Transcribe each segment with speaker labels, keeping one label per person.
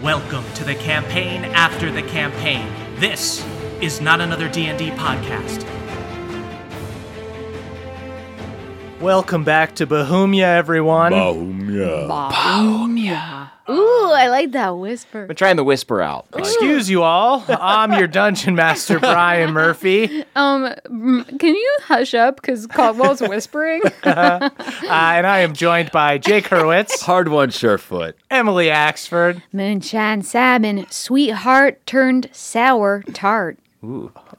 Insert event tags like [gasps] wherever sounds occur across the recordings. Speaker 1: Welcome to the campaign after the campaign. This is not another D&D podcast.
Speaker 2: Welcome back to Bohemia, everyone.
Speaker 3: Ooh, I like that whisper.
Speaker 4: I'm trying the whisper out.
Speaker 2: Excuse you all. I'm your dungeon master, Brian Murphy, uh,
Speaker 3: Um, mm, can you hush up? Because [laughs] Caldwell's whispering.
Speaker 2: uh, and I am joined by Jake Hurwitz,
Speaker 5: Hard one, Surefoot.
Speaker 2: Emily Axford.
Speaker 3: Moonshine Sabin, sweetheart turned sour tart.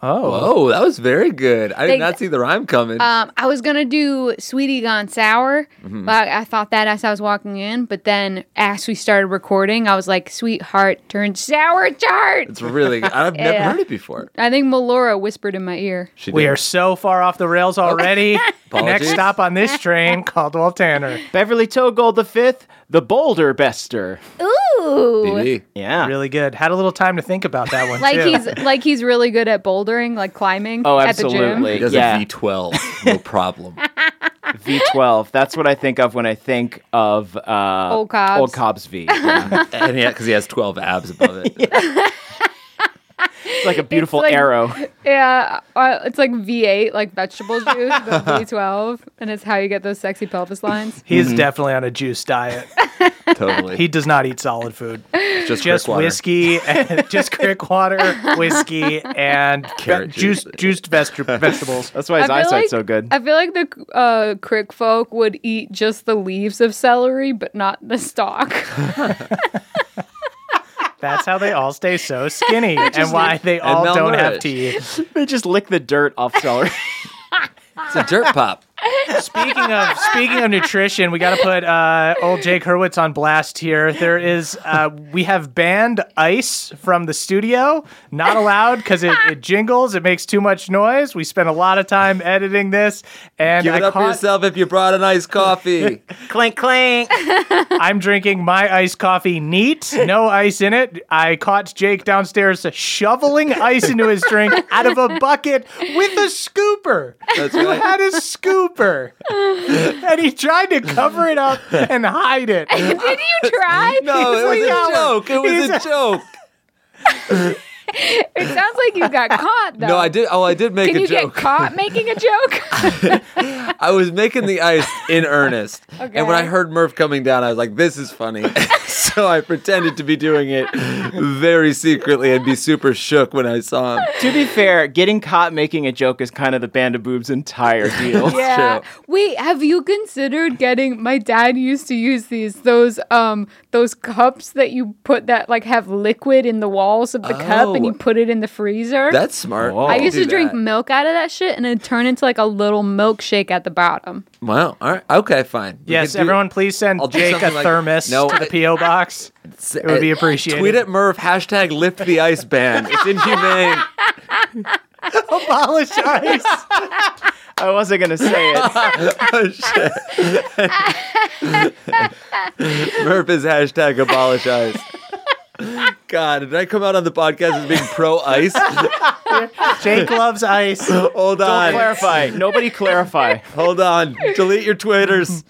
Speaker 5: Oh, that was very good. I
Speaker 3: They-
Speaker 5: did not see the rhyme coming.
Speaker 3: Um, I was gonna do sweetie gone sour,
Speaker 4: Mm-hmm.
Speaker 3: but I thought that as I was walking in. But then as we started recording, I was like, sweetheart turned sour tart.
Speaker 5: it's really good. I've never
Speaker 3: Yeah.
Speaker 5: heard it before.
Speaker 3: I think Melora whispered in my ear.
Speaker 5: She
Speaker 2: We
Speaker 5: did.
Speaker 2: are so far off the rails already. Next
Speaker 5: [laughs] Apologies. Ah.
Speaker 2: stop on this train, Caldwell Tanner.
Speaker 4: Beverly Togold the fifth, the Boulder Bester.
Speaker 3: Ooh,
Speaker 5: BB.
Speaker 4: Yeah.
Speaker 2: Really good. Had a little time to think about that one.
Speaker 3: like
Speaker 2: too.
Speaker 3: he's like he's really good at bouldering, like climbing.
Speaker 4: Oh,
Speaker 3: At the gym.
Speaker 5: He
Speaker 4: absolutely.
Speaker 5: does
Speaker 4: Yeah.
Speaker 5: a V12, [laughs] no problem.
Speaker 4: V12. That's what I think of when I think of uh,
Speaker 3: Old Cobb's.
Speaker 4: Old Cobb's V. Yeah.
Speaker 5: and yeah, because he has 12 abs above it.
Speaker 4: it's like
Speaker 3: [laughs]
Speaker 4: a beautiful
Speaker 3: like-
Speaker 4: arrow.
Speaker 3: Yeah, uh, it's like V8, like vegetable juice, but
Speaker 5: [laughs]
Speaker 3: V12, and it's how you get those sexy pelvis lines.
Speaker 2: He's
Speaker 5: Mm-hmm.
Speaker 2: definitely on a juice diet.
Speaker 5: Totally.
Speaker 2: He does not eat solid food.
Speaker 5: [laughs] just
Speaker 2: just
Speaker 5: Crick water.
Speaker 2: whiskey, and [laughs] just crick water, whiskey, and
Speaker 5: [laughs] Carrot
Speaker 2: ve- juice,
Speaker 5: juice.
Speaker 2: juiced veg- vegetables.
Speaker 4: That's why his
Speaker 3: I feel
Speaker 4: eyesight's
Speaker 3: like-
Speaker 4: so good.
Speaker 3: I feel like the uh, crick folk would eat just the leaves of celery, but not
Speaker 5: [laughs]
Speaker 3: the stalk. [laughs]
Speaker 2: That's how they all stay so
Speaker 5: [laughs]
Speaker 2: skinny and why they all don't have
Speaker 5: malnourished.
Speaker 2: teeth.
Speaker 4: [laughs] they just lick the dirt off
Speaker 3: [laughs]
Speaker 4: celery.
Speaker 5: It's a dirt [laughs] pop.
Speaker 2: Speaking of speaking of nutrition, we got to put uh, old Jake Hurwitz on blast here. There is uh, we have banned ice from the studio. Not allowed because it, it jingles. It makes too much noise. We spent a lot of time editing this, and
Speaker 5: Give it
Speaker 2: I
Speaker 5: up for
Speaker 2: caught-
Speaker 5: yourself if you brought an iced [laughs] coffee.
Speaker 4: clink, clink.
Speaker 2: I'm drinking my iced coffee neat, no ice in it. I caught Jake downstairs shoveling ice into his drink out of a bucket with a scooper.
Speaker 5: That's
Speaker 2: You [laughs]
Speaker 5: right.
Speaker 2: had a scooper, and he tried to cover it up and hide it.
Speaker 3: Did you try?
Speaker 5: No, it was
Speaker 2: He's like,
Speaker 5: a joke. It was
Speaker 2: he's
Speaker 5: a
Speaker 2: a-
Speaker 5: joke.
Speaker 3: It sounds like you got caught, though.
Speaker 5: No, I did. Oh, I did make
Speaker 3: Can
Speaker 5: a
Speaker 3: you
Speaker 5: joke.
Speaker 3: get caught making a
Speaker 5: [laughs]
Speaker 3: joke?
Speaker 5: I was making the ice
Speaker 3: [laughs]
Speaker 5: in earnest. And when I
Speaker 3: Okay.
Speaker 5: heard Murph coming down, I was like, this is funny. [laughs] so I pretended to be doing it very secretly and be super shook when I saw him.
Speaker 4: to be fair, getting caught making a joke is kind of the band of boobs entire deal.
Speaker 3: yeah. Wait, have you considered getting? My dad used to use these those um those cups that you put that like have liquid in the walls of the cup, and
Speaker 5: Oh.
Speaker 3: you put it in the freezer.
Speaker 5: That's smart.
Speaker 4: Whoa.
Speaker 3: I
Speaker 4: I'll
Speaker 3: used
Speaker 5: Do
Speaker 3: to drink
Speaker 5: that.
Speaker 3: milk out of that shit and it'd turn into like a little milkshake at the bottom.
Speaker 5: Wow. All right. Okay, fine. We
Speaker 2: Yes,
Speaker 5: could do-
Speaker 2: everyone, please send
Speaker 5: I'll do
Speaker 2: Jake a
Speaker 5: something like-
Speaker 2: thermos
Speaker 5: No,
Speaker 2: to the
Speaker 5: I-
Speaker 2: PO
Speaker 5: [laughs]
Speaker 2: box. It would be appreciated.
Speaker 5: uh, Tweet at Murph, hashtag lift the ice
Speaker 3: [laughs]
Speaker 5: ban. It's inhumane.
Speaker 2: Abolish ice.
Speaker 4: I wasn't gonna say it.
Speaker 5: Oh, [laughs] Murph is hashtag abolish ice. God, did I come out on the podcast as being pro ice? [laughs]
Speaker 2: Jake loves ice.
Speaker 5: Hold
Speaker 4: Don't
Speaker 5: on.
Speaker 4: clarify. Nobody clarify.
Speaker 5: Hold on. Delete your
Speaker 4: [laughs]
Speaker 5: Twitters.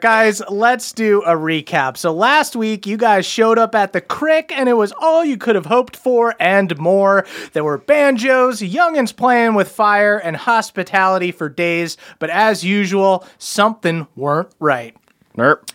Speaker 2: Guys, let's do a recap. So last week, you guys showed up at the Crick, and it was all you could have hoped for and more. There were banjos, youngins playing with fire, and hospitality for days. But as usual, something weren't right.
Speaker 4: Nerp.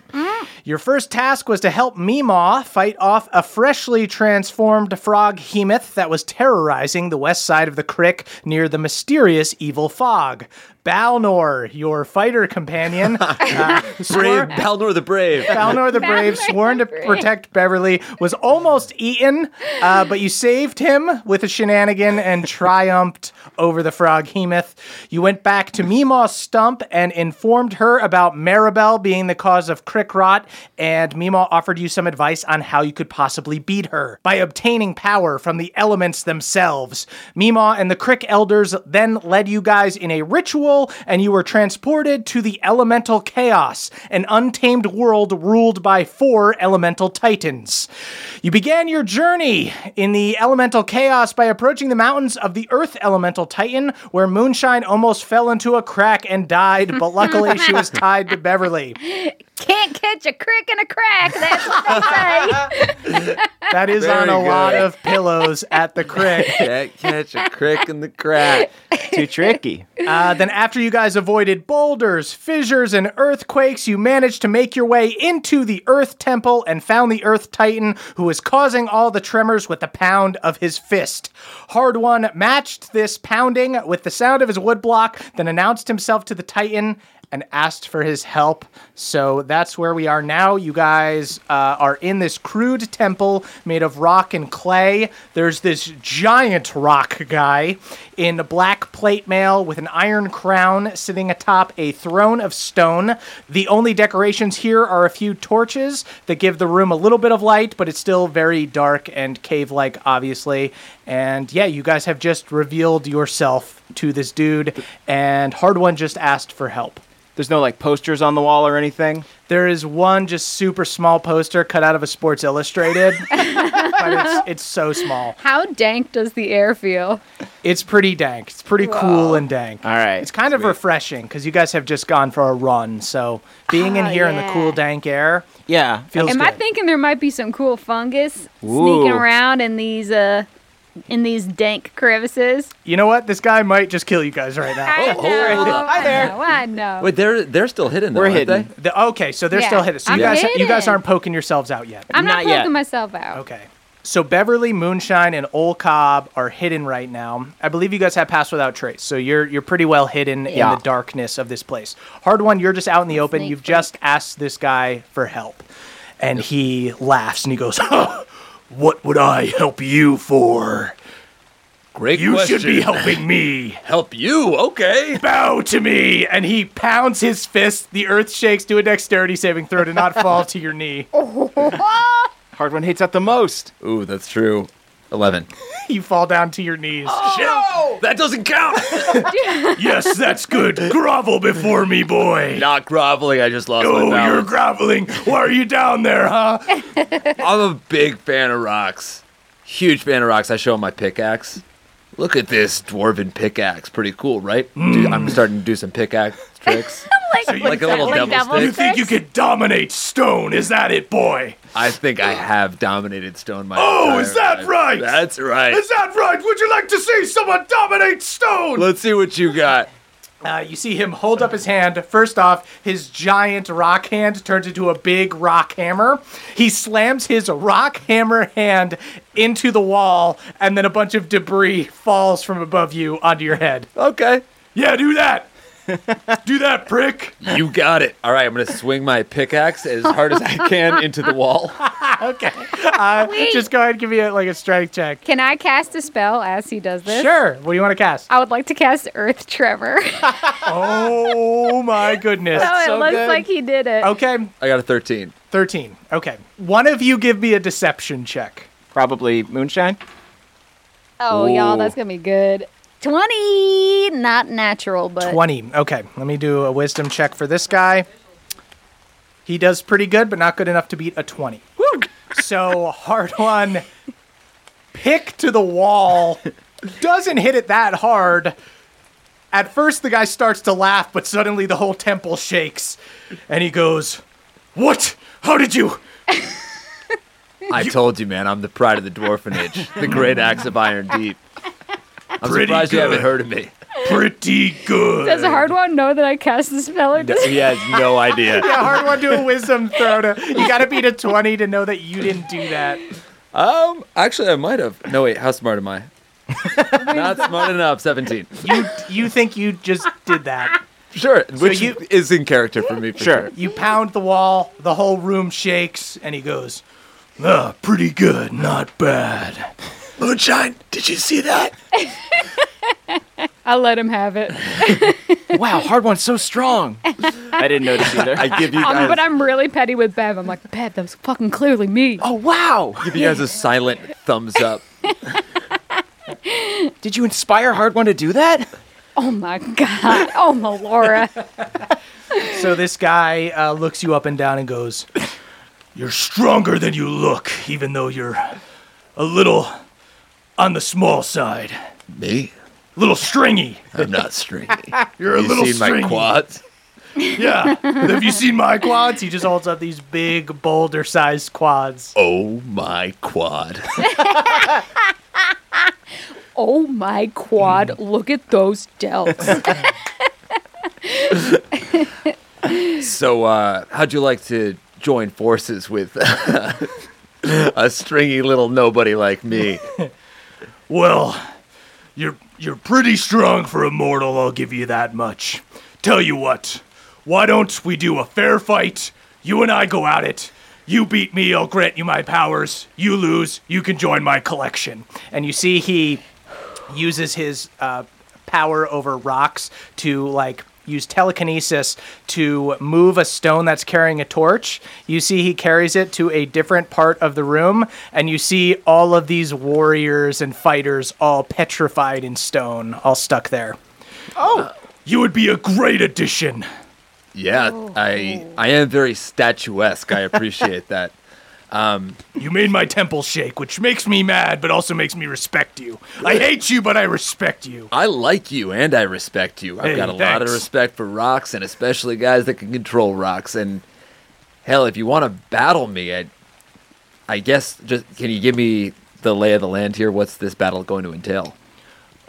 Speaker 2: Your first task was to help Meemaw fight off a freshly transformed frog hemoth that was terrorizing the west side of the crick near the mysterious evil fog. Balnor, your fighter companion, uh,
Speaker 5: Brave
Speaker 2: swore-
Speaker 5: Balnor the Brave.
Speaker 2: Balnor the Brave,
Speaker 6: Balnor
Speaker 2: sworn
Speaker 6: the
Speaker 2: to
Speaker 6: Brave.
Speaker 2: protect Beverly, was almost eaten, uh, but you saved him with a shenanigan and triumphed over the frog Hemoth. You went back to Meemaw's stump and informed her about Maribel being the cause of Crick Rot, and Meemaw offered you some advice on how you could possibly beat her by obtaining power from the elements themselves. Meemaw and the Crick elders then led you guys in a ritual, and you were transported to the elemental chaos, an untamed world ruled by four elemental titans. You began your journey in the elemental chaos by approaching the mountains of the earth elemental titan, where Moonshine almost fell into a crack and died,
Speaker 6: [laughs]
Speaker 2: but luckily she was tied to Beverly.
Speaker 6: Can't catch a crick in a crack. That's what they say.
Speaker 2: [laughs] That is on
Speaker 5: Very
Speaker 2: a
Speaker 5: good.
Speaker 2: lot of pillows at
Speaker 5: [laughs]
Speaker 2: the crick.
Speaker 5: Can't catch a crick in the crack.
Speaker 4: Too tricky.
Speaker 2: Uh, then, after you guys avoided boulders, fissures, and earthquakes, you managed to make your way into the Earth Temple and found the Earth Titan, who was causing all the tremors with the pound of his fist. Hard One matched this pounding with the sound of his woodblock, then announced himself to the Titan and asked for his help. So that's where we are now. You guys uh, are in this crude temple made of rock and clay. There's this giant rock guy in black plate mail with an iron crown sitting atop a throne of stone. The only decorations here are a few torches that give the room a little bit of light, but it's still very dark and cave like, obviously. And yeah, you guys have just revealed yourself to this dude, and Hard One just asked for help.
Speaker 4: There's no like posters on the wall or anything.
Speaker 2: There is one just super small poster cut out of a Sports Illustrated, [laughs] but it's, it's so small.
Speaker 6: How dank does the air feel?
Speaker 2: It's pretty dank. It's pretty cool and dank.
Speaker 4: All right.
Speaker 2: It's kind of refreshing because you guys have just gone for a run. So being in
Speaker 6: Oh,
Speaker 2: here in the
Speaker 6: yeah.
Speaker 2: cool, dank air
Speaker 4: Yeah.
Speaker 2: feels
Speaker 6: Am
Speaker 2: good.
Speaker 6: I thinking there might be some cool fungus
Speaker 4: Ooh.
Speaker 6: sneaking around in these uh in these dank crevices?
Speaker 2: you know what? This guy might just kill you guys right now.
Speaker 6: I know. Hi
Speaker 2: there.
Speaker 6: I know.
Speaker 5: Wait, they're they're still hidden. Though,
Speaker 4: We're
Speaker 5: aren't
Speaker 4: hidden.
Speaker 5: They?
Speaker 2: The- okay, so they're
Speaker 6: Yeah,
Speaker 2: still hidden. So you
Speaker 6: I'm
Speaker 2: guys, you guys
Speaker 6: hidden.
Speaker 2: aren't poking yourselves out yet.
Speaker 6: I'm not,
Speaker 4: Not yet.
Speaker 6: poking myself out.
Speaker 2: Okay. So Beverly, Moonshine, and Old Cobb are hidden right now. I believe you guys have Pass Without Trace, so you're you're pretty well hidden
Speaker 4: Yeah.
Speaker 2: in the darkness of this place. Hard one, you're just out in the open.
Speaker 6: sneak
Speaker 2: You've
Speaker 6: peek.
Speaker 2: just asked this guy for help, and he laughs and he goes, [laughs] "What would I help you for?
Speaker 5: Great
Speaker 2: You
Speaker 5: question.
Speaker 2: should be helping me."
Speaker 5: help you. Okay.
Speaker 2: Bow to me, and he pounds his fist. The earth shakes. Do a dexterity saving throw to not fall to your knee. [laughs]
Speaker 4: Hard one hates that the most.
Speaker 5: Ooh, that's true. Eleven.
Speaker 2: You fall down to your knees.
Speaker 5: That doesn't count.
Speaker 2: Yes, that's good. Grovel before me, boy.
Speaker 5: [laughs] Not groveling. I just lost my
Speaker 2: Oh, you're
Speaker 5: balance.
Speaker 2: groveling. Why are you down there, huh?
Speaker 5: I'm a big fan of rocks. Huge fan of rocks. I show him my pickaxe. Look at this dwarven pickaxe. Pretty cool, right? Dude, I'm starting to do some pickaxe tricks.
Speaker 6: [laughs] Like,
Speaker 5: like a little devil
Speaker 2: You
Speaker 5: stick?
Speaker 2: think you could dominate stone? Is that it, boy?
Speaker 5: I think I have dominated stone my
Speaker 2: Oh,
Speaker 5: entire
Speaker 2: is that
Speaker 5: life.
Speaker 2: right?
Speaker 5: That's right.
Speaker 2: Is that right? Would you like to see someone dominate stone?
Speaker 5: Let's see what you got.
Speaker 2: Uh, you see him hold up his hand. First off, his giant rock hand turns into a big rock hammer. He slams his rock hammer hand into the wall, and then a bunch of debris falls from above you onto your head.
Speaker 5: Okay.
Speaker 2: Yeah, do [laughs] that. do that, prick.
Speaker 5: You got it. All right, I'm going to swing my pickaxe as hard as I can into the wall.
Speaker 2: Okay. Uh, just go ahead and give me a, like a strength check.
Speaker 6: Can I cast a spell as he does this?
Speaker 2: Sure. What do you want to
Speaker 3: [laughs]
Speaker 2: cast?
Speaker 6: I would like to cast Earth [laughs] Trevor. so
Speaker 2: oh my
Speaker 3: [laughs]
Speaker 2: goodness.
Speaker 6: it
Speaker 5: so
Speaker 6: looks
Speaker 5: good.
Speaker 6: like he did it.
Speaker 2: Okay.
Speaker 5: I got a 13.
Speaker 2: 13. Okay. One of you give me a deception check.
Speaker 4: Probably moonshine.
Speaker 6: Oh, y'all,
Speaker 4: Ooh.
Speaker 6: that's gonna be good. Twenty, not natural, but
Speaker 2: 20. Okay, let me do a wisdom check for this guy. He does pretty good, but not good enough to beat a 20. So, hard one, pick to the wall, doesn't hit it that hard. At first, the guy starts to laugh, but suddenly the whole temple shakes. And he goes, What? How did you?
Speaker 5: I told you, man, I'm the pride of the dwarfinage, the great axe of Iron Deep. I'm surprised you haven't heard of me.
Speaker 2: Pretty good.
Speaker 6: does a hard one know that I cast the spell or
Speaker 5: No,
Speaker 6: does
Speaker 5: he has no idea.
Speaker 2: A hard one to a
Speaker 6: [laughs]
Speaker 2: wisdom throw to. You gotta beat a 20 to know that you didn't do that.
Speaker 5: Um, actually, I might have. No, wait, how smart am I? Not smart enough. Seventeen.
Speaker 2: You, you think you just did that.
Speaker 5: Sure, which
Speaker 2: you-
Speaker 5: is in character for me. For sure.
Speaker 2: You pound the wall, the whole room shakes, and he goes, ah, pretty good, not bad.
Speaker 5: Moonshine, did you see that?
Speaker 6: I let him have
Speaker 4: [laughs]
Speaker 6: it?
Speaker 7: Wow, hard one's so strong.
Speaker 4: I didn't notice either.
Speaker 5: I give you
Speaker 6: Um,
Speaker 5: guys.
Speaker 6: but I'm really petty with Bev. I'm like, Bev, that was fucking clearly me.
Speaker 7: [laughs] Oh wow!
Speaker 5: give you guys a silent thumbs up.
Speaker 7: Did you inspire hard one to do that?
Speaker 6: Oh my god. [laughs] Oh my Laura.
Speaker 2: So this guy uh, looks you up and down and goes, You're stronger than you look, even though you're a little on the small side.
Speaker 5: Me?
Speaker 2: Little stringy.
Speaker 5: I'm not stringy.
Speaker 2: [laughs] You're a
Speaker 5: you
Speaker 2: little
Speaker 5: seen
Speaker 2: stringy.
Speaker 5: my quads?
Speaker 2: Yeah. [laughs] Have you seen my quads? He just holds up these big boulder-sized quads.
Speaker 5: Oh my quad!
Speaker 6: Oh my quad.
Speaker 4: Mm.
Speaker 6: Look at those
Speaker 4: [laughs]
Speaker 6: delts.
Speaker 5: so, uh, how'd you like to join forces with uh, [laughs] a stringy little nobody like me?
Speaker 2: Well, you're you're pretty strong for a mortal, I'll give you that much. Tell you what, why don't we do a fair fight? You and I go at it. You beat me, I'll grant you my powers. You lose, you can join my collection. And you see he uses his uh, power over rocks to like use telekinesis to move a stone that's carrying a torch. You see he carries it to a different part of the room and you see all of these warriors and fighters all petrified in stone, all stuck there. Oh, you would be a great addition.
Speaker 5: Yeah,
Speaker 2: Oh,
Speaker 5: I I am very statuesque. I appreciate that.
Speaker 2: You made my temple shake, which makes me mad but also makes me respect you. I hate you but I respect you.
Speaker 5: I like you and I respect you. I've
Speaker 2: Hey,
Speaker 5: got a lot of
Speaker 2: thanks.
Speaker 5: respect for rocks and especially guys that can control rocks. And hell, if you want to battle me, I, I guess just can you give me the lay of the land here? What's this battle going to entail?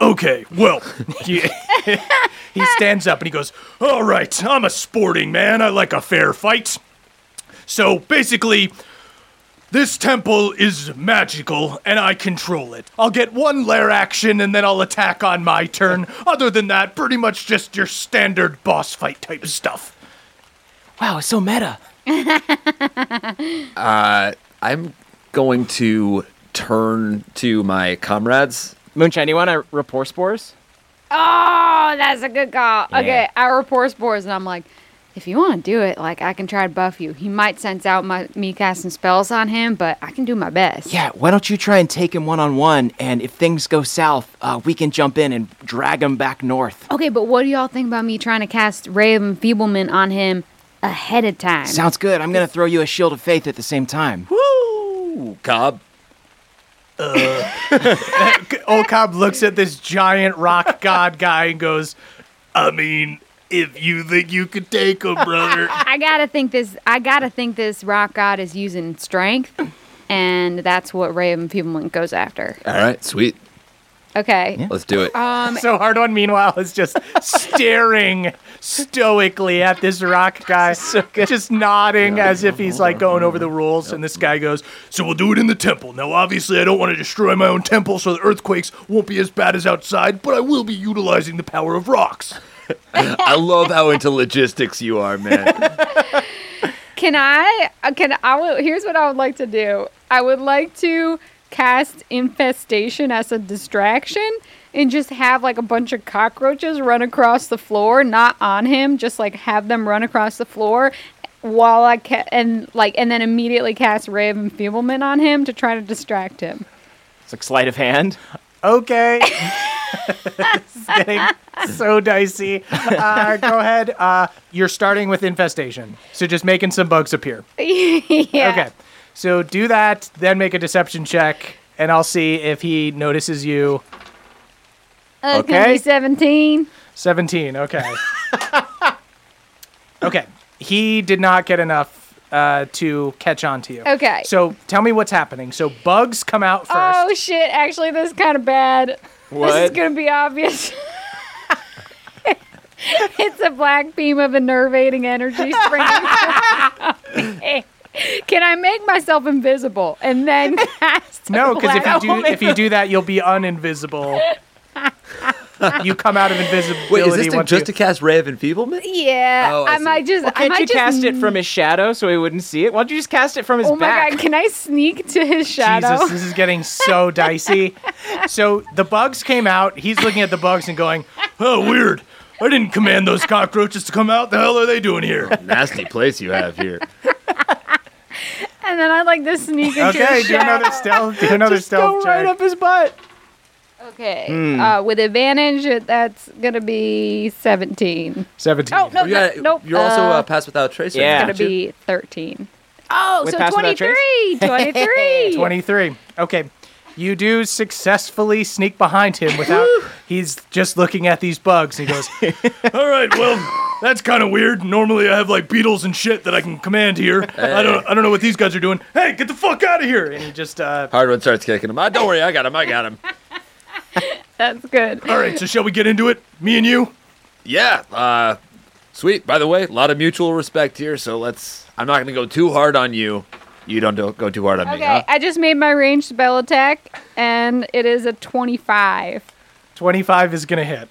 Speaker 2: Okay, well, he, [laughs] he stands up and he goes, All right, I'm a sporting man. I like a fair fight. So basically, this temple is magical and I control it. I'll get one lair action and then I'll attack on my turn. Other than that, pretty much just your standard boss fight type of stuff.
Speaker 7: Wow, it's so meta.
Speaker 5: I'm going to turn to my comrades.
Speaker 4: Moonshine, you want to rapport spores?
Speaker 6: Oh, that's a good call.
Speaker 4: Yeah.
Speaker 6: Okay, I report spores, and I'm like, if you want to do it, like I can try to buff you. He might sense out my me casting spells on him, but I can do my best.
Speaker 7: Yeah, why don't you try and take him one on one, and if things go south, uh, we can jump in and drag him back north.
Speaker 6: Okay, but what do y'all think about me trying to cast Ray of Enfeeblement on him ahead of time?
Speaker 7: Sounds good. I'm gonna throw you a shield of faith at the same time.
Speaker 5: Woo, Cobb.
Speaker 2: Old Cobb looks at this giant rock god guy and goes, I mean, if you think you could take him, brother.
Speaker 6: I gotta think this. I gotta think this rock god is using strength, and that's what Ray of Enfeeblement goes after.
Speaker 5: All right, sweet.
Speaker 6: Okay.
Speaker 5: Let's do it.
Speaker 2: [laughs]
Speaker 6: Um,
Speaker 2: So hard one, meanwhile, is just staring stoically at this [laughs] rock guy, just nodding as if he's like going over the rules. And this guy goes, "So we'll do it in the temple. Now, obviously, I don't want to destroy my own temple, so the earthquakes won't be as bad as outside. But I will be utilizing the power of rocks.
Speaker 5: I love how into logistics you are, man.
Speaker 6: Can I? uh, Can I? will- Here's what I would like to do. I would like to cast infestation as a distraction and just have like a bunch of cockroaches run across the floor, not on him, just like have them run across the floor while I ca- and like and then immediately cast ray of enfeeblement on him [laughs] to try to distract him.
Speaker 4: [laughs]
Speaker 2: [laughs]
Speaker 4: It's like sleight of hand.
Speaker 2: Okay, It's getting so dicey. Uh, go ahead. Uh, you're starting with infestation, so just making some bugs appear.
Speaker 6: yeah.
Speaker 2: Okay. So do that, then make a deception check, and I'll see if he notices you.
Speaker 6: Uh, it's gonna
Speaker 4: Okay.
Speaker 6: be 17.
Speaker 2: 17.
Speaker 6: [laughs]
Speaker 2: Okay. okay. He did not get enough uh, to catch on to you.
Speaker 6: Okay.
Speaker 2: So tell me what's happening. So bugs come out first.
Speaker 6: Oh shit! Actually, this is kind of bad. This is
Speaker 4: What?
Speaker 6: gonna be obvious. [laughs] it's a black beam of enervating energy
Speaker 4: [laughs]
Speaker 6: springing from me. [laughs] Can I make myself invisible
Speaker 4: [laughs]
Speaker 6: and then cast? a
Speaker 2: No, because if you do
Speaker 6: black-
Speaker 2: if you do that, you'll be
Speaker 6: [laughs]
Speaker 2: uninvisible. you come out of invisibility.
Speaker 5: Wait, is this to-
Speaker 2: once
Speaker 5: just to
Speaker 2: you-
Speaker 5: cast Ray of Enfeeblement?
Speaker 6: yeah,
Speaker 5: Oh, I
Speaker 6: I,
Speaker 5: see.
Speaker 6: might just. I
Speaker 4: Can't
Speaker 6: might
Speaker 4: you
Speaker 6: just,
Speaker 4: cast it from his shadow so he wouldn't see it? Why don't you just cast it from his
Speaker 6: Oh my
Speaker 4: back?
Speaker 6: god! Can I sneak to his shadow? [laughs]
Speaker 2: Jesus, this is getting so dicey. So the bugs came out. He's looking at the bugs and going, "Oh, weird. I didn't command those cockroaches to come out. The hell are they doing here?"
Speaker 5: Nasty place you have here.
Speaker 6: And then I'd like to sneak into
Speaker 2: Okay,
Speaker 6: his
Speaker 2: do
Speaker 6: shadow.
Speaker 2: another stealth. Do another
Speaker 4: Go
Speaker 2: stealth
Speaker 4: right
Speaker 2: check.
Speaker 4: up his butt.
Speaker 6: Okay, uh, with advantage, it- that's gonna be 17.
Speaker 2: Seventeen.
Speaker 6: Oh no,
Speaker 5: You [laughs] got-
Speaker 6: no nope.
Speaker 5: You're also
Speaker 6: Uh,
Speaker 5: uh, passed without trace.
Speaker 4: Yeah.
Speaker 6: gonna
Speaker 5: aren't you?
Speaker 6: be 13. Oh,
Speaker 4: With
Speaker 6: so
Speaker 4: Pass Without
Speaker 6: 23,
Speaker 4: Trace?
Speaker 6: [laughs] 23.
Speaker 2: 23. Okay. You do successfully sneak behind him without. he's just looking at these bugs. And he [laughs] goes, All right, well, that's kind of weird. Normally I have like beetles and shit that I can command here. I, don't, I don't know what these guys are doing. Hey, get the fuck out of here. And he just, uh,
Speaker 5: Hardwood starts kicking him. Ah, don't worry, I got him. I got him.
Speaker 6: That's good.
Speaker 2: All right, so shall we get into it? Me and you?
Speaker 5: [laughs] Yeah. Uh, sweet. By the way, a lot of mutual respect here, so let's. I'm not going to go too hard on you. You don't do- go too hard on me.
Speaker 6: Okay,
Speaker 5: Huh?
Speaker 6: I just made my ranged spell attack, and it is a 25.
Speaker 2: 25 is going to hit.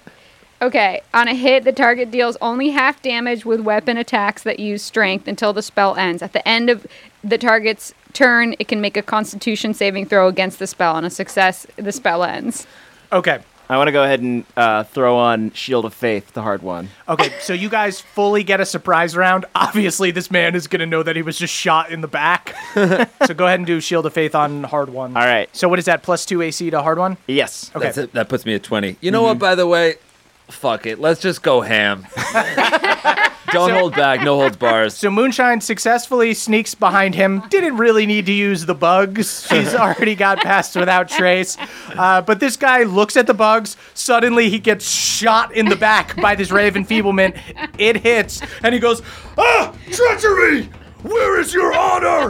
Speaker 6: Okay, on a hit, the target deals only half damage with weapon attacks that use strength until the spell ends. At the end of the target's turn, it can make a constitution saving throw against the spell. On a success, the spell ends.
Speaker 2: Okay.
Speaker 4: I want to go ahead and uh, throw on Shield of Faith, the hard one.
Speaker 2: Okay, so you guys fully get a surprise round. Obviously, this man is going to know that he was just shot in the
Speaker 4: [laughs]
Speaker 2: back. so go ahead and do Shield of Faith on hard one.
Speaker 4: All right.
Speaker 2: So what is that? Plus two AC to hard one?
Speaker 4: Yes.
Speaker 2: Okay.
Speaker 5: That's it. That puts me at 20. You know what, by the way? Fuck it. Let's just go [laughs] ham. don't hold back. No holds bars.
Speaker 2: So Moonshine successfully sneaks behind him. Didn't really need to use the bugs. She's already got past without trace. Uh, but this guy looks at the bugs. Suddenly he gets shot in the back by this ray of enfeeblement. It hits, and he goes, "Ah, treachery! Where is your honor?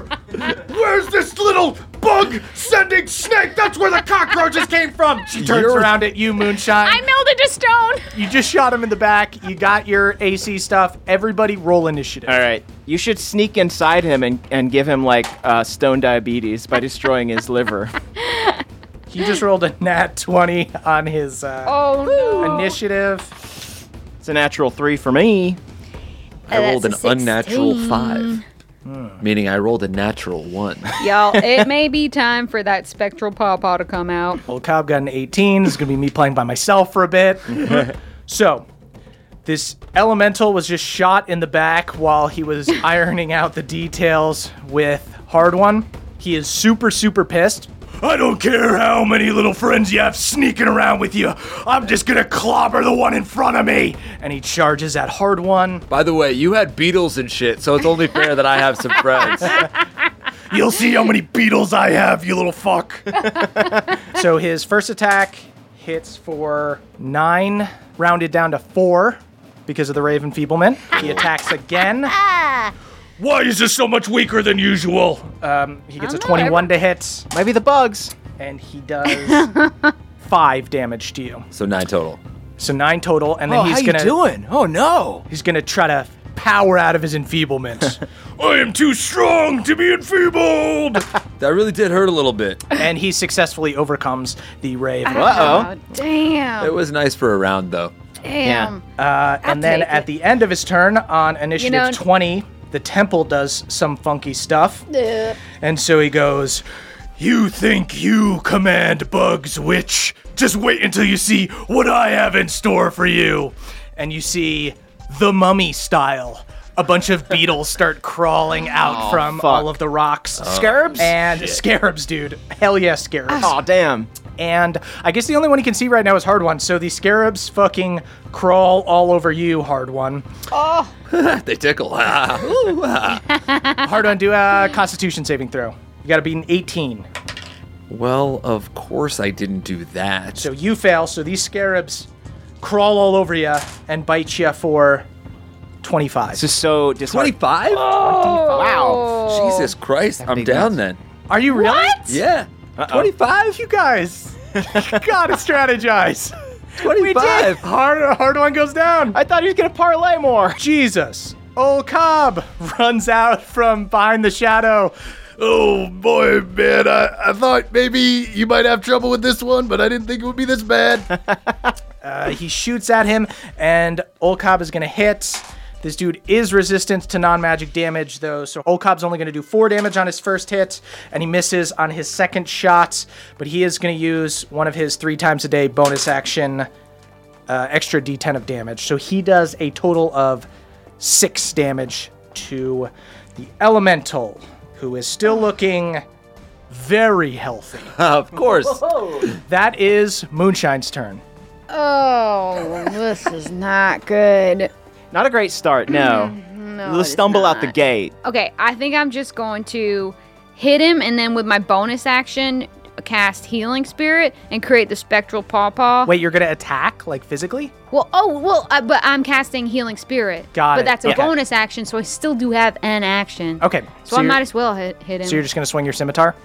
Speaker 2: Where's this little bug sending snake? That's where the cockroaches came from." She turns
Speaker 5: You're-
Speaker 2: around at you, Moonshine.
Speaker 6: I melded to stone.
Speaker 2: you just shot him in the back. You got your AC stuff. Everybody, roll initiative.
Speaker 4: All right. You should sneak inside him and, and give him like uh, stone diabetes by destroying
Speaker 7: [laughs]
Speaker 4: his [laughs] liver.
Speaker 2: He just rolled a nat 20 on his uh,
Speaker 6: Oh no!
Speaker 2: initiative.
Speaker 4: It's a natural three for me.
Speaker 5: I
Speaker 6: that's
Speaker 5: rolled
Speaker 6: a
Speaker 5: an unnatural
Speaker 6: 16.
Speaker 5: five, meaning I rolled a natural one.
Speaker 6: Y'all, it may be time for that spectral pawpaw to come out.
Speaker 2: Old Cobb got an 18. This is going to be me playing by myself for a [laughs] bit. so, this elemental was just shot in the back while he [laughs] was ironing out the details with Hard One. He is super, super pissed. I don't care how many little friends you have sneaking around with you. I'm just going to clobber the one in front of me. And he charges at Hard One.
Speaker 5: By the way, you had beetles and shit, so it's only fair that I have some friends. [laughs]
Speaker 2: You'll see how many beetles I have, you little fuck. [laughs] so his first attack hits for nine, rounded down to four because of the Raven Feeblement. He attacks
Speaker 6: [laughs]
Speaker 2: again. Why is this so much weaker than usual? Um, he gets a
Speaker 6: I'm not
Speaker 2: 21 to hit,
Speaker 4: Maybe the bugs.
Speaker 2: and he
Speaker 6: [laughs]
Speaker 2: does five damage to you.
Speaker 5: So nine total.
Speaker 2: So nine total, and then
Speaker 4: Oh,
Speaker 2: he's
Speaker 4: how
Speaker 2: gonna
Speaker 4: you doing? Oh no.
Speaker 2: He's gonna try to power out of his enfeeblement. [laughs] I am too strong to be enfeebled. [laughs]
Speaker 5: That really did hurt a little bit.
Speaker 2: and he successfully overcomes the ray of
Speaker 4: Uh oh.
Speaker 6: damn!
Speaker 5: It was nice for a round, though. [laughs]
Speaker 6: Damn!
Speaker 2: Uh, and then
Speaker 6: take
Speaker 2: at
Speaker 6: it.
Speaker 2: the end of his turn on initiative
Speaker 6: know-
Speaker 2: 20, the temple does some funky stuff. And so he goes, You think you command bugs, witch? Just wait until you see what I have in store for you. And you see the mummy style. A bunch of beetles start crawling out from all of the rocks.
Speaker 4: Scarabs?
Speaker 2: And scarabs, dude. Hell yeah, scarabs.
Speaker 4: Oh damn.
Speaker 2: and I guess the only one he can see right now is Hard One. So the scarabs fucking crawl all over you, Hard One.
Speaker 5: They tickle. [laughs] Ah. Ooh, ah.
Speaker 2: Hard One, do
Speaker 7: [laughs]
Speaker 2: a Constitution saving throw. You got to beat an 18.
Speaker 5: well, of course I didn't do that.
Speaker 2: So you fail. So these scarabs crawl all over you and bite you for 25.
Speaker 7: This is so disheartening.
Speaker 5: 25?
Speaker 4: Oh.
Speaker 7: Wow.
Speaker 5: Jesus Christ, I'm
Speaker 7: big
Speaker 5: down
Speaker 7: nuts.
Speaker 5: then.
Speaker 2: Are you really?
Speaker 5: Yeah. 25?
Speaker 2: You guys, [laughs] you gotta strategize.
Speaker 5: 25.
Speaker 2: Hard, hard one goes down.
Speaker 7: I thought he was gonna parlay [laughs] more.
Speaker 2: Jesus. Old Cobb runs out from behind the shadow.
Speaker 5: Oh boy, man! I, I thought maybe you might have trouble with this one, but I didn't think it would be this bad.
Speaker 2: Uh, he shoots at him, and Old Cobb is gonna hit. This dude is resistant to non magic damage, though, so Old Cobb's only gonna do four damage on his first hit, and he misses on his second shot, but he is gonna use one of his three times a day bonus action uh, extra d10 of damage. So he does a total of six damage to the Elemental, who is still looking very healthy.
Speaker 5: of course.
Speaker 2: That is Moonshine's turn.
Speaker 6: Oh, this is not good.
Speaker 7: Not a great start. No.
Speaker 6: No,
Speaker 7: Let's
Speaker 6: it is
Speaker 7: Mm-hmm. stumble out the
Speaker 6: not.
Speaker 7: gate.
Speaker 6: Okay, I think I'm just going to hit him and then with my bonus action cast healing spirit and create the spectral paw paw.
Speaker 2: Wait, you're gonna attack, like physically?
Speaker 6: Well, oh, well, uh, but I'm casting healing spirit.
Speaker 2: Got
Speaker 6: but
Speaker 2: it,
Speaker 6: that's a
Speaker 2: okay.
Speaker 6: bonus action, so I still do have an action.
Speaker 2: Okay.
Speaker 6: So, I
Speaker 2: you're-
Speaker 6: might as well hit, hit him.
Speaker 2: So you're just gonna swing your
Speaker 6: [laughs]
Speaker 2: scimitar?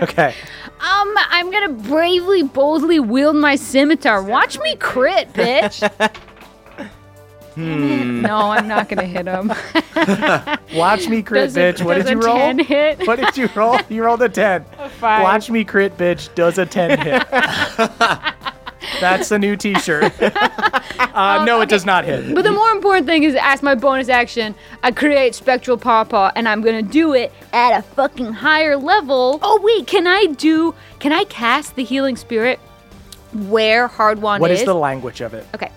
Speaker 2: Okay.
Speaker 6: um, I'm gonna bravely, boldly wield my scimitar. Watch me crit,
Speaker 2: [laughs]
Speaker 6: bitch. Hmm. No, I'm [laughs] not gonna hit him.
Speaker 2: Watch me crit,
Speaker 6: Does a-
Speaker 2: bitch. What
Speaker 6: does
Speaker 2: did you
Speaker 6: a 10
Speaker 2: roll?
Speaker 6: hit?
Speaker 2: What did you roll? You rolled a
Speaker 6: [laughs]
Speaker 2: ten.
Speaker 6: five.
Speaker 2: Watch me crit, bitch. Does a ten
Speaker 6: [laughs]
Speaker 2: hit? That's the new T-shirt. Uh, no, it does not hit.
Speaker 6: But the more important thing is, as my bonus action, I create Spectral Pawpaw, and I'm gonna do it at a fucking higher level. Oh wait, can I do? Can I cast the Healing Spirit where Hard One
Speaker 2: What
Speaker 6: is?
Speaker 2: is the language of it?
Speaker 6: Okay.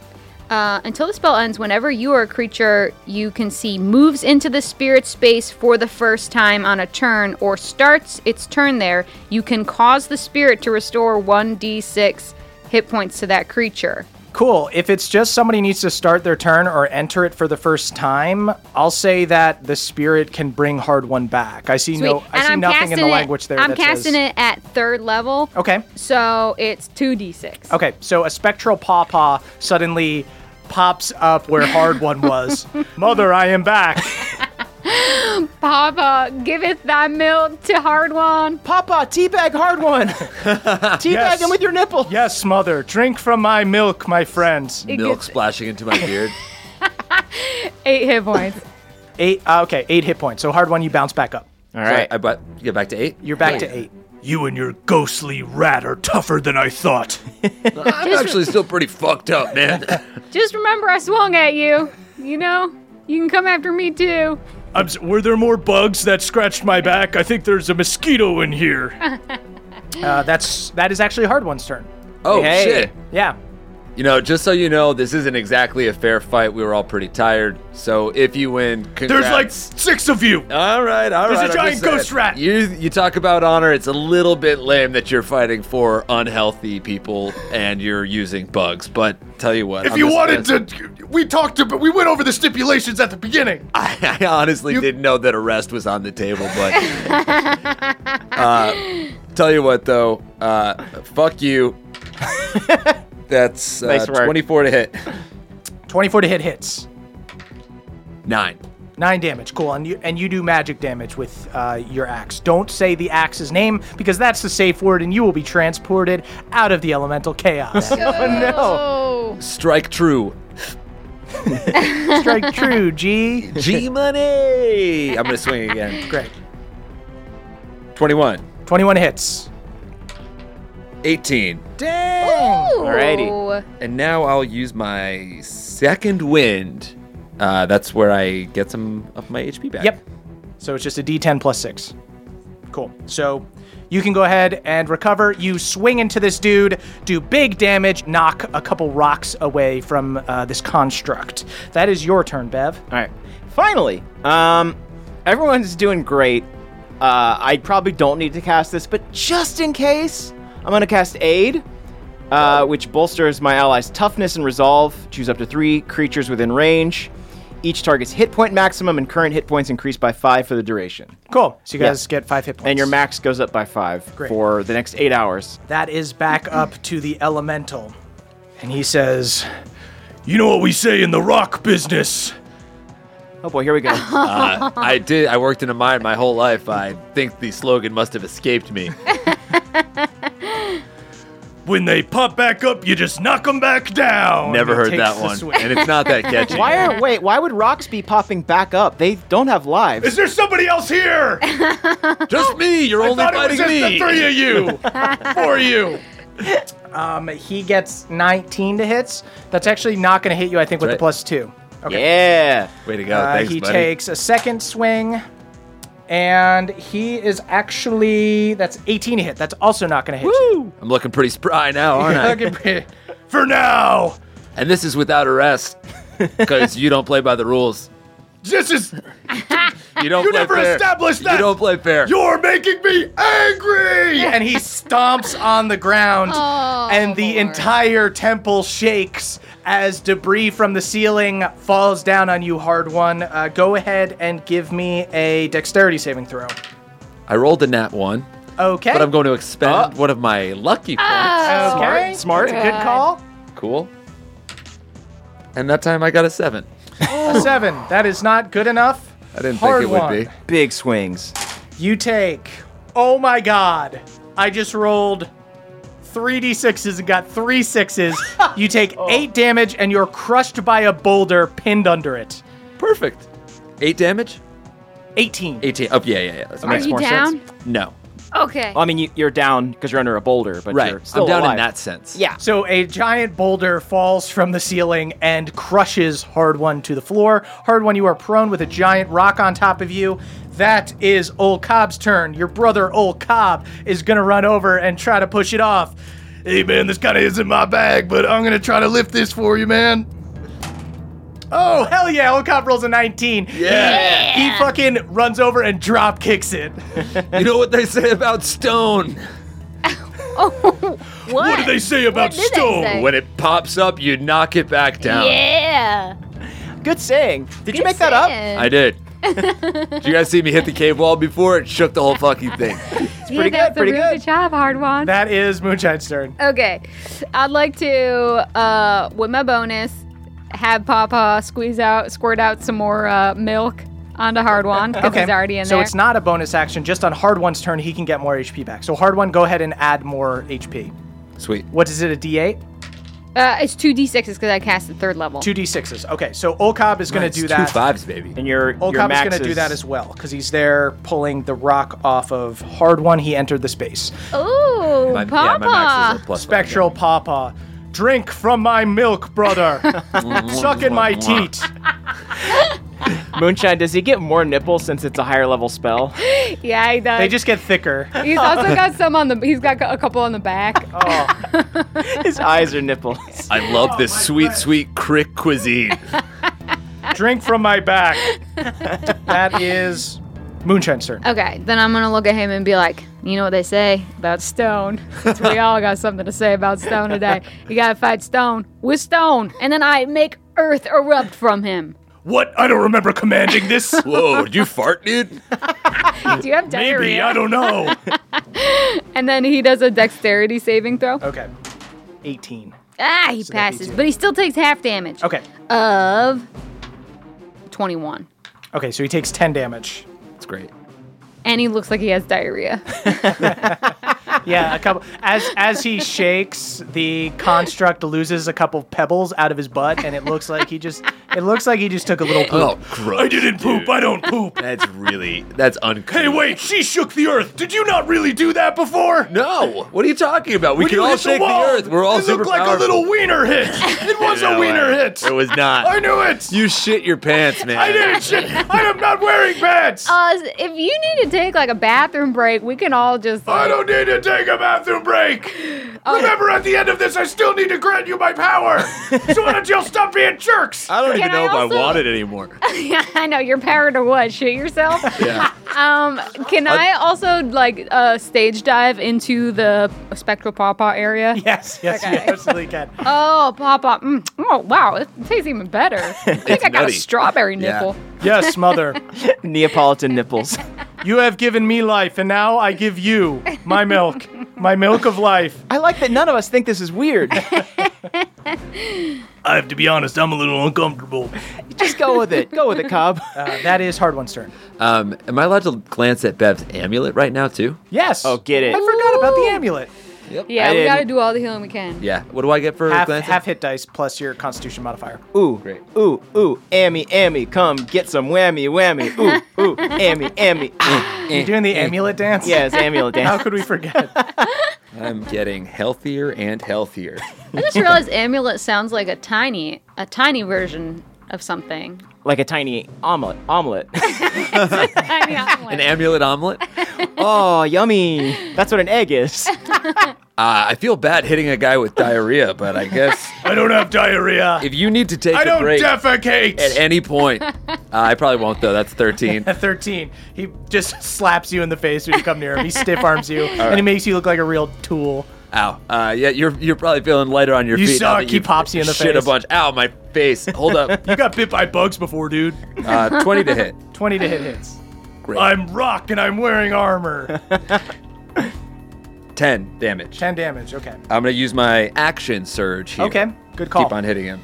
Speaker 6: Uh, until the spell ends, whenever you or a creature you can see moves into the spirit space for the first time on a turn or starts its turn there, you can cause the spirit to restore 1d6 hit points to that creature.
Speaker 2: Cool. If it's just somebody needs to start their turn or enter it for the first time, I'll say that the spirit can bring hard one back. I see no.
Speaker 6: Sweet.
Speaker 2: I see
Speaker 6: I'm
Speaker 2: nothing in the
Speaker 6: casting it-
Speaker 2: language there.
Speaker 6: I'm
Speaker 2: that
Speaker 6: casting
Speaker 2: says,
Speaker 6: it at third level.
Speaker 2: Okay.
Speaker 6: So it's 2d6.
Speaker 2: Okay, so a spectral pawpaw suddenly pops up where hard
Speaker 7: [laughs]
Speaker 2: one was. Mother, I am back.
Speaker 6: Papa, giveth thy milk to hard one.
Speaker 7: Papa, teabag hard
Speaker 2: [laughs]
Speaker 7: one. teabag
Speaker 2: Yes.
Speaker 7: him with your nipple.
Speaker 2: Yes, mother, drink from my milk, my friends.
Speaker 5: Milk splashing into my beard.
Speaker 6: Eight hit points.
Speaker 2: [laughs] Eight. Uh, okay, eight hit points. So hard one, you bounce back up.
Speaker 7: All
Speaker 5: All right,
Speaker 7: right.
Speaker 5: I brought you get back to eight.
Speaker 2: You're back to eight. You and your ghostly rat are tougher than I thought.
Speaker 5: I'm actually still pretty fucked up, man.
Speaker 6: Just remember I swung at you. You know, you can come after me too.
Speaker 2: I'm, s- were there more bugs that scratched my back? I think there's a mosquito in here. uh, that's that is actually hard one's turn.
Speaker 5: Oh
Speaker 7: Hey.
Speaker 5: shit!
Speaker 2: Yeah.
Speaker 5: You know, just so you know, this isn't exactly a fair fight. We were all pretty tired. So if you win, congrats.
Speaker 2: six of you.
Speaker 5: All right, all right.
Speaker 2: There's a
Speaker 5: I'm
Speaker 2: giant
Speaker 5: just saying.
Speaker 2: ghost rat.
Speaker 5: You you talk about honor. It's a little bit lame that you're fighting for unhealthy people and you're using bugs. But tell you what,
Speaker 8: If you wanted to, we talked about, we went over the stipulations at the beginning.
Speaker 5: [laughs] I, I honestly didn't know that arrest was on the table. But uh, tell you what, though, uh, fuck you. [laughs] That's uh,
Speaker 7: Nice work.
Speaker 5: 24 to hit.
Speaker 2: Twenty-four to hit hits.
Speaker 5: Nine.
Speaker 2: Nine damage, cool. And you and you do magic damage with uh, your axe. Don't say the axe's name because that's the safe word, and you will be transported out of the elemental chaos.
Speaker 6: No.
Speaker 7: [laughs]
Speaker 5: Strike true.
Speaker 2: [laughs] Strike true, G.
Speaker 5: G money. I'm gonna swing again.
Speaker 2: Great.
Speaker 5: 21.
Speaker 2: Twenty-one hits.
Speaker 5: 18.
Speaker 2: Dang.
Speaker 7: Alrighty.
Speaker 5: And now I'll use my second wind. Uh, that's where I get some of my HP back.
Speaker 2: Yep. So it's just a D10 plus six. Cool. So you can go ahead and recover. You swing into this dude, do big damage, knock a couple rocks away from uh, this construct. That is your turn, Bev.
Speaker 7: All right. Finally, um, everyone's doing great. Uh, I probably don't need to cast this, but just in case,
Speaker 4: I'm going to cast Aid, uh, which bolsters my ally's toughness and resolve. Choose up to three creatures within range. Each target's hit point maximum and current hit points increase by five for the duration.
Speaker 2: Cool. So you guys get five hit points.
Speaker 4: And your max goes up by five
Speaker 2: Great.
Speaker 4: for the next eight hours.
Speaker 2: That is back up to the elemental. And he says, You know what we say in the rock business?
Speaker 4: Oh boy, here we go.
Speaker 6: [laughs]
Speaker 5: Uh, I did. I worked in a mine my whole life. I think the slogan must have escaped me.
Speaker 2: [laughs] When they pop back up, you just knock them back down.
Speaker 5: Never
Speaker 2: It
Speaker 5: heard
Speaker 2: takes
Speaker 5: that
Speaker 2: the
Speaker 5: one,
Speaker 2: swing.
Speaker 5: and it's not
Speaker 2: [laughs]
Speaker 5: that catchy.
Speaker 4: why are wait? Why would rocks be popping back up? They don't have lives.
Speaker 8: Is there somebody else here? I
Speaker 5: Just me. You're only
Speaker 8: thought it was
Speaker 5: fighting
Speaker 8: just the
Speaker 5: me.
Speaker 8: three of you.
Speaker 5: [laughs]
Speaker 8: Four of you.
Speaker 2: Um, he gets 19 to hits. That's actually not going to hit you, I think, with
Speaker 5: That's
Speaker 2: the plus two. Okay.
Speaker 4: Yeah.
Speaker 5: Way to go.
Speaker 2: Uh,
Speaker 5: Thanks,
Speaker 2: he
Speaker 5: buddy.
Speaker 2: takes a second swing, and he is actually that's 18 to hit. That's also not going to hit you.
Speaker 5: I'm looking pretty spry
Speaker 2: [laughs]
Speaker 5: now, aren't I?
Speaker 2: Okay, pretty-
Speaker 8: [laughs] For now.
Speaker 5: And this is without
Speaker 8: [laughs]
Speaker 5: arrest, because you don't play by the rules.
Speaker 8: This is.
Speaker 5: You don't.
Speaker 8: You
Speaker 5: play
Speaker 8: never
Speaker 5: fair.
Speaker 8: established that.
Speaker 5: You don't play fair.
Speaker 8: You're making me angry.
Speaker 2: [laughs] and he stomps on the ground,
Speaker 6: Oh,
Speaker 2: and the
Speaker 6: Lord.
Speaker 2: entire temple shakes as debris from the ceiling falls down on you. Hard one. Uh, go ahead and give me a dexterity saving throw.
Speaker 5: I rolled a nat one,
Speaker 2: Okay.
Speaker 5: but I'm going to
Speaker 8: Uh.
Speaker 5: expend one of my lucky points.
Speaker 6: Uh.
Speaker 2: okay.
Speaker 4: Smart.
Speaker 2: It's a Good call.
Speaker 5: Cool. And that time I got a seven.
Speaker 2: A seven. That is not good enough.
Speaker 5: I didn't
Speaker 2: Hard
Speaker 5: think it would
Speaker 2: one.
Speaker 5: be.
Speaker 4: Big swings.
Speaker 2: You take. Oh my god. I just rolled three d6s and got three sixes. You take eight damage and you're crushed by a boulder pinned under it.
Speaker 5: Perfect. Eight damage.
Speaker 2: 18.
Speaker 5: 18. Oh yeah, yeah, yeah. That
Speaker 6: Are you down?
Speaker 5: No.
Speaker 6: Okay.
Speaker 2: Oh.
Speaker 4: Well, I mean, you, you're down because you're under a boulder, but
Speaker 5: Right.
Speaker 4: you're still
Speaker 5: I'm down
Speaker 4: alive.
Speaker 5: in that sense.
Speaker 4: Yeah.
Speaker 2: So a giant boulder falls from the ceiling and crushes Hard One to the floor. Hard One, you are prone with a giant rock on top of you. That is Old Cobb's turn. Your brother Old Cobb is gonna run over and try to push it off.
Speaker 8: Hey man, this kind of isn't my bag, but I'm gonna try to lift this for you, man.
Speaker 2: Oh hell yeah! Old Cobb rolls a 19. Yeah. He, he fucking runs over and drop kicks it.
Speaker 5: You know what they say about
Speaker 6: [laughs]
Speaker 5: stone?
Speaker 6: Oh, what?
Speaker 8: What do they say about
Speaker 6: did they
Speaker 8: stone?
Speaker 6: say?
Speaker 5: When it pops up, you knock it back down.
Speaker 6: Yeah.
Speaker 4: Good saying. Did you
Speaker 6: Good
Speaker 4: make that up?
Speaker 6: saying. [laughs]
Speaker 5: I did. did you guys see me hit the cave wall before? It shook the whole fucking thing.
Speaker 6: yeah, pretty
Speaker 4: good, pretty
Speaker 6: really
Speaker 4: good.
Speaker 6: good job, hard one.
Speaker 2: That is Moonshine's turn.
Speaker 6: Okay, I'd like to, uh, with my bonus, have Papa squeeze out, squirt out some more uh, milk onto Hard One because he's already in
Speaker 2: so
Speaker 6: there.
Speaker 2: it's not a bonus action. Just on Hard One's turn, he can get more HP back. So Hard One, go ahead and add more HP.
Speaker 5: Sweet.
Speaker 2: What is it? A D8?
Speaker 6: uh, it's two d6s because I cast the third level.
Speaker 2: Two D6s. Okay. So Olcob is going
Speaker 5: It's
Speaker 2: to do
Speaker 5: Two
Speaker 2: that.
Speaker 5: fives, baby.
Speaker 4: And your your
Speaker 2: Olcob is
Speaker 4: max
Speaker 2: going to do that as well because he's there pulling the rock off of Hard One. He entered the space.
Speaker 6: Ooh,
Speaker 5: My, yeah,
Speaker 6: Papa!
Speaker 5: my max is a plus five,
Speaker 2: Spectral Papa, drink from my milk, brother. Suck in my teat.
Speaker 4: Moonshine, does he get more nipples since it's a higher level spell?
Speaker 6: yeah, he does.
Speaker 2: They just get
Speaker 6: [laughs]
Speaker 2: thicker.
Speaker 6: he's also got some on the. He's got a couple on
Speaker 2: [laughs]
Speaker 6: the back.
Speaker 4: [laughs]
Speaker 2: Oh.
Speaker 4: His eyes are nipples.
Speaker 5: yeah. I love
Speaker 8: Oh,
Speaker 5: this sweet, sweet crick cuisine.
Speaker 2: drink from my
Speaker 6: [laughs]
Speaker 2: back. that is Moonshine's turn.
Speaker 6: Okay, then I'm gonna look at him and be like, you know what they say
Speaker 2: [laughs]
Speaker 6: about stone? 'Cause we all got something to say about stone today. You gotta fight stone with stone, and then I make earth erupt
Speaker 2: [laughs]
Speaker 6: from him.
Speaker 8: [laughs] What? I don't remember commanding this.
Speaker 5: [laughs] Whoa, did you fart, dude?
Speaker 6: Do you have
Speaker 8: Maybe I
Speaker 6: diarrhea?
Speaker 8: don't know.
Speaker 6: And then he does a dexterity saving throw.
Speaker 2: Okay. 18.
Speaker 6: Ah, he passes, but he still takes half damage
Speaker 2: Okay.
Speaker 6: of 21.
Speaker 2: Okay, so he takes 10 damage.
Speaker 5: [laughs] It's great.
Speaker 6: And he looks like he has diarrhea.
Speaker 2: Yeah, a couple as as he shakes, the construct loses a couple pebbles out of his butt and it looks like he just it looks like he just took a little poop.
Speaker 5: Oh, gross.
Speaker 8: Uh, I didn't poop. I don't poop.
Speaker 5: That's really, that's uncool.
Speaker 8: Hey, wait. She shook the earth. Did you not really do that before?
Speaker 5: No, what are you talking about? We
Speaker 8: When
Speaker 5: can
Speaker 8: you
Speaker 5: all
Speaker 8: hit
Speaker 5: shake the,
Speaker 8: wall,
Speaker 5: earth. We're all
Speaker 8: It
Speaker 5: super
Speaker 8: looked like a
Speaker 5: powerful.
Speaker 8: little wiener hit. It was a
Speaker 5: No
Speaker 8: wiener
Speaker 5: way.
Speaker 8: hit.
Speaker 5: It was not.
Speaker 8: I knew it.
Speaker 5: You shit your pants,
Speaker 8: [laughs]
Speaker 5: man.
Speaker 8: I didn't shit. I am not wearing pants.
Speaker 6: Uh, if you need to take like a bathroom break, we can all just. [laughs]
Speaker 8: I don't need to to take a bathroom break. Remember, at the end of this, I still need to grant you my power. so why don't y'all stop being jerks?
Speaker 5: I don't
Speaker 6: Can
Speaker 5: even
Speaker 6: I
Speaker 5: know if
Speaker 6: also-
Speaker 5: I want it anymore.
Speaker 6: I know you're powered to what? Shoot yourself.
Speaker 5: [laughs] Yeah.
Speaker 6: Um, can I also like uh, stage dive into the spectral pawpaw area?
Speaker 2: [laughs] Yes, yes,
Speaker 6: Okay.
Speaker 2: you absolutely can.
Speaker 6: Oh, pawpaw! Mm. Oh, wow, it tastes even better. I think I got
Speaker 5: nutty.
Speaker 6: a strawberry
Speaker 5: Yeah.
Speaker 6: nipple.
Speaker 8: [laughs]
Speaker 2: Yes, mother.
Speaker 4: [laughs] Neapolitan nipples.
Speaker 2: You have given me life, and now I give you my milk, my milk of life.
Speaker 4: I like that none of us think this is weird.
Speaker 8: I have to be honest, I'm a little uncomfortable.
Speaker 4: Just [laughs] go with it. Go with it, Cobb.
Speaker 2: Uh, that is hard one's turn.
Speaker 5: Um, am I allowed to glance at Bev's amulet right now too?
Speaker 2: Yes.
Speaker 4: Oh, get it.
Speaker 2: I forgot about the amulet.
Speaker 6: Yeah,
Speaker 4: I
Speaker 6: we gotta
Speaker 4: didn't-
Speaker 6: do all the healing we can.
Speaker 5: Yeah. What do I get for
Speaker 2: Half,
Speaker 5: glancing?
Speaker 2: half hit dice plus your Constitution modifier.
Speaker 4: Ooh, [laughs] ooh, ooh, Ammy, Ammy, come get some whammy, whammy. Ooh, [laughs] ooh, Ammy, Ammy. Ah.
Speaker 8: Eh.
Speaker 2: You doing the amulet dance?
Speaker 4: yeah, it's amulet
Speaker 2: How
Speaker 4: dance.
Speaker 2: could we forget?
Speaker 5: I'm getting healthier and healthier.
Speaker 6: I just realized amulet sounds like a tiny, a tiny version of something.
Speaker 4: Like a tiny omelet. [laughs] Omelet.
Speaker 6: [laughs] Tiny
Speaker 5: An
Speaker 6: omelet.
Speaker 5: amulet omelet. [laughs] Uh,
Speaker 4: oh, yummy. That's what an egg is.
Speaker 5: I feel bad hitting a guy with diarrhea, but I guess
Speaker 8: [laughs] I don't have diarrhea.
Speaker 5: if you need to take
Speaker 8: I
Speaker 5: a
Speaker 8: don't
Speaker 5: break
Speaker 8: defecate.
Speaker 5: at any [laughs] point, uh, I probably won't though. That's 13.
Speaker 2: At 13, he just slaps you in the face when you come near him. He
Speaker 8: [laughs]
Speaker 2: stiff arms you, and he makes you look like a real tool.
Speaker 5: [laughs] Ow. Uh, yeah, you're you're probably feeling lighter on your
Speaker 2: You
Speaker 5: feet. now
Speaker 2: suck.
Speaker 5: that
Speaker 2: He pops you in the
Speaker 5: shit
Speaker 2: face.
Speaker 5: a bunch. Ow, my face. Hold [laughs] up.
Speaker 8: You got bit by bugs before, dude.
Speaker 5: Uh, 20 to hit.
Speaker 2: 20 to hit hits.
Speaker 5: Great.
Speaker 8: I'm rock and I'm wearing armor. [laughs]
Speaker 5: 10 damage.
Speaker 2: 10 damage. Okay.
Speaker 5: I'm gonna use my action surge here.
Speaker 2: Okay. Good call.
Speaker 5: Keep on hitting him.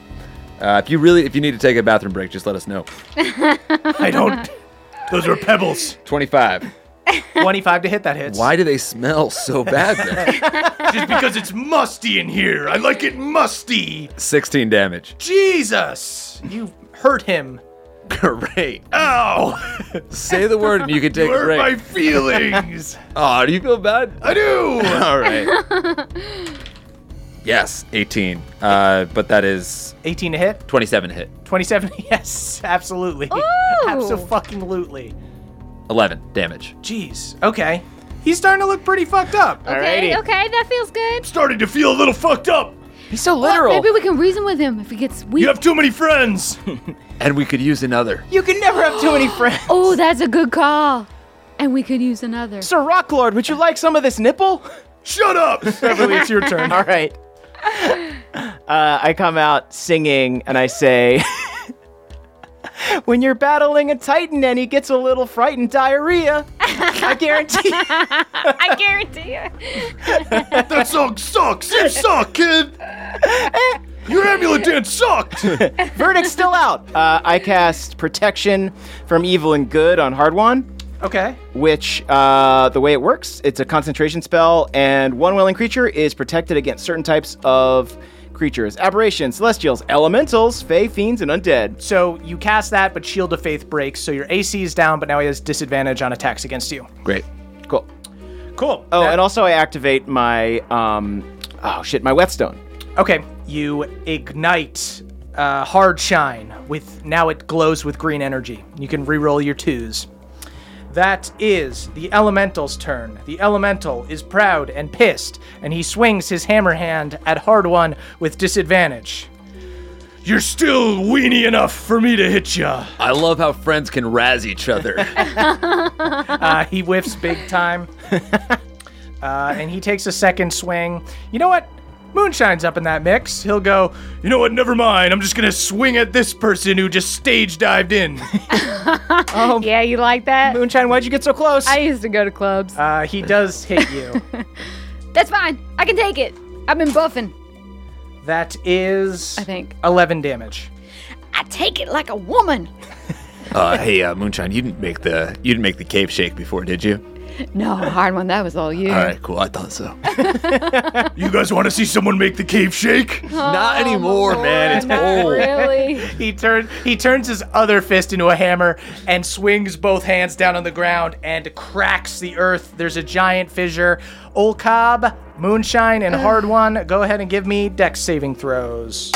Speaker 5: Uh, if you really, if you need to take a bathroom break, just let us know.
Speaker 8: I [laughs] don't. Those were pebbles.
Speaker 5: 25.
Speaker 2: 25 to hit that hits.
Speaker 5: Why do they
Speaker 2: [laughs]
Speaker 5: smell so bad then?
Speaker 8: Just because it's musty in here. I like it musty.
Speaker 5: 16 damage. [laughs]
Speaker 8: Jesus.
Speaker 2: You hurt him.
Speaker 5: Great.
Speaker 8: Ow.
Speaker 5: Say the word
Speaker 8: [laughs]
Speaker 5: and you can take a
Speaker 8: Where are my
Speaker 5: break.
Speaker 8: feelings?
Speaker 5: [laughs] Aw, do you feel bad?
Speaker 8: I do.
Speaker 5: [laughs] All right. yes, 18. Uh, but that is
Speaker 2: 18 to hit.
Speaker 5: 27 to hit.
Speaker 2: 27. [laughs] Yes, absolutely. Absolutely.
Speaker 5: 11 damage.
Speaker 2: Jeez. Okay. He's starting to look pretty fucked up.
Speaker 6: Okay,
Speaker 4: Alrighty.
Speaker 6: okay, that feels good.
Speaker 8: Starting to feel a little fucked up.
Speaker 4: He's so
Speaker 6: Well,
Speaker 4: literal.
Speaker 6: maybe we can reason with him [laughs] if he gets weak.
Speaker 8: You have too many friends.
Speaker 5: And we could use another.
Speaker 4: You can never have too many [laughs] friends.
Speaker 6: oh, that's a good call. And we could use another.
Speaker 4: Sir Rocklord, would you like some of this nipple?
Speaker 8: Shut up.
Speaker 2: Beverly, it's your turn.
Speaker 4: [laughs] All right. Uh, I come out singing and I say, [laughs] When you're battling a titan and he gets a little frightened, diarrhea. I guarantee. [laughs]
Speaker 6: I guarantee you.
Speaker 8: That song sucks. You suck, kid. Your amulet dance sucked.
Speaker 4: Verdict's still out. Uh, I cast Protection from Evil and Good on Hardwan.
Speaker 2: Okay.
Speaker 4: which uh, the way it works, it's a concentration spell, and one willing creature is protected against certain types of creatures, aberrations, celestials, elementals, fey, fiends, and undead.
Speaker 2: So you cast that, but Shield of Faith breaks, so your AC is down, but now he has disadvantage on attacks against you.
Speaker 5: Great.
Speaker 4: Cool.
Speaker 2: Cool.
Speaker 4: Oh, and also I activate my um, oh shit, my whetstone.
Speaker 2: Okay, you ignite uh, Hard Shine with now it glows with green energy. You can reroll your twos. That is the elemental's turn. The elemental is proud and pissed, and he swings his hammer hand at Hard One with disadvantage.
Speaker 8: You're still weenie enough for me to hit ya.
Speaker 5: I love how friends can razz each other.
Speaker 2: Uh, he whiffs big
Speaker 6: [laughs]
Speaker 2: time, uh, and he takes a second swing. You know what? Moonshine's up in that mix. He'll go.
Speaker 8: You know what? Never mind. I'm just gonna swing at this person who just stage dived
Speaker 6: [laughs]
Speaker 8: in.
Speaker 6: [laughs] Yeah, you like that?
Speaker 4: Moonshine, why'd you get so close?
Speaker 6: I used to go to clubs.
Speaker 2: Uh, he does hit
Speaker 6: [laughs]
Speaker 2: you.
Speaker 6: That's fine. I can take it. I've been buffing.
Speaker 2: That is
Speaker 6: I think.
Speaker 2: 11 damage.
Speaker 6: I take it like a woman.
Speaker 5: [laughs]
Speaker 6: [laughs]
Speaker 5: uh, hey, uh, Moonshine, you didn't make the you didn't make the cave shake before, did you?
Speaker 6: No, hard one. That was all you.
Speaker 5: All right, cool. I thought [laughs] so.
Speaker 8: You guys want to see someone make the cave shake?
Speaker 5: Not anymore,
Speaker 6: [laughs]
Speaker 5: man. It's old.
Speaker 6: Really?
Speaker 2: He turns he turns his other fist into a hammer and swings both hands down on the ground and cracks the earth. There's a giant fissure. Old Cobb, Moonshine, and Hard One, go ahead and give me dex saving throws.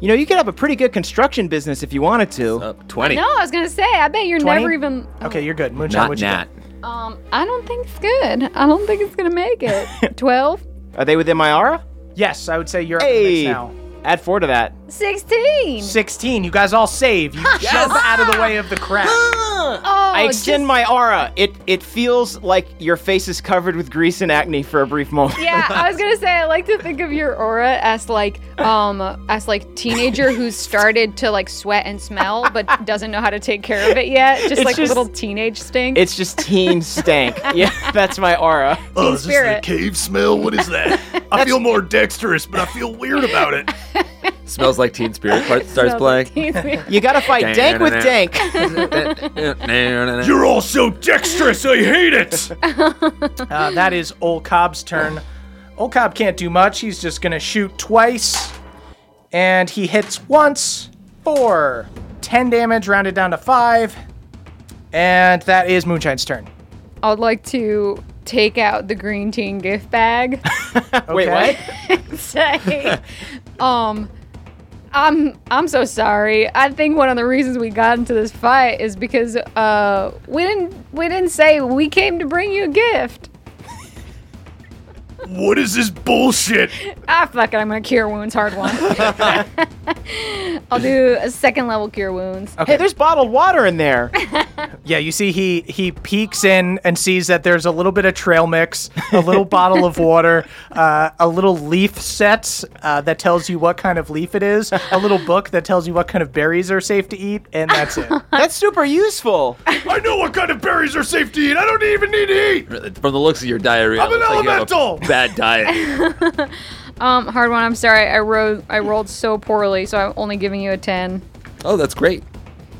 Speaker 4: you know, you could have a pretty good construction business if you wanted to.
Speaker 5: Up 20.
Speaker 6: No, I was gonna say. I bet you're
Speaker 2: 20?
Speaker 6: never even.
Speaker 2: Okay, you're good. Moonshine,
Speaker 5: Not
Speaker 2: what you
Speaker 5: Nat.
Speaker 2: got?
Speaker 6: Um, I don't think it's good. I don't think it's gonna make it. Twelve.
Speaker 4: Are they within my aura?
Speaker 2: Yes, I would say you're up
Speaker 4: Hey,
Speaker 2: next now.
Speaker 4: add four to that.
Speaker 6: 16.
Speaker 2: 16. You guys all save. You jump out of the way of the crack.
Speaker 6: Oh,
Speaker 4: I extend my aura. It it feels like your face is covered with grease and acne for a brief moment.
Speaker 6: yeah, I was gonna say I like to think of your aura as like um as like teenager who's started to like sweat and smell but doesn't know how to take care of it yet. Just like
Speaker 4: just-
Speaker 6: little teenage stink.
Speaker 4: It's just
Speaker 6: [laughs]
Speaker 4: teen stank. Yeah, that's my aura.
Speaker 8: Oh, is this the
Speaker 6: spirit.
Speaker 8: cave smell? What is
Speaker 5: [laughs]
Speaker 8: that? I feel more dexterous, but I feel weird about it.
Speaker 5: Smells like Teen Spirit part starts playing.
Speaker 6: [laughs]
Speaker 4: You gotta fight dank with dank.
Speaker 8: You're all so dexterous, I hate
Speaker 5: [laughs]
Speaker 8: it.
Speaker 2: Uh, that is Old Cobb's turn. Old Cobb can't do much. He's just going to shoot twice. And he hits once for 10 damage, rounded down to 5. And that is Moonshine's turn.
Speaker 6: I would like to take out the green teen gift bag.
Speaker 4: Wait, what?
Speaker 6: [laughs] say, um, I'm I'm so sorry. I think one of the reasons we got into this fight is because uh we didn't we didn't say we came to bring you a gift.
Speaker 8: What is this bullshit?
Speaker 6: Ah, fuck it. I'm gonna cure wounds. Hard one. [laughs] I'll do a second level cure wounds.
Speaker 4: Hey, there's bottled water in
Speaker 6: [laughs]
Speaker 4: there.
Speaker 2: Yeah, you see, he he peeks in and sees that there's a little bit of trail mix, a little [laughs] bottle of water, uh, a little leaf set uh, that tells you what kind of leaf it is, a little book that tells you what kind of berries are safe to eat, and that's [laughs] it.
Speaker 4: That's super useful.
Speaker 8: I know what kind of berries are safe to eat. I don't even need to eat.
Speaker 5: From the looks of your diarrhea,
Speaker 8: I'm
Speaker 5: it
Speaker 8: an
Speaker 5: looks like you have a
Speaker 8: elemental.
Speaker 5: [laughs] bad
Speaker 6: [laughs]
Speaker 5: diet.
Speaker 6: Um, hard one. I'm sorry. I rolled I rolled so poorly, so I'm only giving you a ten.
Speaker 5: Oh, that's great.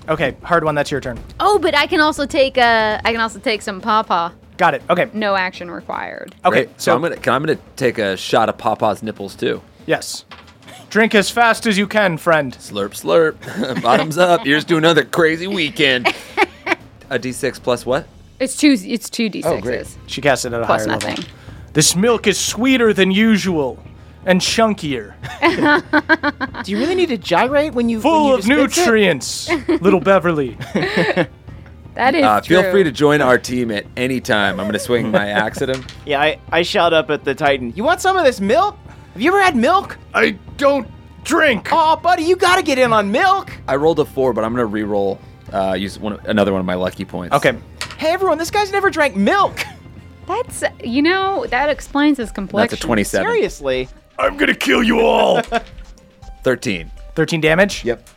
Speaker 2: Okay, hard one. That's your turn.
Speaker 6: Oh, but I can also take uh I can also take some pawpaw.
Speaker 2: Got it. Okay. Okay.
Speaker 6: No action required.
Speaker 5: Great. So I'm gonna can, I'm gonna take a shot of Papa's nipples too.
Speaker 2: yes. Drink as fast as you can, friend.
Speaker 5: Slurp, slurp. [laughs] Bottoms up. Here's to another crazy
Speaker 6: [laughs]
Speaker 5: weekend. A D6 plus what?
Speaker 6: It's two it's two d
Speaker 5: Oh,
Speaker 6: sixes
Speaker 2: She cast it at a
Speaker 6: plus
Speaker 2: higher
Speaker 6: nothing.
Speaker 2: level. This milk is sweeter than usual, and
Speaker 4: [laughs]
Speaker 2: chunkier,
Speaker 4: Do you really need to gyrate when you
Speaker 2: full
Speaker 4: when you
Speaker 2: of
Speaker 4: dispense it?
Speaker 2: nutrients.
Speaker 4: [laughs]
Speaker 2: Little Beverly.
Speaker 6: That is
Speaker 5: Uh,
Speaker 6: true.
Speaker 5: feel free to join our team at any time. I'm gonna swing my axe at him.
Speaker 4: Yeah, I, I shout up at the Titan. You want some of this milk? Have you ever had milk?
Speaker 8: I don't drink.
Speaker 4: Oh, buddy, you gotta get in on milk.
Speaker 5: I rolled a four, but I'm gonna re-roll. Uh, use one, another one of my lucky points.
Speaker 2: Okay.
Speaker 4: Hey, everyone, this guy's never drank milk.
Speaker 6: That's you know that explains his
Speaker 5: That's
Speaker 6: complexion.
Speaker 5: a 27.
Speaker 4: Seriously.
Speaker 8: I'm gonna kill you all.
Speaker 5: 13.
Speaker 2: 13 damage?
Speaker 5: Yep.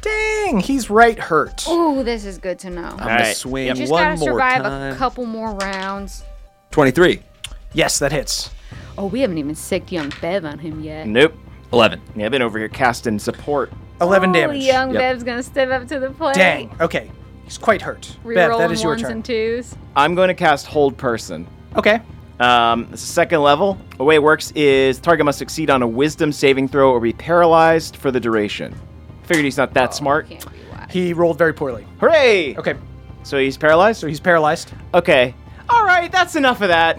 Speaker 2: Dang, he's right hurt.
Speaker 6: Ooh, this is good to know.
Speaker 5: I'm gonna
Speaker 4: right.
Speaker 5: swing
Speaker 6: You just
Speaker 5: one
Speaker 6: gotta
Speaker 5: more
Speaker 6: survive
Speaker 5: time.
Speaker 6: a couple more rounds.
Speaker 5: 23.
Speaker 2: Yes, that hits.
Speaker 6: Oh, we haven't even sicked young Bev on him yet.
Speaker 4: Nope.
Speaker 5: 11.
Speaker 4: Yeah, I've been over here casting support.
Speaker 2: 11
Speaker 6: Oh,
Speaker 2: damage.
Speaker 6: Young
Speaker 5: Yep.
Speaker 6: Bev's gonna step up to the plate.
Speaker 2: Dang. Okay. He's quite hurt. Bev, that
Speaker 6: Rerolling
Speaker 2: is your
Speaker 6: ones
Speaker 2: turn.
Speaker 6: and twos.
Speaker 4: I'm going to cast Hold Person.
Speaker 2: Okay.
Speaker 4: Um, this is second level. The way it works is target must succeed on a Wisdom saving throw or be paralyzed for the duration. Figured he's not that
Speaker 6: Oh,
Speaker 4: smart.
Speaker 6: Can't be wise.
Speaker 2: He rolled very poorly.
Speaker 4: Hooray!
Speaker 2: Okay.
Speaker 4: So he's paralyzed.
Speaker 2: So he's paralyzed.
Speaker 4: Okay. All right, that's enough of
Speaker 6: [laughs]
Speaker 4: that.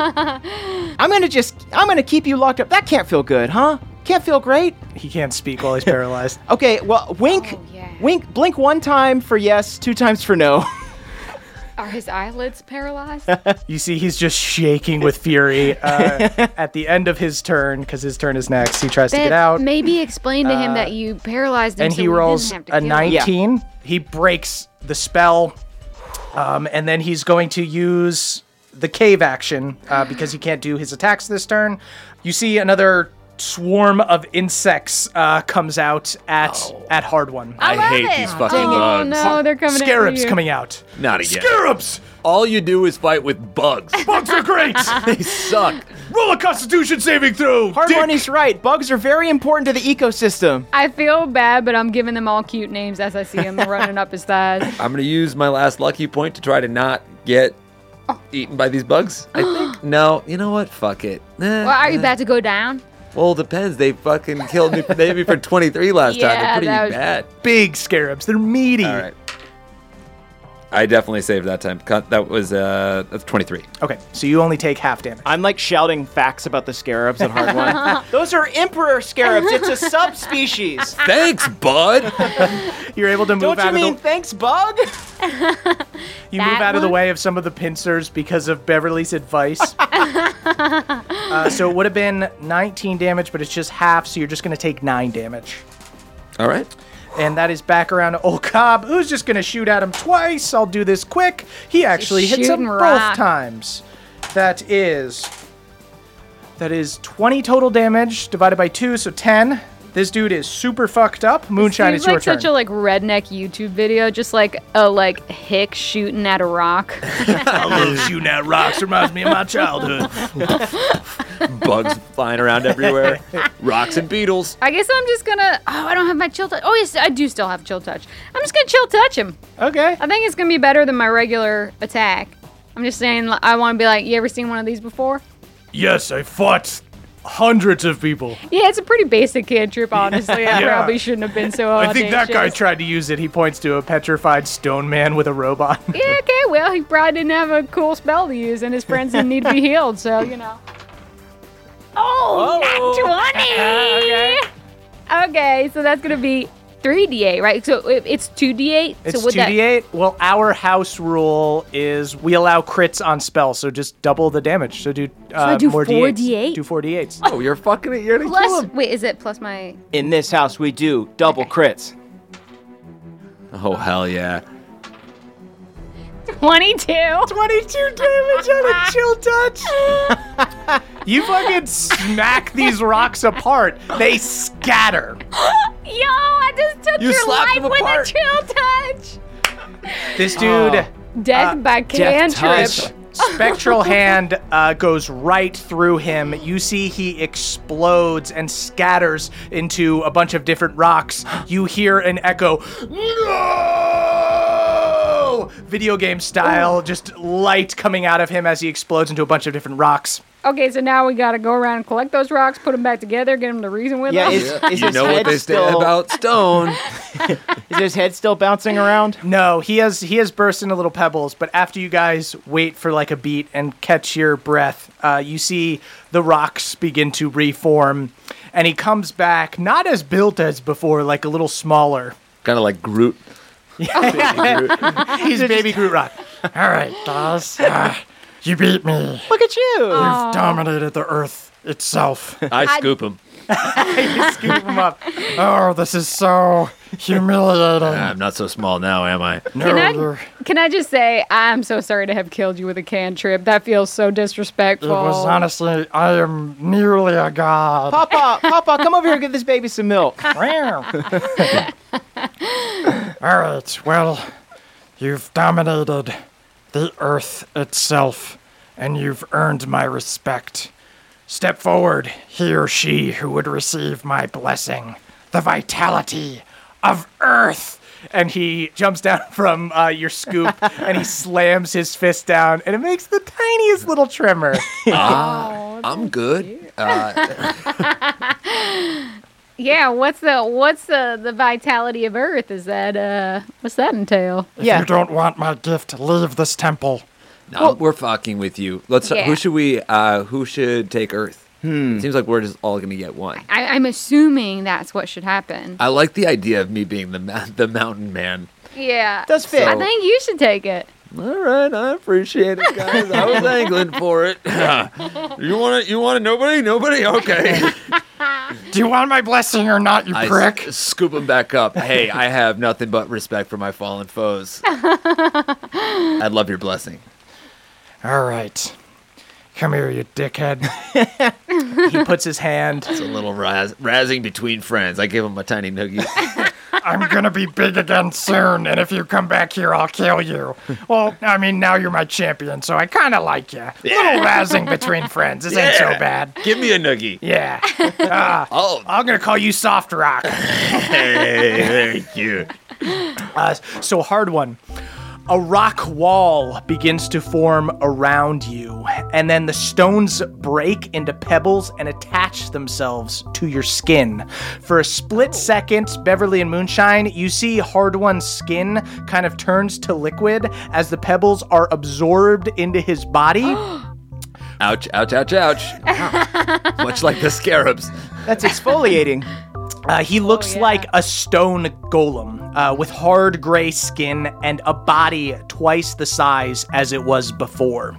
Speaker 4: I'm gonna just, I'm gonna keep you locked up. That can't feel good, huh? Can't feel great.
Speaker 2: He can't speak while he's paralyzed.
Speaker 5: [laughs]
Speaker 4: Okay, well, wink,
Speaker 6: Oh, yeah.
Speaker 4: wink, blink one time for yes, two times for no. [laughs]
Speaker 6: Are his eyelids paralyzed?
Speaker 2: You see, he's just shaking with fury uh,
Speaker 5: [laughs]
Speaker 2: at the end of his turn because his turn is next. He tries to get
Speaker 6: Bev,
Speaker 2: out, Uh,
Speaker 6: Maybe explain to him that you paralyzed him.
Speaker 2: and
Speaker 6: so
Speaker 2: he
Speaker 6: we didn't
Speaker 2: rolls
Speaker 6: have to
Speaker 2: a
Speaker 6: kill him.
Speaker 2: 19. He breaks the spell, um, and then he's going to use the cave action uh, because he can't do his attacks this turn. You see another swarm of insects uh, comes out at
Speaker 5: Oh.
Speaker 2: at hard one.
Speaker 5: I, hate
Speaker 6: it.
Speaker 5: these fucking
Speaker 6: Oh
Speaker 5: bugs.
Speaker 6: no, they're coming.
Speaker 2: Scarabs
Speaker 6: at you.
Speaker 2: coming out.
Speaker 5: Not again.
Speaker 8: Scarabs.
Speaker 5: All you do is fight with
Speaker 6: [laughs]
Speaker 5: bugs.
Speaker 8: Bugs are great.
Speaker 5: they suck.
Speaker 8: Roll a Constitution saving throw.
Speaker 4: Hard
Speaker 8: dick.
Speaker 4: money's right. Bugs are very important to the ecosystem.
Speaker 6: I feel bad, but I'm giving them all cute names as I see them running up his
Speaker 2: [laughs]
Speaker 6: thighs.
Speaker 5: I'm gonna use my last lucky point to try to not get eaten by these bugs.
Speaker 6: [gasps]
Speaker 5: I think. no, you know what? Fuck it. Eh,
Speaker 6: Well, are you
Speaker 5: eh.
Speaker 6: about to go down?
Speaker 5: Well, depends. They fucking killed me. They hit
Speaker 6: [laughs]
Speaker 5: me for 23 last time. They're
Speaker 6: Yeah,
Speaker 5: pretty
Speaker 6: that was-
Speaker 5: bad.
Speaker 2: Big scarabs. They're meaty.
Speaker 5: All right. I definitely saved that time. Cut- That was uh, that's
Speaker 6: [laughs]
Speaker 5: 23.
Speaker 2: Okay, so you only take half damage.
Speaker 4: I'm like shouting facts about the scarabs at hard one. Those are emperor scarabs. It's a subspecies.
Speaker 5: Thanks, bud.
Speaker 2: You're able to move
Speaker 4: Don't
Speaker 2: out
Speaker 4: you
Speaker 2: of
Speaker 4: mean
Speaker 2: the
Speaker 4: thanks, bug?
Speaker 2: You
Speaker 6: That
Speaker 2: move out of the
Speaker 6: one?
Speaker 2: way of some of the pincers because of Beverly's
Speaker 6: [laughs]
Speaker 2: advice. uh, so it would have been 19 damage, but it's just half, so you're just going to take 9 damage.
Speaker 5: All right.
Speaker 2: And that is back around to old Cobb, who's just going to shoot at him twice. I'll do this quick. He actually hits him
Speaker 6: shooting rock.
Speaker 2: both times. That is. That is 20 total damage divided by 2, so 10. This dude is super fucked up. Moonshine
Speaker 6: Seems
Speaker 2: is your
Speaker 6: like
Speaker 2: turn.
Speaker 6: such a like redneck YouTube video, just like a like hick shooting at a rock.
Speaker 2: shooting at rocks reminds me of my childhood.
Speaker 6: [laughs]
Speaker 5: Bugs flying around everywhere. Rocks and beetles.
Speaker 6: I guess I'm just gonna. Oh, I don't have my chill touch. Oh, yes, I do still have chill touch. I'm just gonna chill touch him.
Speaker 2: Okay.
Speaker 6: I think it's gonna be better than my regular attack. I'm just saying, li- I want to be like, you ever seen one of these before?
Speaker 2: Yes, I fought hundreds of people.
Speaker 6: Yeah, it's a pretty basic cantrip, honestly.
Speaker 2: [laughs]
Speaker 6: I
Speaker 2: Yeah.
Speaker 6: probably shouldn't have been so.
Speaker 2: I think that guy
Speaker 6: audacious.
Speaker 2: tried to use it. He points to a petrified stone man with a robot.
Speaker 6: yeah, okay, well, he probably didn't have a cool spell to use, and his friends didn't need to be healed, so, you know. Oh, nat 20! okay. so that's going to be 3d8, right? So it- it's 2d8.
Speaker 2: It's
Speaker 6: so would
Speaker 2: two d eight. Well, our house rule is we allow crits on spells, so just double the damage. So do uh,
Speaker 9: do
Speaker 2: more
Speaker 9: four
Speaker 2: d8s.
Speaker 9: D8?
Speaker 2: Do four d eights.
Speaker 5: Oh, you're fucking it. You're
Speaker 6: that
Speaker 5: gonna kill
Speaker 6: plus,
Speaker 5: him.
Speaker 6: wait, is it plus
Speaker 2: Uh,
Speaker 6: my.
Speaker 4: In this house, we do double crits.
Speaker 5: Oh hell yeah.
Speaker 6: 22?
Speaker 2: Twenty two damage on a chill touch. [laughs] you fucking smack these rocks apart. They scatter.
Speaker 6: Yo, I just took
Speaker 5: You
Speaker 6: your
Speaker 5: slapped
Speaker 6: life
Speaker 5: him
Speaker 6: with
Speaker 5: apart.
Speaker 6: a chill touch!
Speaker 2: This dude.
Speaker 6: Death by cantrip.
Speaker 2: His spectral hand uh, goes right through him. You see he explodes and scatters into a bunch of different rocks. You hear an echo, no! Video game style, just light coming out of him as he explodes into a bunch of different rocks.
Speaker 6: Okay, so now we gotta go around and collect those rocks, put them back together, get them to reason with
Speaker 4: Yeah,
Speaker 6: us.
Speaker 4: is, is
Speaker 5: You
Speaker 4: his
Speaker 5: know
Speaker 4: head
Speaker 5: what they say
Speaker 4: still,
Speaker 5: about [laughs] stone.
Speaker 4: Is his head still bouncing around?
Speaker 2: No, he has he has burst into little pebbles, but after you guys wait for like a beat and catch your breath, uh, you see the rocks begin to reform, and he comes back not as built as before, like a little smaller.
Speaker 5: kind of like Groot.
Speaker 2: He's baby Groot Rock. [laughs] All right, dolls. you beat me.
Speaker 4: Look at you.
Speaker 2: You've dominated the earth itself. [laughs]
Speaker 5: I scoop him.
Speaker 2: you scoop him up. Oh, this is so humiliating.
Speaker 5: I'm not so small now, am I?
Speaker 6: Can I, [laughs] can I just say, I'm so sorry to have killed you with a cantrip. That feels so disrespectful.
Speaker 2: honestly, I am merely a god.
Speaker 4: Papa, Papa, come over here and give this baby some milk.
Speaker 2: All right, well, you've dominated the earth itself, and you've earned my respect. Step forward, he or she who would receive my blessing, the vitality of earth. And he jumps down [laughs] from uh, your scoop and he slams his fist down, and it makes the tiniest little tremor.
Speaker 5: I'm good. Uh,
Speaker 6: yeah, what's the what's the the vitality of Earth? Is that uh what's that entail?
Speaker 4: Yeah.
Speaker 2: don't want my gift, leave this temple.
Speaker 5: no, we're fucking with you. Let's.
Speaker 6: Yeah.
Speaker 5: Who should we? Uh, who should take Earth? Hmm. Seems like we're just all gonna get one.
Speaker 6: I, I'm assuming that's what should happen.
Speaker 4: Uh,
Speaker 5: I like the idea of me being the ma- the mountain man.
Speaker 6: yeah.
Speaker 4: Does fit.
Speaker 6: I think you should take it.
Speaker 5: All right, I appreciate it, guys. I was angling for it. [laughs] you want to? You want to? Nobody? Nobody? Okay.
Speaker 2: Do you want my blessing or not, you
Speaker 5: I s-
Speaker 2: prick?
Speaker 5: scoop him back up. Hey, I have nothing but respect for my
Speaker 2: [laughs]
Speaker 5: fallen foes. I love your blessing.
Speaker 2: All right. Come here, you dickhead. he puts his hand.
Speaker 5: It's a little raz- razzing between friends. I give him a tiny noogie.
Speaker 2: I'm going to be big again soon, and if you come back here, I'll kill you. Well, I mean, now you're my champion, so I kind of like you. Little rousing between friends. This ain't so
Speaker 5: Yeah.
Speaker 2: bad.
Speaker 5: give me a noogie.
Speaker 2: Yeah.
Speaker 5: Oh,
Speaker 2: I'm going to call you Soft Rock.
Speaker 5: hey, thank you.
Speaker 2: Uh, so hard one. A rock wall begins to form around you, and then the stones break into pebbles and attach themselves to your skin. For a split second, Beverly and Moonshine, you see Hard One's skin kind of turns to liquid as the pebbles are absorbed into his body.
Speaker 5: Ouch, ouch, ouch, ouch. Much like the scarabs.
Speaker 4: That's exfoliating.
Speaker 2: Uh, he looks
Speaker 6: yeah.
Speaker 2: like a stone golem uh, with hard gray skin and a body twice the size as it was before.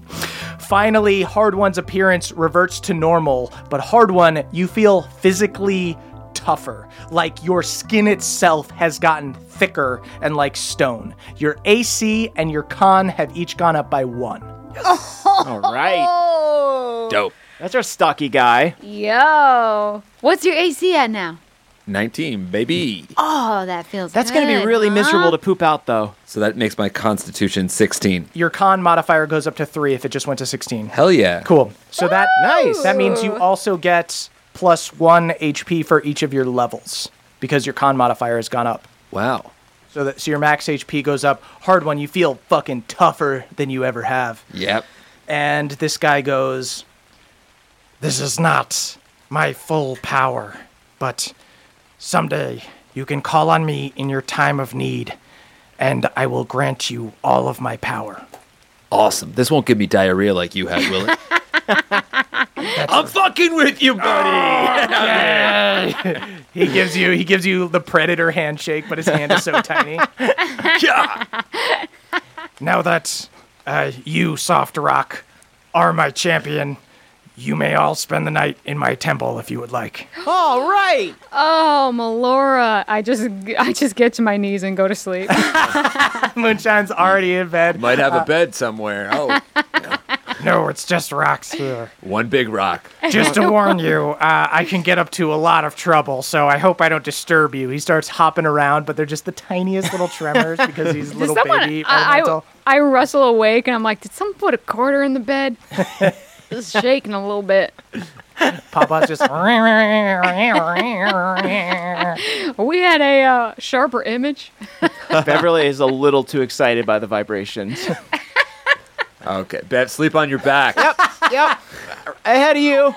Speaker 2: Finally, Hard One's appearance reverts to normal, but Hard One, you feel physically tougher. Like your skin itself has gotten thicker and like stone. Your AC and your con have each gone up by one.
Speaker 4: All right.
Speaker 6: Oh.
Speaker 5: Dope.
Speaker 4: That's our stocky guy.
Speaker 6: Yo. What's your AC at now?
Speaker 5: 19, baby.
Speaker 6: Oh, that feels
Speaker 4: That's going to be
Speaker 6: good,
Speaker 4: really
Speaker 6: huh?
Speaker 4: miserable to poop out, though.
Speaker 5: So that makes my constitution 16.
Speaker 2: Your con modifier goes up to three if it just went to 16.
Speaker 5: Hell yeah.
Speaker 2: Cool. So that
Speaker 4: Nice.
Speaker 2: That means you also get plus one HP for each of your levels because your con modifier has gone up.
Speaker 5: Wow.
Speaker 2: So that so your max HP goes up. Hard one. You feel fucking tougher than you ever have.
Speaker 5: Yep.
Speaker 2: And this guy goes, "This is not my full power, but someday you can call on me in your time of need, and I will grant you all of my power."
Speaker 5: Awesome. This won't give me diarrhea like you
Speaker 2: [laughs]
Speaker 5: had, will it? I'm fucking with you,
Speaker 2: Oh.
Speaker 5: buddy.
Speaker 2: He gives you he gives you the predator handshake, but his hand
Speaker 6: [laughs]
Speaker 2: is so tiny.
Speaker 5: Yeah.
Speaker 2: Now that uh, you, Soft Rock, are my champion, you may all spend the night in my temple if you would
Speaker 6: [gasps]
Speaker 2: like.
Speaker 4: All right.
Speaker 6: Oh, Melora. I just I just get to my knees and go
Speaker 4: [laughs]
Speaker 6: to sleep.
Speaker 2: Moonshine's already in bed. [laughs]
Speaker 5: Might
Speaker 4: Uh,
Speaker 5: have a bed somewhere. Oh,
Speaker 4: [laughs]
Speaker 2: No, it's just
Speaker 6: [laughs]
Speaker 2: rocks here.
Speaker 5: one big rock.
Speaker 2: Just to warn you, uh, I can get up to a lot of trouble, so I hope I don't disturb you. He starts hopping around, but they're just the tiniest little tremors because he's
Speaker 6: Did
Speaker 2: little
Speaker 6: someone uh,
Speaker 2: baby
Speaker 6: I, I,
Speaker 2: elemental.
Speaker 6: I rustle awake and I'm like, did someone put a quarter in the bed? It's shaking a little bit.
Speaker 2: Papa's just. [laughs]
Speaker 6: We had a uh, sharper image.
Speaker 4: Beverly is a little too excited by the vibrations.
Speaker 5: Okay. Bev, sleep on your back.
Speaker 4: yep. Ahead of you.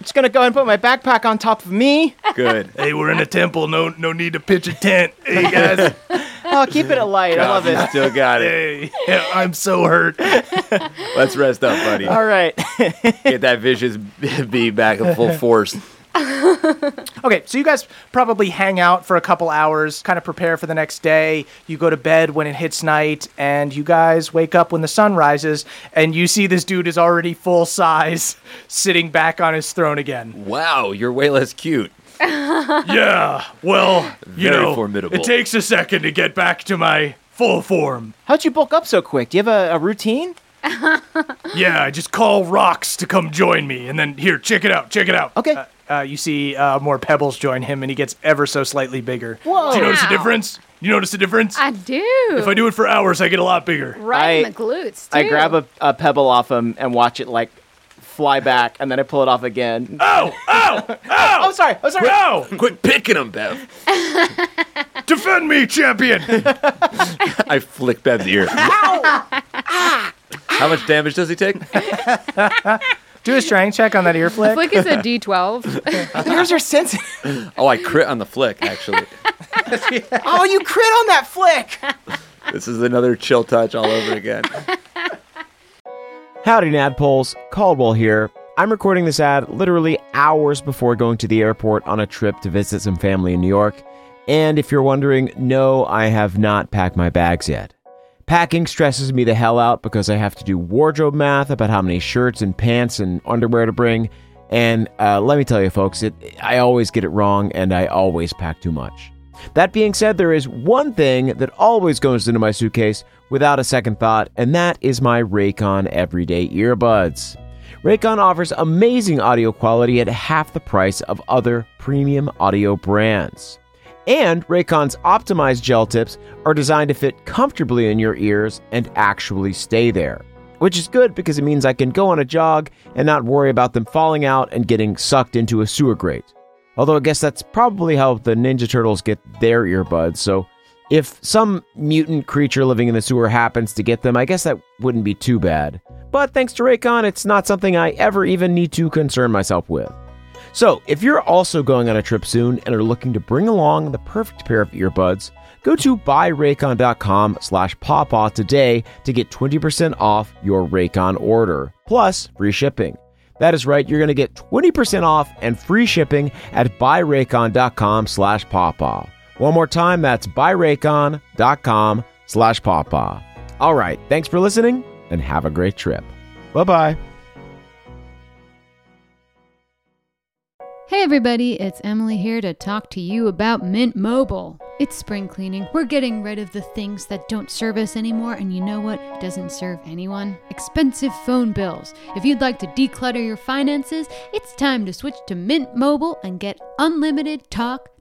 Speaker 4: Just gonna go and put my backpack on top of me.
Speaker 5: Good.
Speaker 2: hey, we're in a temple. No, no need to pitch a tent. Hey [laughs] guys.
Speaker 4: Oh, keep it light. I love
Speaker 5: You
Speaker 4: it.
Speaker 5: Still got it.
Speaker 2: hey, I'm so hurt.
Speaker 5: Let's rest up, buddy.
Speaker 4: All right.
Speaker 5: Get that vicious [laughs] bee back in
Speaker 4: [laughs]
Speaker 5: full force.
Speaker 2: Okay, so you guys probably hang out for a couple hours, kind of prepare for the next day. You go to bed when it hits night, and you guys wake up when the sun rises, and you see this dude is already full size, sitting back on his throne again.
Speaker 5: Wow, you're way less cute.
Speaker 2: [laughs] Yeah, well,
Speaker 5: you Very know, formidable. it takes
Speaker 2: a second to get back to my full form.
Speaker 4: How'd you bulk up so quick? Do you have a, a routine?
Speaker 2: Yeah, I just call rocks to come join me, and then here, check it out, check it out.
Speaker 4: Okay.
Speaker 2: Uh, uh, you see uh, more pebbles join him, and he gets ever so slightly bigger.
Speaker 4: Whoa.
Speaker 2: Do you notice the
Speaker 6: Wow.
Speaker 2: difference? You notice the difference?
Speaker 6: I do.
Speaker 2: If I do it for hours, I get a lot bigger.
Speaker 6: right in
Speaker 4: I-
Speaker 6: the glutes. Too.
Speaker 4: I grab a, a pebble off him and watch it like fly back, and then I pull it off again.
Speaker 2: Oh, oh,
Speaker 4: Oh, sorry. Oh, sorry.
Speaker 2: no!
Speaker 5: Quit picking him, Bev.
Speaker 2: Defend me,
Speaker 6: [laughs]
Speaker 2: champion!
Speaker 5: I flick Bev's ear.
Speaker 4: Ah.
Speaker 5: How much damage does he take?
Speaker 2: Do a strength check on that ear flick.
Speaker 6: Flick is a
Speaker 4: [laughs]
Speaker 6: D12.
Speaker 4: Yours are sensitive.
Speaker 5: Oh, I crit on the flick, actually.
Speaker 4: [laughs] Oh, you crit on that flick.
Speaker 5: This is another chill touch all over again.
Speaker 10: Howdy, Nadpoles. Caldwell here. I'm recording this ad literally hours before going to the airport on a trip to visit some family in New York. And if you're wondering, no, I have not packed my bags yet. Packing stresses me the hell out because I have to do wardrobe math about how many shirts and pants and underwear to bring. And uh, let me tell you, folks, it, I always get it wrong and I always pack too much. That being said, there is one thing that always goes into my suitcase without a second thought, and that is my Raycon Everyday Earbuds. Raycon offers amazing audio quality at half the price of other premium audio brands. And Raycon's optimized gel tips are designed to fit comfortably in your ears and actually stay there. Which is good because it means I can go on a jog and not worry about them falling out and getting sucked into a sewer grate. Although I guess that's probably how the Ninja Turtles get their earbuds, so if some mutant creature living in the sewer happens to get them, I guess that wouldn't be too bad. But thanks to Raycon, it's not something I ever even need to concern myself with. So, if you're also going on a trip soon and are looking to bring along the perfect pair of earbuds, go to buyraycon.com slash pawpaw today to get 20% off your Raycon order, plus free shipping. That is right. You're going to get 20% off and free shipping at buyraycon.com slash pawpaw. One more time, that's buyraycon.com slash pawpaw. All right. Thanks for listening and have a great trip. Bye-bye.
Speaker 11: Hey everybody, it's Emily here to talk to you about Mint Mobile. It's spring cleaning. We're getting rid of the things that don't serve us anymore, and you know what doesn't serve anyone? Expensive phone bills. If you'd like to declutter your finances, it's time to switch to Mint Mobile and get unlimited talk,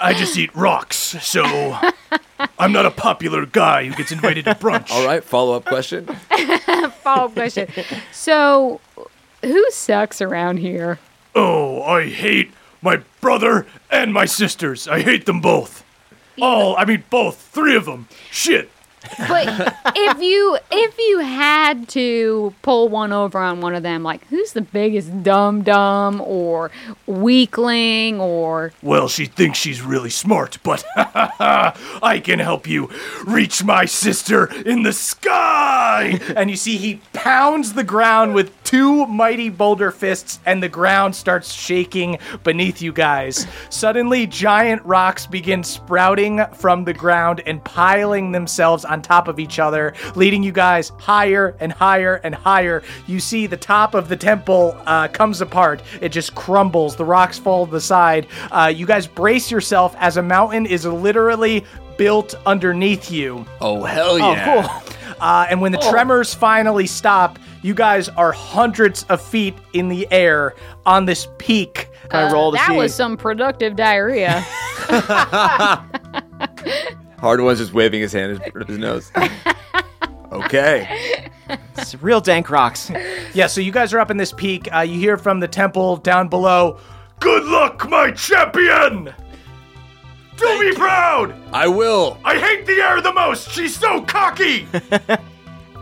Speaker 8: I just eat rocks, so I'm not a popular guy who gets invited to brunch.
Speaker 5: All right. Follow up question.
Speaker 6: Follow up question. So, who sucks around here?
Speaker 8: Oh, I hate my brother and my sisters. I hate them both. All, I mean, both. Three of them. Shit.
Speaker 6: But if you if you had to pull one over on one of them, like who's the biggest dum dum or weakling or
Speaker 8: Well, she thinks she's really smart,
Speaker 2: [laughs]
Speaker 8: but I can help you reach my sister in the sky.
Speaker 2: and you see he pounds the ground with two mighty boulder fists and the ground starts shaking beneath you guys suddenly giant rocks begin sprouting from the ground and piling themselves on top of each other leading you guys higher and higher and higher you see the top of the temple uh, comes apart it just crumbles the rocks fall to the side uh, you guys brace yourself as a mountain is literally built underneath you
Speaker 5: Oh hell yeah.
Speaker 2: [laughs] uh, and when
Speaker 4: Oh.
Speaker 2: the tremors finally stop, you guys are hundreds of feet in the air on this peak.
Speaker 4: Can I roll to
Speaker 6: that
Speaker 4: see?
Speaker 6: was some productive diarrhea.
Speaker 5: Hard one's just waving his hand in front of his nose. okay.
Speaker 4: It's real dank rocks.
Speaker 2: Yeah, so you guys are up in this peak. Uh, you hear from the temple down below.
Speaker 8: Good luck, my champion! Do me proud!
Speaker 5: I will.
Speaker 8: I hate the air the most! She's so
Speaker 5: [laughs]
Speaker 8: cocky!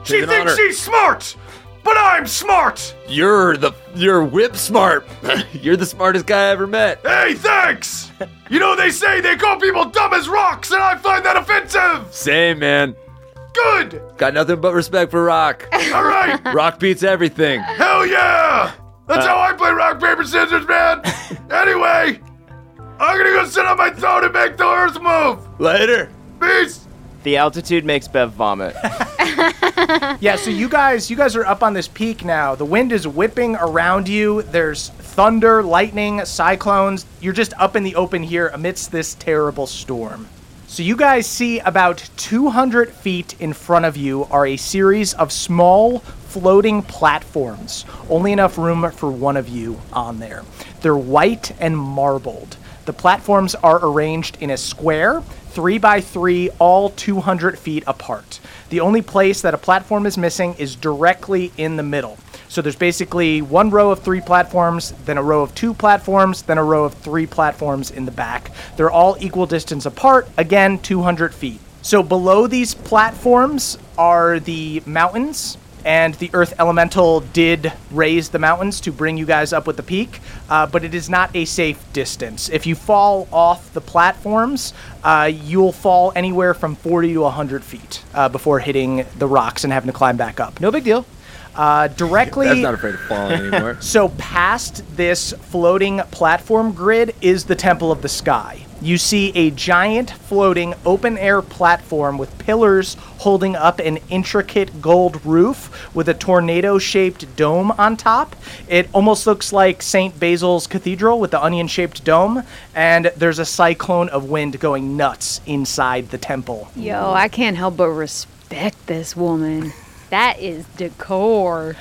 Speaker 8: she
Speaker 5: an
Speaker 8: thinks
Speaker 5: honor.
Speaker 8: she's smart! But I'm smart!
Speaker 5: You're the you're whip smart. [laughs] you're the smartest guy I ever met.
Speaker 8: Hey,
Speaker 5: [laughs]
Speaker 8: thanks! You know, they say they call people dumb as rocks, and I find that offensive!
Speaker 5: Same man.
Speaker 8: Good!
Speaker 5: Got nothing but respect
Speaker 8: [laughs]
Speaker 5: for rock.
Speaker 8: Alright!
Speaker 5: rock beats everything. Uh,
Speaker 8: Hell yeah! That's how I play rock, paper, scissors,
Speaker 5: [laughs]
Speaker 8: man! anyway, I'm gonna go sit on my throne and make the earth move!
Speaker 5: Later.
Speaker 8: Peace!
Speaker 4: The altitude makes Bev vomit.
Speaker 2: Yeah, so you guys, you guys are up on this peak now. The wind is whipping around you. There's thunder, lightning, cyclones. You're just up in the open here amidst this terrible storm. So you guys see about 200 feet in front of you are a series of small floating platforms. Only enough room for one of you on there. They're white and marbled. The platforms are arranged in a square, three by three, all 200 feet apart. The only place that a platform is missing is directly in the middle. So there's basically one row of three platforms, then a row of two platforms, then a row of three platforms in the back. They're all equal distance apart, again, 200 feet. So below these platforms are the mountains, and the Earth Elemental did raise the mountains to bring you guys up with the peak, uh, but it is not a safe distance. If you fall off the platforms, uh, you'll fall anywhere from 40 to 100 feet uh, before hitting the rocks and having to climb back up. No big deal. uh, directly.
Speaker 5: That's not afraid of falling anymore.
Speaker 2: So, past this floating platform grid is the Temple of the Sky. You see a giant floating open air platform with pillars holding up an intricate gold roof with a tornado shaped dome on top. It almost looks like St. Basil's Cathedral with the onion shaped dome, and there's a cyclone of wind going nuts inside the temple.
Speaker 6: Yo, I can't help but respect this woman. That is decor.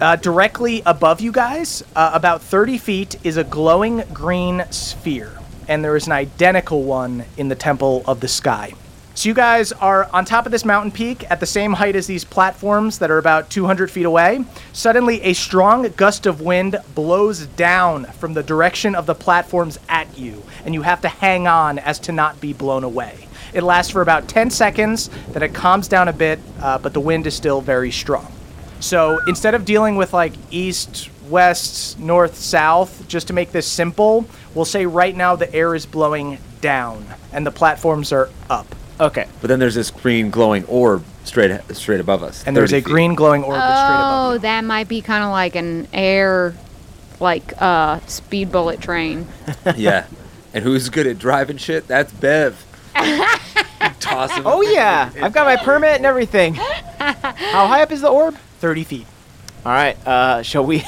Speaker 2: Uh, directly above you guys, uh, about 30 feet, is a glowing green sphere, and there is an identical one in the Temple of the Sky. So you guys are on top of this mountain peak at the same height as these platforms that are about 200 feet away. Suddenly, a strong gust of wind blows down from the direction of the platforms at you, and you have to hang on as to not be blown away. It lasts for about 10 seconds, then it calms down a bit, uh, but the wind is still very strong. So instead of dealing with like east, west, north, south, just to make this simple, we'll say right now the air is blowing down and the platforms are up.
Speaker 4: Okay.
Speaker 5: But then there's this green glowing orb straight straight above us.
Speaker 2: And there's a
Speaker 5: 30 feet.
Speaker 2: green glowing orb that's straight above.
Speaker 6: Oh, that might be kind of like an air, like uh, speed bullet train.
Speaker 5: Yeah. And who's good at driving shit? That's Bev. Toss him.
Speaker 4: Oh yeah, I've got my permit and everything. How high up is the orb?
Speaker 2: 30 feet.
Speaker 4: All right. Uh, shall we?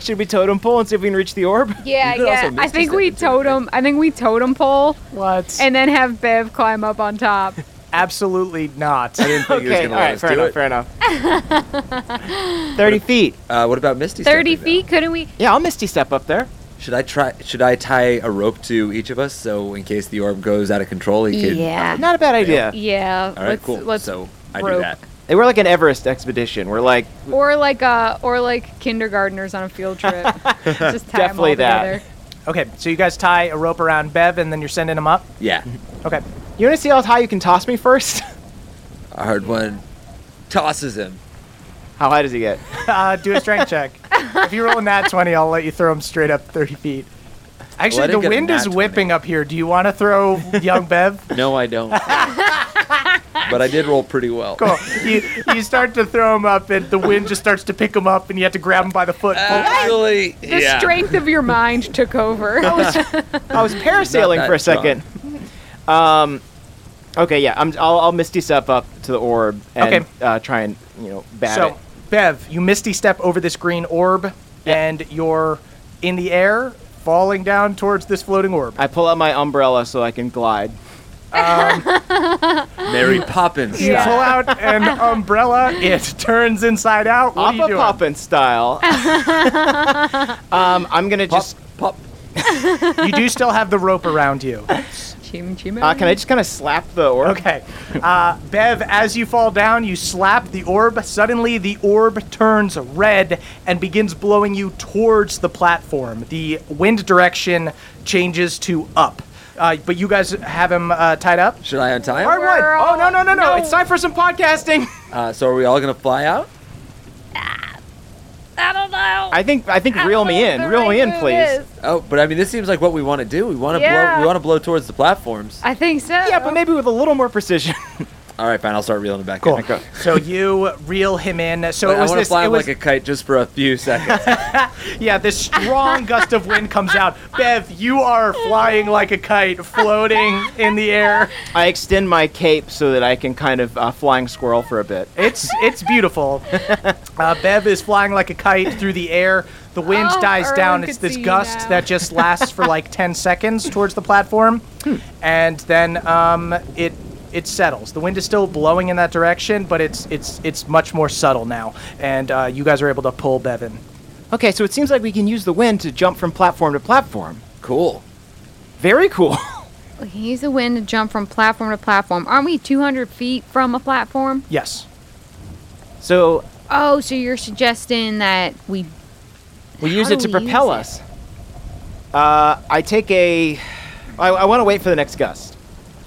Speaker 4: should we totem pole and see if we can reach the orb? [laughs]
Speaker 6: Yeah,
Speaker 5: could also
Speaker 6: yeah. I
Speaker 5: misty
Speaker 6: think
Speaker 5: step
Speaker 6: we
Speaker 5: into it, right?
Speaker 6: totem. I think we totem pole,
Speaker 2: What?
Speaker 6: and then have Bev climb up
Speaker 5: [laughs]
Speaker 6: on top.
Speaker 2: Absolutely not.
Speaker 5: I didn't think he was
Speaker 4: Okay.
Speaker 5: gonna
Speaker 4: All
Speaker 5: let
Speaker 4: right.
Speaker 5: us do
Speaker 4: Fair enough.
Speaker 5: it.
Speaker 4: Fair enough. [laughs] Thirty feet.
Speaker 5: Uh, what about Misty?
Speaker 6: Thirty
Speaker 5: stepping down?
Speaker 6: feet? Couldn't we?
Speaker 4: Yeah, I'll misty step up there.
Speaker 5: Should I try? Should I tie a rope to each of us so in case the orb goes out of control, he could.
Speaker 6: Yeah.
Speaker 4: Not a bad idea.
Speaker 6: Yeah.
Speaker 5: All right,
Speaker 6: let's,
Speaker 5: cool.
Speaker 6: Let's,
Speaker 5: so I do
Speaker 6: rope.
Speaker 5: that.
Speaker 4: They were like an Everest expedition. We're like,
Speaker 6: Or like uh, or like kindergartners on a
Speaker 4: [laughs]
Speaker 6: field trip. Just tie 'em
Speaker 4: Definitely
Speaker 6: all
Speaker 4: that.
Speaker 6: together.
Speaker 2: Okay, so you guys tie a rope around Bev and then you're sending him up?
Speaker 5: Yeah.
Speaker 2: Okay.
Speaker 4: you want to see how high you can toss me first? [laughs]
Speaker 5: A hard one tosses him.
Speaker 4: how high does he get?
Speaker 2: Uh, do a strength check. If you roll a nat 20, I'll let you throw him straight up 30 feet. Actually,
Speaker 5: Let him
Speaker 2: the
Speaker 5: get a
Speaker 2: wind
Speaker 5: nat
Speaker 2: is
Speaker 5: 20.
Speaker 2: whipping up here. Do you want to throw young Bev?
Speaker 5: No, I
Speaker 6: [laughs]
Speaker 5: don't. but I did roll pretty well.
Speaker 2: Cool. You, you start to throw him up, and the wind just starts to pick him up, and you have to grab him by the foot.
Speaker 4: Uh,
Speaker 5: Actually,
Speaker 6: The
Speaker 5: yeah.
Speaker 6: strength of your mind
Speaker 5: [laughs]
Speaker 6: took over. [laughs]
Speaker 4: I was parasailing
Speaker 5: that
Speaker 4: for a second. Um, okay, yeah, I'm, I'll, I'll misty step up to the orb and
Speaker 2: Okay.
Speaker 4: uh, try and you know bat
Speaker 2: so,
Speaker 4: it.
Speaker 2: Bev, you misty step over this green orb, and you're in the air, falling down towards this floating orb.
Speaker 4: I pull out my umbrella so I can glide.
Speaker 5: Mary Poppins.
Speaker 2: You
Speaker 6: Yeah.
Speaker 2: pull out
Speaker 4: [laughs]
Speaker 2: an umbrella, it turns inside out. What are you
Speaker 4: Papa
Speaker 2: doing? [laughs]
Speaker 4: Poppin style. [laughs] um, I'm gonna just.
Speaker 5: Pop.
Speaker 2: You do still have the rope around
Speaker 4: [laughs]
Speaker 2: you.
Speaker 6: Chim chim.
Speaker 4: Uh, can I just kind of slap the orb?
Speaker 2: Okay. Uh, Bev, as you fall down, you slap the orb. Suddenly, the orb turns red and begins blowing you towards the platform. The wind direction changes to up. Uh, but you guys have him uh, tied up?
Speaker 5: Should I untie
Speaker 4: Hard
Speaker 5: him?
Speaker 4: one.
Speaker 6: We're
Speaker 4: Oh no
Speaker 6: all-
Speaker 4: no no no!
Speaker 6: no.
Speaker 4: It's time for some podcasting.
Speaker 5: Uh, so are we all gonna fly out?
Speaker 6: I don't know.
Speaker 4: I think I think
Speaker 6: I don't
Speaker 4: reel
Speaker 6: know
Speaker 4: me
Speaker 6: what
Speaker 4: in,
Speaker 6: the
Speaker 4: reel me
Speaker 6: right
Speaker 4: in,
Speaker 6: move
Speaker 4: please.
Speaker 6: is.
Speaker 5: Oh, but I mean, this seems like what we want to do. We want to
Speaker 6: Yeah.
Speaker 5: blow. We want to blow towards the platforms.
Speaker 6: I think so.
Speaker 4: Yeah, but maybe with a little more precision.
Speaker 5: All right, fine. I'll start reeling it back
Speaker 2: Cool.
Speaker 5: in.
Speaker 2: So you reel him in. So
Speaker 5: But
Speaker 2: it
Speaker 5: I
Speaker 2: was
Speaker 5: want to
Speaker 2: this.
Speaker 5: fly
Speaker 2: it
Speaker 5: him
Speaker 2: was,
Speaker 5: like a kite just for a few seconds.
Speaker 2: yeah, this strong gust of wind comes out. Bev, you are flying like a kite, floating in the air.
Speaker 4: I extend my cape so that I can kind of uh, flying squirrel for a bit.
Speaker 2: It's it's
Speaker 6: [laughs]
Speaker 2: beautiful. Uh, Bev is flying like a kite through the air. The wind
Speaker 6: Oh,
Speaker 2: dies
Speaker 6: Erwin
Speaker 2: down.
Speaker 6: could
Speaker 2: It's this
Speaker 6: see you
Speaker 2: gust
Speaker 6: now.
Speaker 2: that just lasts for
Speaker 6: [laughs]
Speaker 2: like ten seconds towards the platform,
Speaker 6: Hmm.
Speaker 2: and then um, it it settles. The wind is still blowing in that direction, but it's it's it's much more subtle now, and uh, you guys are able to pull Bevin.
Speaker 4: Okay, so it seems like we can use the wind to jump from platform to platform.
Speaker 5: cool.
Speaker 4: Very cool. [laughs]
Speaker 6: We can use the wind to jump from platform to platform. Aren't we 200 feet from a platform?
Speaker 2: Yes.
Speaker 4: So
Speaker 6: Oh, so you're suggesting that we.
Speaker 4: we use
Speaker 6: How
Speaker 4: it
Speaker 6: do
Speaker 4: to
Speaker 6: we use
Speaker 4: propel
Speaker 6: it?
Speaker 4: us. Uh, I take a. I, I want to wait for the next gust.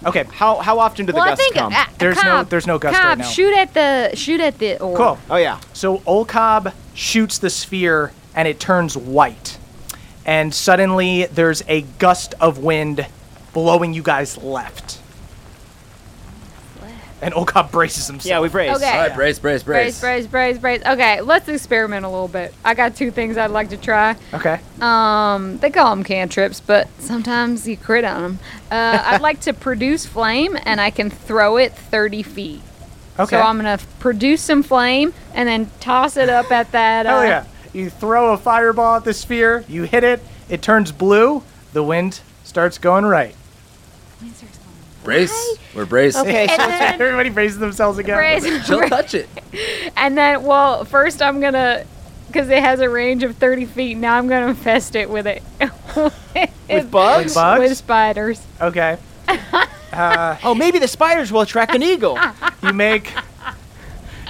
Speaker 2: Okay.
Speaker 4: How how often do the
Speaker 6: well, I
Speaker 4: gusts
Speaker 6: think
Speaker 4: come?
Speaker 6: uh,
Speaker 2: There's no-
Speaker 6: Cobb,
Speaker 2: there's no gust right
Speaker 6: Cobb,
Speaker 2: now.
Speaker 6: shoot at the shoot at the orb.
Speaker 2: Cool.
Speaker 4: oh yeah.
Speaker 2: So Olcob shoots the sphere and it turns white. And suddenly there's a gust of wind blowing you guys left. And Olcott braces himself.
Speaker 4: Yeah, we brace.
Speaker 6: Okay.
Speaker 5: All right, brace, brace, brace.
Speaker 6: Brace, brace, brace, brace. Okay, let's experiment a little bit. I got two things I'd like to try.
Speaker 2: Okay.
Speaker 6: Um, they call them cantrips, but sometimes you crit on them. Uh, I'd like to produce flame, and I can throw it 30 feet.
Speaker 2: Okay.
Speaker 6: So I'm gonna produce some flame and then toss it up at that. Uh,
Speaker 2: Hell yeah. You throw a fireball at the sphere, you hit it, it turns blue, the wind starts going right.
Speaker 5: Brace. We're braced.
Speaker 4: Okay, so
Speaker 2: Everybody braces themselves again.
Speaker 6: Brace, [laughs]
Speaker 5: She'll touch it.
Speaker 6: and then, well, first I'm gonna, because it has a range of 30 feet. Now I'm gonna infest it with it. with
Speaker 4: bugs?
Speaker 2: With bugs?
Speaker 6: With spiders.
Speaker 2: Okay.
Speaker 4: oh, maybe the spiders will attract an
Speaker 6: [laughs]
Speaker 4: eagle.
Speaker 2: You make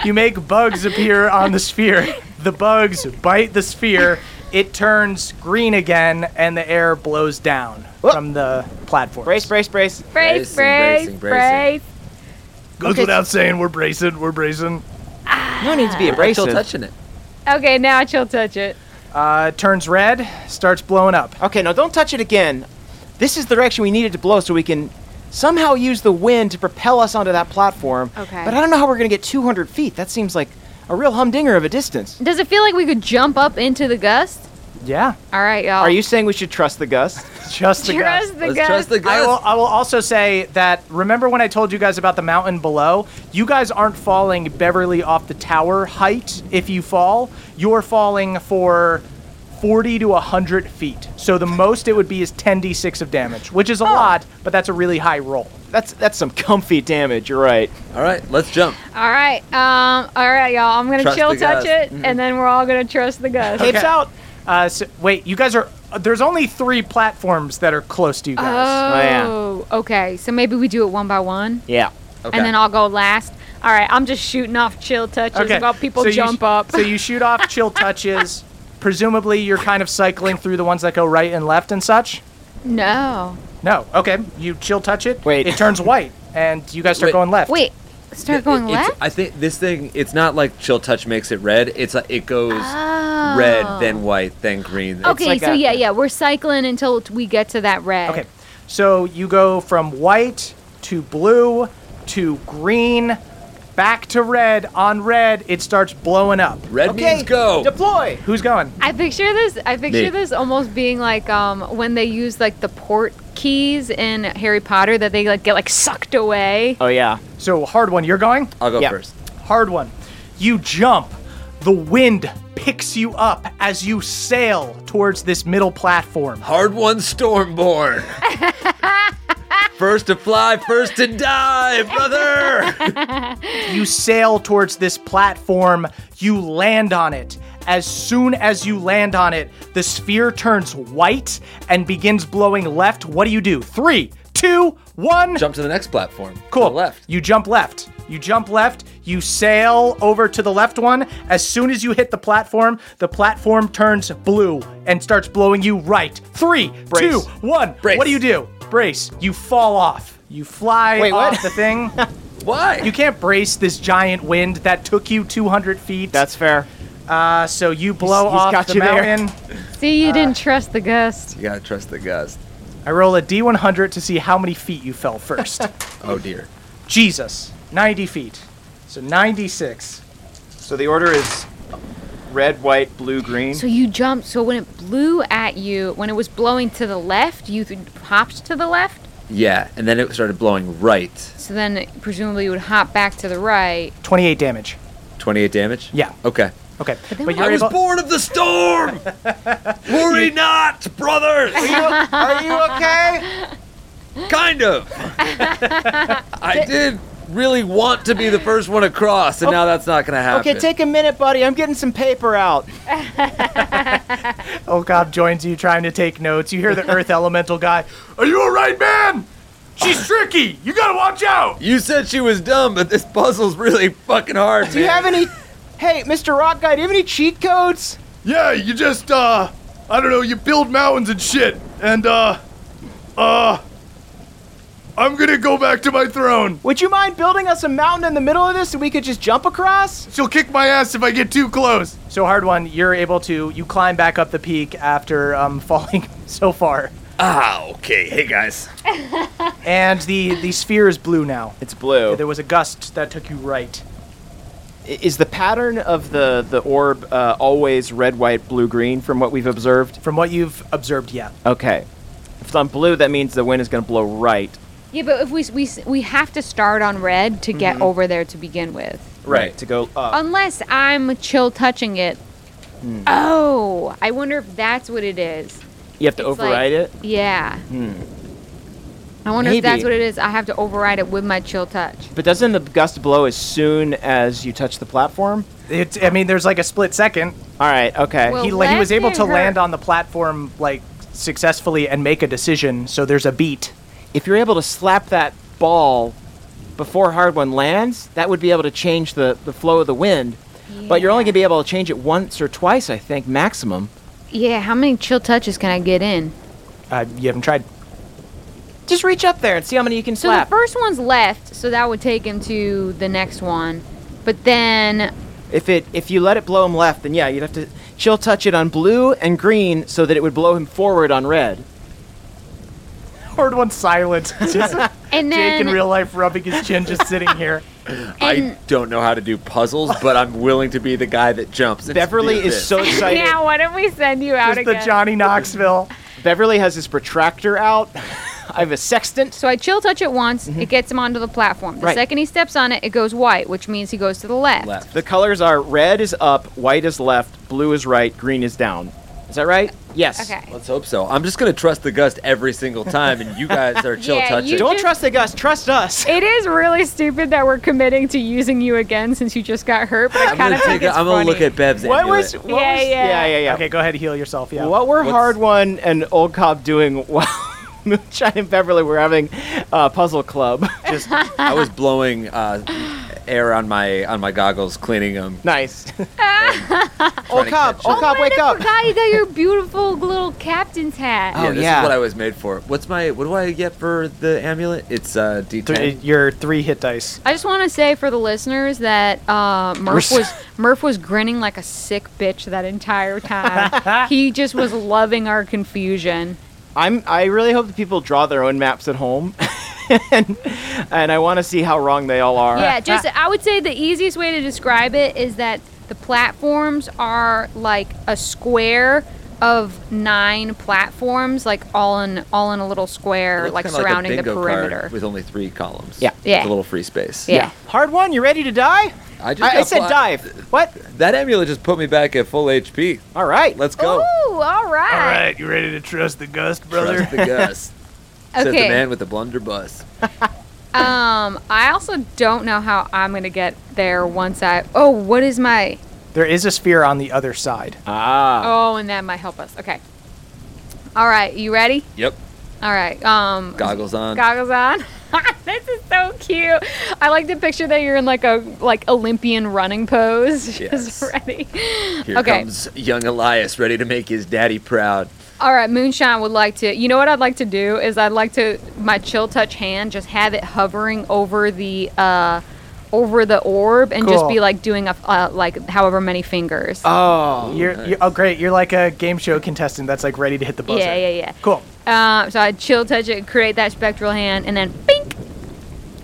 Speaker 2: you make bugs appear on the sphere. The bugs bite the sphere. It turns green again, and the air blows down from the platform.
Speaker 4: brace, brace, brace.
Speaker 6: Brace, brace,
Speaker 5: Bracing, bracing,
Speaker 6: brace.
Speaker 5: bracing.
Speaker 2: Goes without saying, we're bracing, we're bracing.
Speaker 4: No need to be
Speaker 5: She'll
Speaker 4: abrasive.
Speaker 5: touching it.
Speaker 6: Okay, now she'll touch it.
Speaker 2: Uh, turns red, starts blowing up.
Speaker 4: Okay, now don't touch it again. This is the direction we needed to blow so we can somehow use the wind to propel us onto that platform.
Speaker 6: Okay.
Speaker 4: But I don't know how we're going to get 200 feet. That seems like a real humdinger of a distance.
Speaker 11: Does it feel like we could jump up into the gust?
Speaker 2: Yeah,
Speaker 6: All right, y'all.
Speaker 4: Are you saying we should trust the gust?
Speaker 2: just the gust.
Speaker 6: [laughs] Trust the
Speaker 5: Let's
Speaker 6: gust.
Speaker 5: trust the
Speaker 2: I
Speaker 5: guys.
Speaker 2: will, I will also say that remember when I told you guys about the mountain below? You guys aren't falling Beverly off the tower height if you fall. You're falling for 40 to 100 feet. So the most it would be is 10d6 of damage, which is a
Speaker 6: Oh.
Speaker 2: lot, but that's a really high roll.
Speaker 4: That's that's some comfy damage. You're right.
Speaker 5: All right, let's jump.
Speaker 6: All right, um, all right, y'all. I'm gonna
Speaker 5: Trust
Speaker 6: chill
Speaker 5: the
Speaker 6: touch
Speaker 5: gust.
Speaker 6: it, and then we're all gonna trust the gust.
Speaker 4: Capes out.
Speaker 2: Uh, so, wait, you guys are. uh, There's only three platforms that are close to you guys.
Speaker 4: Oh,
Speaker 6: Oh, okay. So maybe we do it one by one,
Speaker 4: Yeah.
Speaker 5: Okay.
Speaker 6: and then I'll go last. All right, I'm just shooting off chill touches while people
Speaker 2: so you
Speaker 6: jump
Speaker 2: sh-
Speaker 6: up.
Speaker 2: So you shoot off chill
Speaker 6: [laughs]
Speaker 2: touches. Presumably, you're kind of cycling through the ones that go right and left and such.
Speaker 6: no.
Speaker 2: No. Okay. You chill touch it.
Speaker 4: Wait.
Speaker 2: It turns white, and you guys start
Speaker 5: Wait.
Speaker 2: going left.
Speaker 6: Wait, start
Speaker 5: It-
Speaker 6: going
Speaker 5: it- it's-
Speaker 6: left.
Speaker 5: I think this thing. It's not like chill touch makes it red. It's like it goes
Speaker 6: Oh.
Speaker 5: red, then white, then green.
Speaker 11: Okay,
Speaker 4: like
Speaker 11: so
Speaker 4: a-
Speaker 11: yeah,
Speaker 6: yeah, yeah, we're cycling until t- we get to that red.
Speaker 2: Okay. So you go from white to blue to green, back to red. On red, it starts blowing up.
Speaker 5: Red
Speaker 4: Okay.
Speaker 5: means go.
Speaker 4: Deploy.
Speaker 2: Who's going?
Speaker 6: I picture this. I picture
Speaker 5: Me.
Speaker 6: this almost being like um, when they use like the port keys in Harry Potter that they like get like sucked away.
Speaker 4: Oh yeah.
Speaker 2: So hard one. You're going.
Speaker 5: I'll go
Speaker 4: Yeah.
Speaker 5: first.
Speaker 2: hard one. You jump. The wind picks you up as you sail towards this middle platform.
Speaker 5: Hard one,
Speaker 6: [laughs]
Speaker 5: Stormborn. first to fly, first to die,
Speaker 6: [laughs]
Speaker 5: brother.
Speaker 2: You sail towards this platform. You land on it. As soon as you land on it, the sphere turns white and begins blowing left. What do you do? Three, two, one.
Speaker 5: Jump to the next platform. to
Speaker 2: Cool.
Speaker 5: the left.
Speaker 2: You jump left. You jump left. You sail over to the left one. As soon as you hit the platform, the platform turns blue and starts blowing you right. Three, two, one.
Speaker 5: Brace.
Speaker 2: What do you do? Brace. You fall off. You fly
Speaker 4: Wait,
Speaker 2: off
Speaker 4: what?
Speaker 2: the thing.
Speaker 5: [laughs] Why?
Speaker 2: you can't brace this giant wind that took you 200 feet.
Speaker 4: That's fair.
Speaker 2: uh, so you blow
Speaker 4: he's
Speaker 2: off
Speaker 4: got
Speaker 2: the
Speaker 4: you there.
Speaker 2: mountain.
Speaker 6: See, you didn't trust the gust.
Speaker 5: You gotta trust the gust.
Speaker 2: I roll a d100 to see how many feet you fell
Speaker 4: [laughs]
Speaker 2: first.
Speaker 5: Oh dear.
Speaker 2: Jesus, 90 feet. So 96.
Speaker 4: So the order is red, white, blue, green.
Speaker 6: So you jumped. So when it blew at you, when it was blowing to the left, you th- hopped to the left.
Speaker 5: Yeah, and then it started blowing right.
Speaker 6: So then it- presumably you would hop back to the right.
Speaker 2: 28 damage.
Speaker 5: 28 damage?
Speaker 2: Yeah.
Speaker 5: Okay.
Speaker 2: Okay. But,
Speaker 6: then
Speaker 2: you're
Speaker 5: I was
Speaker 2: able-
Speaker 5: born of
Speaker 2: [laughs]
Speaker 5: the storm! Worry not, brothers!
Speaker 4: Are you okay?
Speaker 2: [laughs]
Speaker 5: Kind of. I did really want to be the first one across, and now that's not going to happen.
Speaker 4: okay, take a minute, buddy. I'm getting some
Speaker 2: [laughs]
Speaker 4: paper out.
Speaker 2: Olcop Oh, joins you trying to take notes. You hear the earth elemental guy.
Speaker 8: Are you alright, man? She's tricky. You gotta watch out.
Speaker 5: you said she was dumb, but this puzzle's really
Speaker 2: [laughs]
Speaker 5: fucking hard,
Speaker 4: Do you have any? Hey, Mr. Rock Guy, do you have any cheat codes?
Speaker 8: Yeah, you just uh, I don't know. You build mountains and shit, and uh, uh, I'm gonna go back to my throne.
Speaker 4: Would you mind building us a mountain in the middle of this so we could just jump across?
Speaker 8: She'll kick my ass if I get too close.
Speaker 2: [laughs] So hard one. You're able to. You climb back up the peak after um, falling so far.
Speaker 5: Ah, okay. Hey, guys.
Speaker 2: And the the sphere is blue now.
Speaker 4: It's blue.
Speaker 2: There was a gust that took you right.
Speaker 4: I- Is the pattern of the the orb uh, always red, white, blue, green from what we've observed?
Speaker 2: From what you've observed, yeah.
Speaker 4: Okay. If it's on blue, that means the wind is going to blow right.
Speaker 6: Yeah, but if we s- we s- we have to start on red to get over there to begin with.
Speaker 5: Right.
Speaker 4: To go up.
Speaker 6: Unless I'm chill touching it. Oh, I wonder if that's what it is.
Speaker 4: you have to
Speaker 6: It's like-
Speaker 4: override it.
Speaker 6: Yeah. I wonder if
Speaker 4: Maybe.
Speaker 6: that's what it is. I have to override it with my chill touch.
Speaker 4: But doesn't the gust blow as soon as you touch the platform?
Speaker 2: It's I mean, there's like a split second.
Speaker 4: All right. Okay.
Speaker 6: Well-
Speaker 2: He la- he was
Speaker 6: let
Speaker 2: able
Speaker 6: it
Speaker 2: to land
Speaker 6: hurt.
Speaker 2: on the platform like successfully and make a decision. So there's a beat.
Speaker 4: if you're able to slap that ball before hard one lands, that would be able to change the, the flow of the wind. But you're only going
Speaker 6: Yeah.
Speaker 4: to be able to change it once or twice, I think, maximum.
Speaker 6: Yeah, how many chill touches can I get in?
Speaker 2: Uh, you haven't
Speaker 4: [laughs]
Speaker 2: tried.
Speaker 4: Just reach up there and see how many you can
Speaker 6: So
Speaker 4: slap.
Speaker 6: the first one's left, so that would take him to the next one. But then,
Speaker 4: if it if you let it blow him left, then yeah, you'd have to chill touch it on blue and green so that it would blow him forward on red.
Speaker 2: Hard one [laughs] silent. Just Jake
Speaker 6: and then,
Speaker 2: in
Speaker 6: [laughs]
Speaker 2: real life rubbing his chin, just sitting here.
Speaker 5: I don't know how to do puzzles, but I'm willing to be the guy that jumps. It's-
Speaker 4: Beverly
Speaker 5: it's
Speaker 4: is so excited.
Speaker 6: now why don't we send you [laughs] out
Speaker 2: Just the
Speaker 6: again?
Speaker 2: Johnny Knoxville.
Speaker 4: Beverly has his protractor out. [laughs] I have a sextant.
Speaker 6: so I chill touch it once,
Speaker 5: Mm-hmm.
Speaker 6: it gets him onto the platform. The
Speaker 4: Right.
Speaker 6: second he steps on it, it goes white, which means he goes to the left.
Speaker 5: left.
Speaker 4: The colors are red is up, white is left, blue is right, green is down. Is that right? Yes.
Speaker 6: Okay.
Speaker 5: Let's hope so. I'm just gonna trust the gust every single time, and you guys are chill
Speaker 6: [laughs] Yeah,
Speaker 5: touching.
Speaker 6: you
Speaker 4: Don't
Speaker 6: Just-
Speaker 4: trust the Gus, trust
Speaker 6: [laughs]
Speaker 4: us. [laughs]
Speaker 6: It is really stupid that we're committing to using you again since you just got hurt, but I
Speaker 5: I'm
Speaker 6: kind
Speaker 5: gonna
Speaker 6: of think
Speaker 5: take. A,
Speaker 6: it's
Speaker 5: I'm
Speaker 6: funny.
Speaker 5: gonna look at Bev's.
Speaker 4: What
Speaker 5: amulet.
Speaker 4: was, what
Speaker 6: Yeah,
Speaker 4: was-
Speaker 6: yeah.
Speaker 4: yeah, yeah, yeah.
Speaker 2: Okay, go ahead, heal yourself. Yeah.
Speaker 4: What were
Speaker 5: What's-
Speaker 4: Hard One and Old Cop doing while [laughs] Moonshine and Beverly were having a puzzle
Speaker 6: [laughs]
Speaker 4: club?
Speaker 5: Just, I was blowing uh, air on my on my goggles, cleaning them.
Speaker 6: [laughs]
Speaker 4: nice.
Speaker 5: Old
Speaker 4: Cop, Old Cop, wake
Speaker 6: I
Speaker 4: up.
Speaker 6: forgot you got your beautiful little captain's hat.
Speaker 5: Yeah,
Speaker 4: Oh,
Speaker 5: this
Speaker 4: yeah.
Speaker 5: is what I was made for. What's my? What do I get for the amulet? It's uh, D10.
Speaker 2: Three, your three hit dice.
Speaker 6: I just want to say for the listeners that uh, Murph
Speaker 4: We're
Speaker 6: was Murph was grinning like a sick bitch that
Speaker 5: [laughs]
Speaker 6: entire time. he just was loving our confusion.
Speaker 4: I'm. I really hope that people draw their own maps at home, [laughs] and, and I want to see how wrong they all are.
Speaker 6: Yeah, just I would say the easiest way to describe it is that the platforms are like a square of nine platforms, like all in all in a little
Speaker 5: It
Speaker 6: square,
Speaker 5: looks
Speaker 6: like
Speaker 5: kinda
Speaker 6: surrounding
Speaker 5: like a
Speaker 6: the
Speaker 5: bingo card
Speaker 6: perimeter.
Speaker 5: with only three columns.
Speaker 4: Yeah.
Speaker 6: Yeah.
Speaker 5: With a little free space.
Speaker 6: yeah.
Speaker 4: Hard One, you ready to die?
Speaker 5: I just
Speaker 4: I, I
Speaker 5: got
Speaker 4: said
Speaker 5: blo-
Speaker 4: dive. What?
Speaker 5: That amulet just put me back at full HP.
Speaker 4: All right.
Speaker 5: Let's go.
Speaker 6: Ooh, all right.
Speaker 2: you ready to trust the gust,
Speaker 5: Trust
Speaker 2: [laughs]
Speaker 5: the gust. Says the
Speaker 6: Okay.
Speaker 5: man with the blunderbuss.
Speaker 6: Um, I also don't know how I'm gonna get there once I. Oh, what is my?
Speaker 2: There is a sphere on the other side.
Speaker 4: Ah.
Speaker 6: Oh, and that might help us. Okay. All right, you ready?
Speaker 5: Yep.
Speaker 6: All right. Um,
Speaker 5: Goggles on.
Speaker 6: goggles on. [laughs] this is so cute. I like to picture that you're in like a like Olympian running pose. [laughs]
Speaker 5: Yes.
Speaker 6: Just ready.
Speaker 5: Here
Speaker 6: okay.
Speaker 5: comes young Elias, ready to make his daddy proud.
Speaker 6: All right, Moonshine would like to. You know what I'd like to do is I'd like to my chill touch hand just have it hovering over the uh over the orb and just
Speaker 2: Cool.
Speaker 6: be like doing a uh, like however many fingers.
Speaker 4: Oh.
Speaker 2: You're,
Speaker 5: nice.
Speaker 2: you oh great, you're like a game show contestant that's like ready to hit the buzzer.
Speaker 6: yeah, yeah, yeah.
Speaker 2: Cool,
Speaker 6: Uh, so I chill touch it, create that spectral hand, and then bink.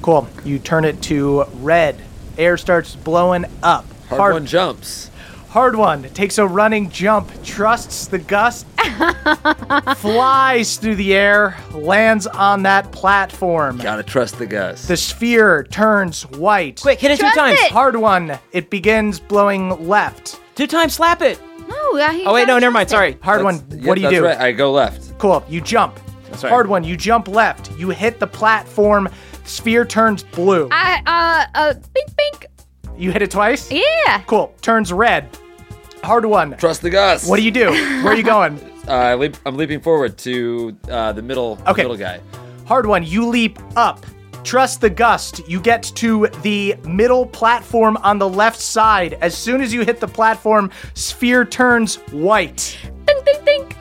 Speaker 2: cool. You turn it to red. Air starts blowing up.
Speaker 5: Hard, one jumps.
Speaker 2: hard one takes a running jump, trusts the gust, flies through the air, lands on that platform.
Speaker 5: Gotta trust the gust.
Speaker 2: The sphere turns white.
Speaker 4: Quick, hit it two times.
Speaker 2: Hard one. It begins blowing left.
Speaker 4: Two times, slap it.
Speaker 6: No, yeah, he
Speaker 4: Oh wait, no,
Speaker 6: gotta
Speaker 4: never mind.
Speaker 6: trust it.
Speaker 4: Sorry.
Speaker 2: Hard one.
Speaker 5: That's-
Speaker 2: what do you
Speaker 5: yep,
Speaker 2: do?
Speaker 5: That's right. I go left.
Speaker 2: Cool. You jump.
Speaker 4: right.
Speaker 2: Hard one. You jump left. You hit the platform. Sphere turns blue.
Speaker 6: I uh uh bink bink.
Speaker 2: you hit it twice.
Speaker 6: Yeah.
Speaker 2: Cool. Turns red. Hard one.
Speaker 5: Trust the gust.
Speaker 2: What do you do? Where are you going?
Speaker 5: [laughs] Uh, I leap, I'm leaping forward to uh, the middle
Speaker 2: Okay.
Speaker 5: middle guy.
Speaker 2: Hard one. You leap up. Trust the gust. You get to the middle platform on the left side. As soon as you hit the platform, sphere turns white.
Speaker 6: Ding ding ding.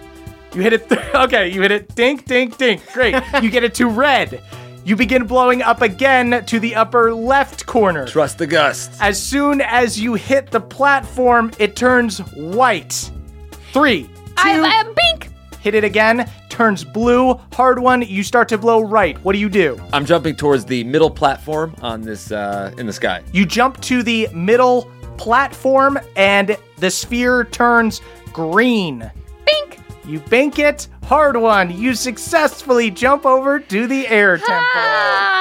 Speaker 2: You hit it. Th- [laughs] okay, you hit it. Dink, dink, dink.
Speaker 6: [laughs]
Speaker 2: Great. you get it to red. You begin blowing up again to the upper left corner.
Speaker 5: Trust the gust.
Speaker 2: As soon as you hit the platform, it turns white. Three, two,
Speaker 6: I, I bink.
Speaker 2: hit it again, turns blue. Hard one, you start to blow right. What do you do?
Speaker 5: I'm jumping towards the middle platform on this uh, in the sky.
Speaker 2: You jump to the middle platform, and the sphere turns green.
Speaker 6: Bink!
Speaker 2: You bank it. Hard one, you successfully jump over to the air temple.
Speaker 6: Oh,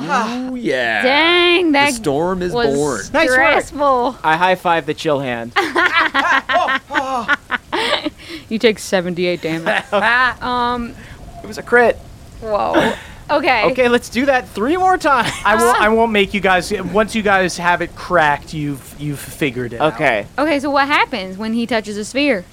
Speaker 5: Oh yeah.
Speaker 6: dang, that
Speaker 5: The storm is
Speaker 6: was
Speaker 5: born.
Speaker 2: Nice work.
Speaker 6: stressful.
Speaker 4: I high five the chill
Speaker 5: [laughs]
Speaker 4: hand.
Speaker 6: You take
Speaker 4: [laughs]
Speaker 6: 78 damage. um,
Speaker 4: it was a crit. [laughs]
Speaker 6: whoa. Okay.
Speaker 4: Okay, let's do that three more times.
Speaker 2: I won't. I won't make you guys. Once you guys have it cracked, you've you've figured it. out.
Speaker 4: Okay.
Speaker 6: Okay, so what happens when he touches a sphere?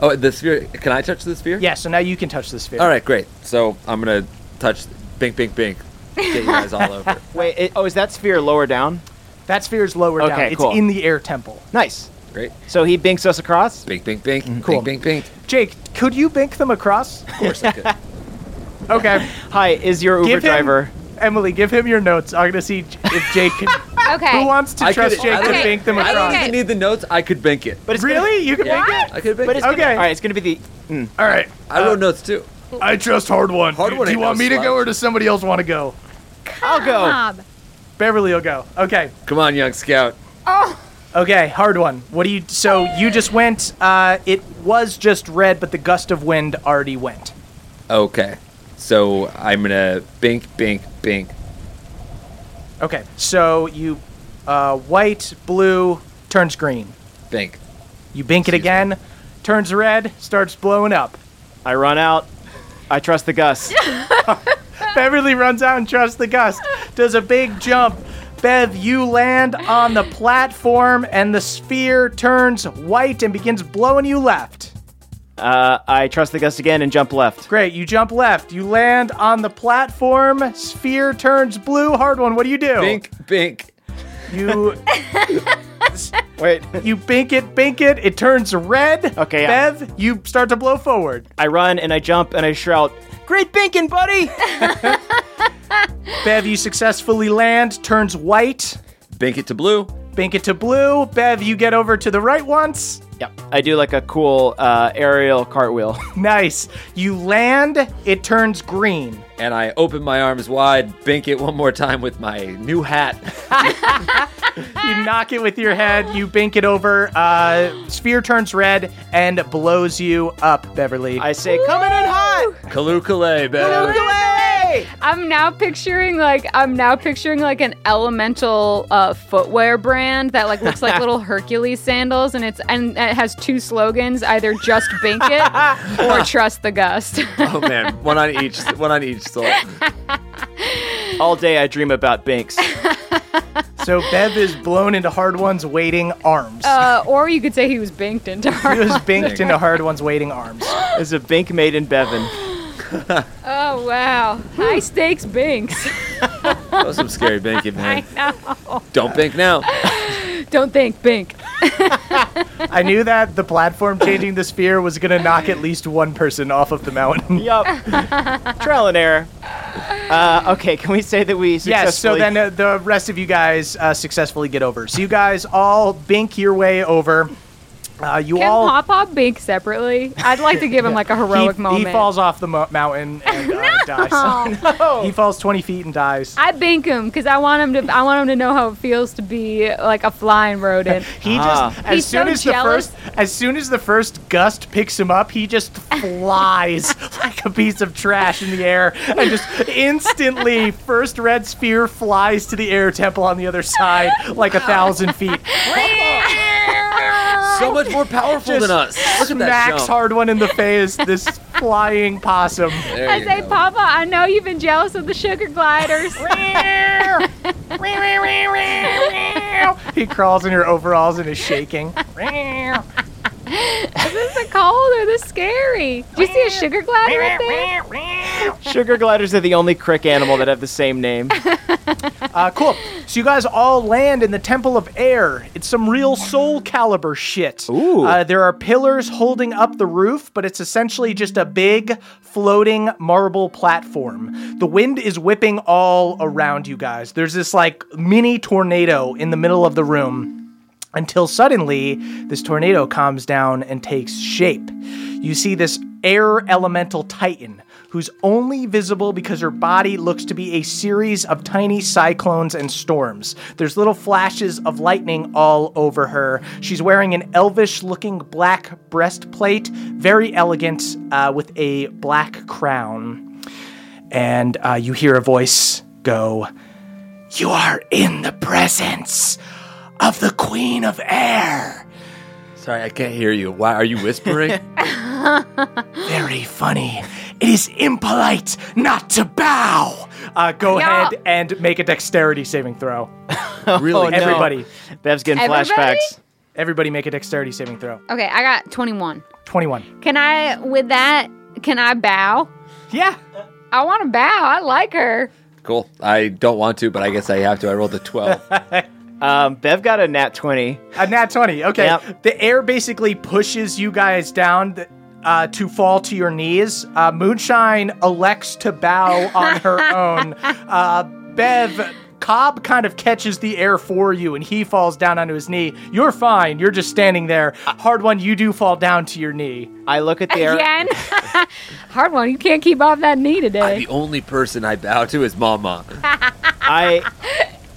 Speaker 5: Oh, the sphere. Can I touch the sphere?
Speaker 2: Yeah. So now you can touch the sphere.
Speaker 5: All right, great. So I'm gonna touch. Bink, bink, bink. Get you guys
Speaker 4: [laughs]
Speaker 5: all over.
Speaker 4: Wait. It, oh, is that sphere lower down?
Speaker 2: That sphere is lower down.
Speaker 4: Okay,
Speaker 2: It's
Speaker 4: cool.
Speaker 2: in the air temple.
Speaker 4: Nice.
Speaker 5: Great.
Speaker 4: So he binks us across.
Speaker 5: Bink, bink, bink.
Speaker 2: Mm-hmm. cool.
Speaker 5: Bink, bink, bink.
Speaker 2: Jake, could you bink them across?
Speaker 5: Of
Speaker 2: [laughs]
Speaker 5: course I could.
Speaker 2: Okay.
Speaker 4: Hi, is your Uber
Speaker 2: give him,
Speaker 4: driver?
Speaker 2: Emily, give him your notes. I'm gonna see if Jake can.
Speaker 6: Okay.
Speaker 2: Who wants to
Speaker 5: I
Speaker 2: trust
Speaker 5: could-
Speaker 2: Jake
Speaker 5: I
Speaker 2: to
Speaker 5: don't-
Speaker 2: bink them
Speaker 5: I
Speaker 2: across?
Speaker 5: don't
Speaker 6: Okay.
Speaker 5: even need the notes. I could bink it.
Speaker 4: But it's gonna-
Speaker 2: Really? You can
Speaker 5: Yeah,
Speaker 2: bink it?
Speaker 5: I could bink it.
Speaker 4: but it's gonna-
Speaker 2: Okay.
Speaker 4: all right, it's gonna be the.
Speaker 8: All right.
Speaker 5: I wrote notes too.
Speaker 8: I trust Hard One.
Speaker 5: Hard
Speaker 8: do,
Speaker 5: One
Speaker 8: do you
Speaker 5: ain't
Speaker 8: want
Speaker 5: no
Speaker 8: me to
Speaker 5: slouch.
Speaker 8: go or does somebody else want to go?
Speaker 4: I'll go.
Speaker 6: Bob.
Speaker 2: Beverly will go. Okay.
Speaker 5: Come on, young scout.
Speaker 2: Okay. Hard one. What do you? So you just went. Uh, it was just red, but the gust of wind already went.
Speaker 5: Okay. So I'm gonna bink, bink, bink.
Speaker 2: Okay. So you, uh, white, blue turns green.
Speaker 5: Bink.
Speaker 2: You bink it again, turns red, starts blowing up.
Speaker 4: I run out. I trust the
Speaker 6: [laughs]
Speaker 4: Gus.
Speaker 2: Beverly runs out and trusts the gust, does a big jump. Bev, you land on the platform, and the sphere turns white and begins blowing you left.
Speaker 4: Uh, I trust the Gus again and jump left.
Speaker 2: Great, you jump left. You land on the platform. Sphere turns blue. Hard one. What do you do?
Speaker 5: Bink, bink.
Speaker 2: You
Speaker 4: Wait.
Speaker 2: you bink it, bink it. It turns red.
Speaker 4: Okay, yeah.
Speaker 2: Bev, you start to blow forward.
Speaker 4: [laughs] I run and I jump and I shout, "Great binking, buddy!"
Speaker 2: [laughs] Bev, you successfully land. Turns white.
Speaker 5: Bink it to blue.
Speaker 2: Bink it to blue. Bev, you get over to the right once.
Speaker 4: yep. I do like a cool uh, aerial cartwheel.
Speaker 2: Nice. You land, it turns green.
Speaker 5: And I open my arms wide, bink it one more time with my new hat. [laughs]
Speaker 2: You knock it with your head, you bink it over, uh, sphere turns red and blows you up, Beverly.
Speaker 4: I say, "Coming in hot."
Speaker 5: Kalu Kale, baby.
Speaker 6: I'm now picturing like I'm now picturing like an elemental uh, footwear brand that like looks
Speaker 2: [laughs]
Speaker 6: like little Hercules sandals, and it's and it has two slogans: either just bink
Speaker 2: [laughs]
Speaker 6: it or trust the gust. [laughs]
Speaker 5: Oh man, one on each, one on each soul.
Speaker 4: All day I dream about binks.
Speaker 2: [laughs] so Bev is blown into Hard One's waiting arms.
Speaker 6: uh, or you could say he was binked into
Speaker 2: he [laughs]
Speaker 6: her.
Speaker 2: was binked into Hard One's waiting
Speaker 4: [gasps]
Speaker 2: arms.
Speaker 4: There's a bink made in Bevan.
Speaker 6: oh wow, high stakes
Speaker 2: [laughs]
Speaker 6: binks.
Speaker 5: That was some scary binking, man.
Speaker 6: I
Speaker 5: Don't bink now.
Speaker 6: Don't think bink.
Speaker 2: I knew that the platform changing the sphere was going to knock at least one person off of the mountain.
Speaker 6: [laughs]
Speaker 4: Yup. Trial and error. Uh, okay, can we say that we successfully?
Speaker 2: Yes, so then uh, the rest of you guys uh, successfully get over. So you guys all bink your way over. Uh, you
Speaker 6: Can
Speaker 2: all
Speaker 6: Papa bink separately? I'd like to
Speaker 2: [laughs]
Speaker 6: give him like a heroic
Speaker 2: he,
Speaker 6: moment.
Speaker 2: He falls off the mo- mountain and
Speaker 6: [laughs]
Speaker 2: uh, dies. [laughs] He falls 20 feet and dies.
Speaker 6: I bink him because I want him to. I want him to know how it feels to be like a
Speaker 2: [laughs]
Speaker 6: flying rodent.
Speaker 2: He
Speaker 4: Ah.
Speaker 2: just as
Speaker 6: He's
Speaker 2: soon
Speaker 6: so
Speaker 2: as
Speaker 6: jealous.
Speaker 2: the first as soon as the first gust picks him up, he
Speaker 6: [laughs]
Speaker 2: just flies [laughs] like a piece of trash in the air and just
Speaker 6: [laughs]
Speaker 2: instantly first red sphere flies to the air temple on the other side like a thousand feet.
Speaker 5: So much more powerful
Speaker 2: Just
Speaker 5: than us. Look at that
Speaker 2: Smacks
Speaker 5: jump.
Speaker 2: hard one in the face, this
Speaker 5: [laughs]
Speaker 2: flying possum.
Speaker 5: There
Speaker 6: I
Speaker 5: you
Speaker 6: say,
Speaker 5: go.
Speaker 6: Papa, I know you've been jealous of the sugar gliders.
Speaker 5: [laughs]
Speaker 2: He crawls in your overalls and is shaking.
Speaker 6: this is cold or this scary. Do you see a sugar glider up there?
Speaker 4: sugar gliders are the only crick animal that have the same
Speaker 5: [laughs]
Speaker 4: name.
Speaker 2: Uh, cool. So you guys all land in the Temple of Air. It's some real soul caliber shit.
Speaker 4: Ooh.
Speaker 2: Uh, there are pillars holding up the roof, but it's essentially just a big floating marble platform. The wind is whipping all around you guys. There's this like mini tornado in the middle of the room until suddenly this tornado calms down and takes shape. You see this air elemental titan, who's only visible because her body looks to be a series of tiny cyclones and storms. There's little flashes of lightning all over her. She's wearing an elvish looking black breastplate, very elegant, uh, with a black crown. And uh, you hear a voice go, You are in the presence of the Queen of Air.
Speaker 5: Sorry, I can't hear you. Why are you whispering?
Speaker 2: Very funny. It is impolite not to bow. Uh, go
Speaker 6: Yeah.
Speaker 2: ahead and make a dexterity saving throw.
Speaker 5: really?
Speaker 4: Oh, no.
Speaker 2: Everybody,
Speaker 4: Bev's getting
Speaker 6: Everybody?
Speaker 4: flashbacks.
Speaker 2: everybody, make a dexterity saving throw.
Speaker 6: Okay, I got 21.
Speaker 2: Twenty-one.
Speaker 6: Can I, with that, can I bow?
Speaker 2: Yeah.
Speaker 6: I want to bow. I like her.
Speaker 5: Cool. I don't want to, but I guess I have to. I rolled a 12.
Speaker 4: Um, Bev got a nat 20.
Speaker 2: A nat 20. Okay.
Speaker 4: Yep.
Speaker 2: The air basically pushes you guys down th- uh, to fall to your knees. Uh, Moonshine elects to bow on her own. Uh, Bev. Cobb kind of catches the air for you and he falls down onto his knee. You're fine. You're just standing there. Hard one, you do fall down to your knee.
Speaker 4: I look at
Speaker 5: [laughs]
Speaker 4: the air.
Speaker 6: Again. Hard one. You can't keep off that knee today.
Speaker 5: the only person I bow to is Mama.
Speaker 4: I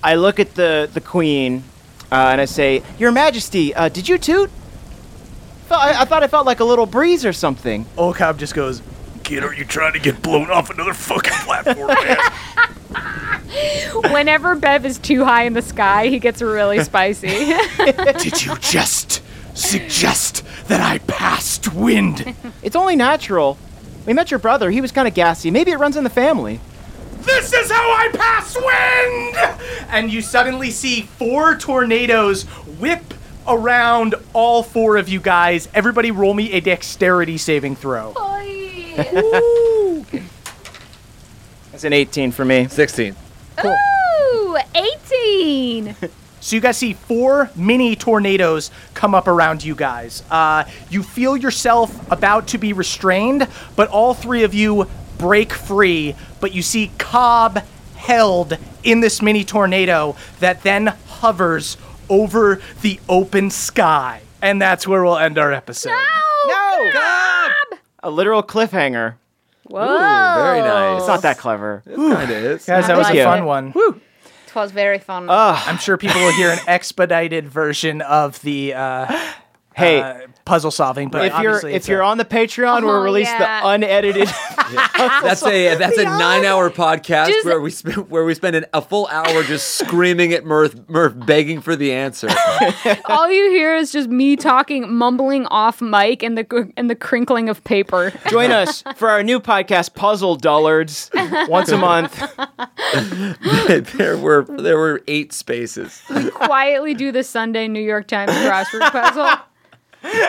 Speaker 4: I look at the the queen uh, and I say, "Your Majesty, uh, did you toot?" Fe- I, I thought I felt like a little breeze or something.
Speaker 2: Oh, Cobb just goes,
Speaker 8: Kid, are you trying to get blown off another fucking platform,
Speaker 2: [laughs]
Speaker 8: man?
Speaker 6: Whenever Bev is too high in the sky, he gets really
Speaker 5: [laughs]
Speaker 6: spicy.
Speaker 2: Did you just suggest that I passed wind?
Speaker 4: It's only natural. We met your brother. He was kind of gassy. Maybe it runs in the family.
Speaker 2: This is how I pass wind! And you suddenly see four tornadoes whip around all four of you guys. Everybody roll me a dexterity saving throw.
Speaker 4: That's an 18 for me.
Speaker 5: 16.
Speaker 6: Ooh, 18.
Speaker 2: So you guys see four mini tornadoes come up around you guys. Uh, you feel yourself about to be restrained, but all three of you break free. But you see Cobb held in this mini tornado that then hovers over the open sky. And that's where we'll end our episode.
Speaker 4: No, a literal cliffhanger.
Speaker 6: Whoa.
Speaker 5: Very nice.
Speaker 4: It's not that clever.
Speaker 5: Kind of is.
Speaker 2: Guys, that was
Speaker 6: Thank
Speaker 2: a
Speaker 6: you.
Speaker 2: fun one.
Speaker 6: It was very fun.
Speaker 2: I'm sure people will hear an expedited version of the uh,
Speaker 4: Hey,
Speaker 2: puzzle solving, but
Speaker 4: if you're
Speaker 2: obviously
Speaker 4: if
Speaker 2: it's a-
Speaker 4: you're on the Patreon, we'll
Speaker 6: Oh,
Speaker 4: release the
Speaker 6: yeah.
Speaker 4: unedited.
Speaker 5: That's a that's a nine hour podcast
Speaker 6: Just-
Speaker 5: where we spend where we spend an, a full hour just screaming at Murph Murph begging for the answer.
Speaker 6: All you hear is just me talking, mumbling off mic, and the and the crinkling of paper.
Speaker 4: Join us for our new podcast, Puzzle Dullards, once a month.
Speaker 5: there were there were eight spaces.
Speaker 6: Quietly do the Sunday New York Times crossword puzzle.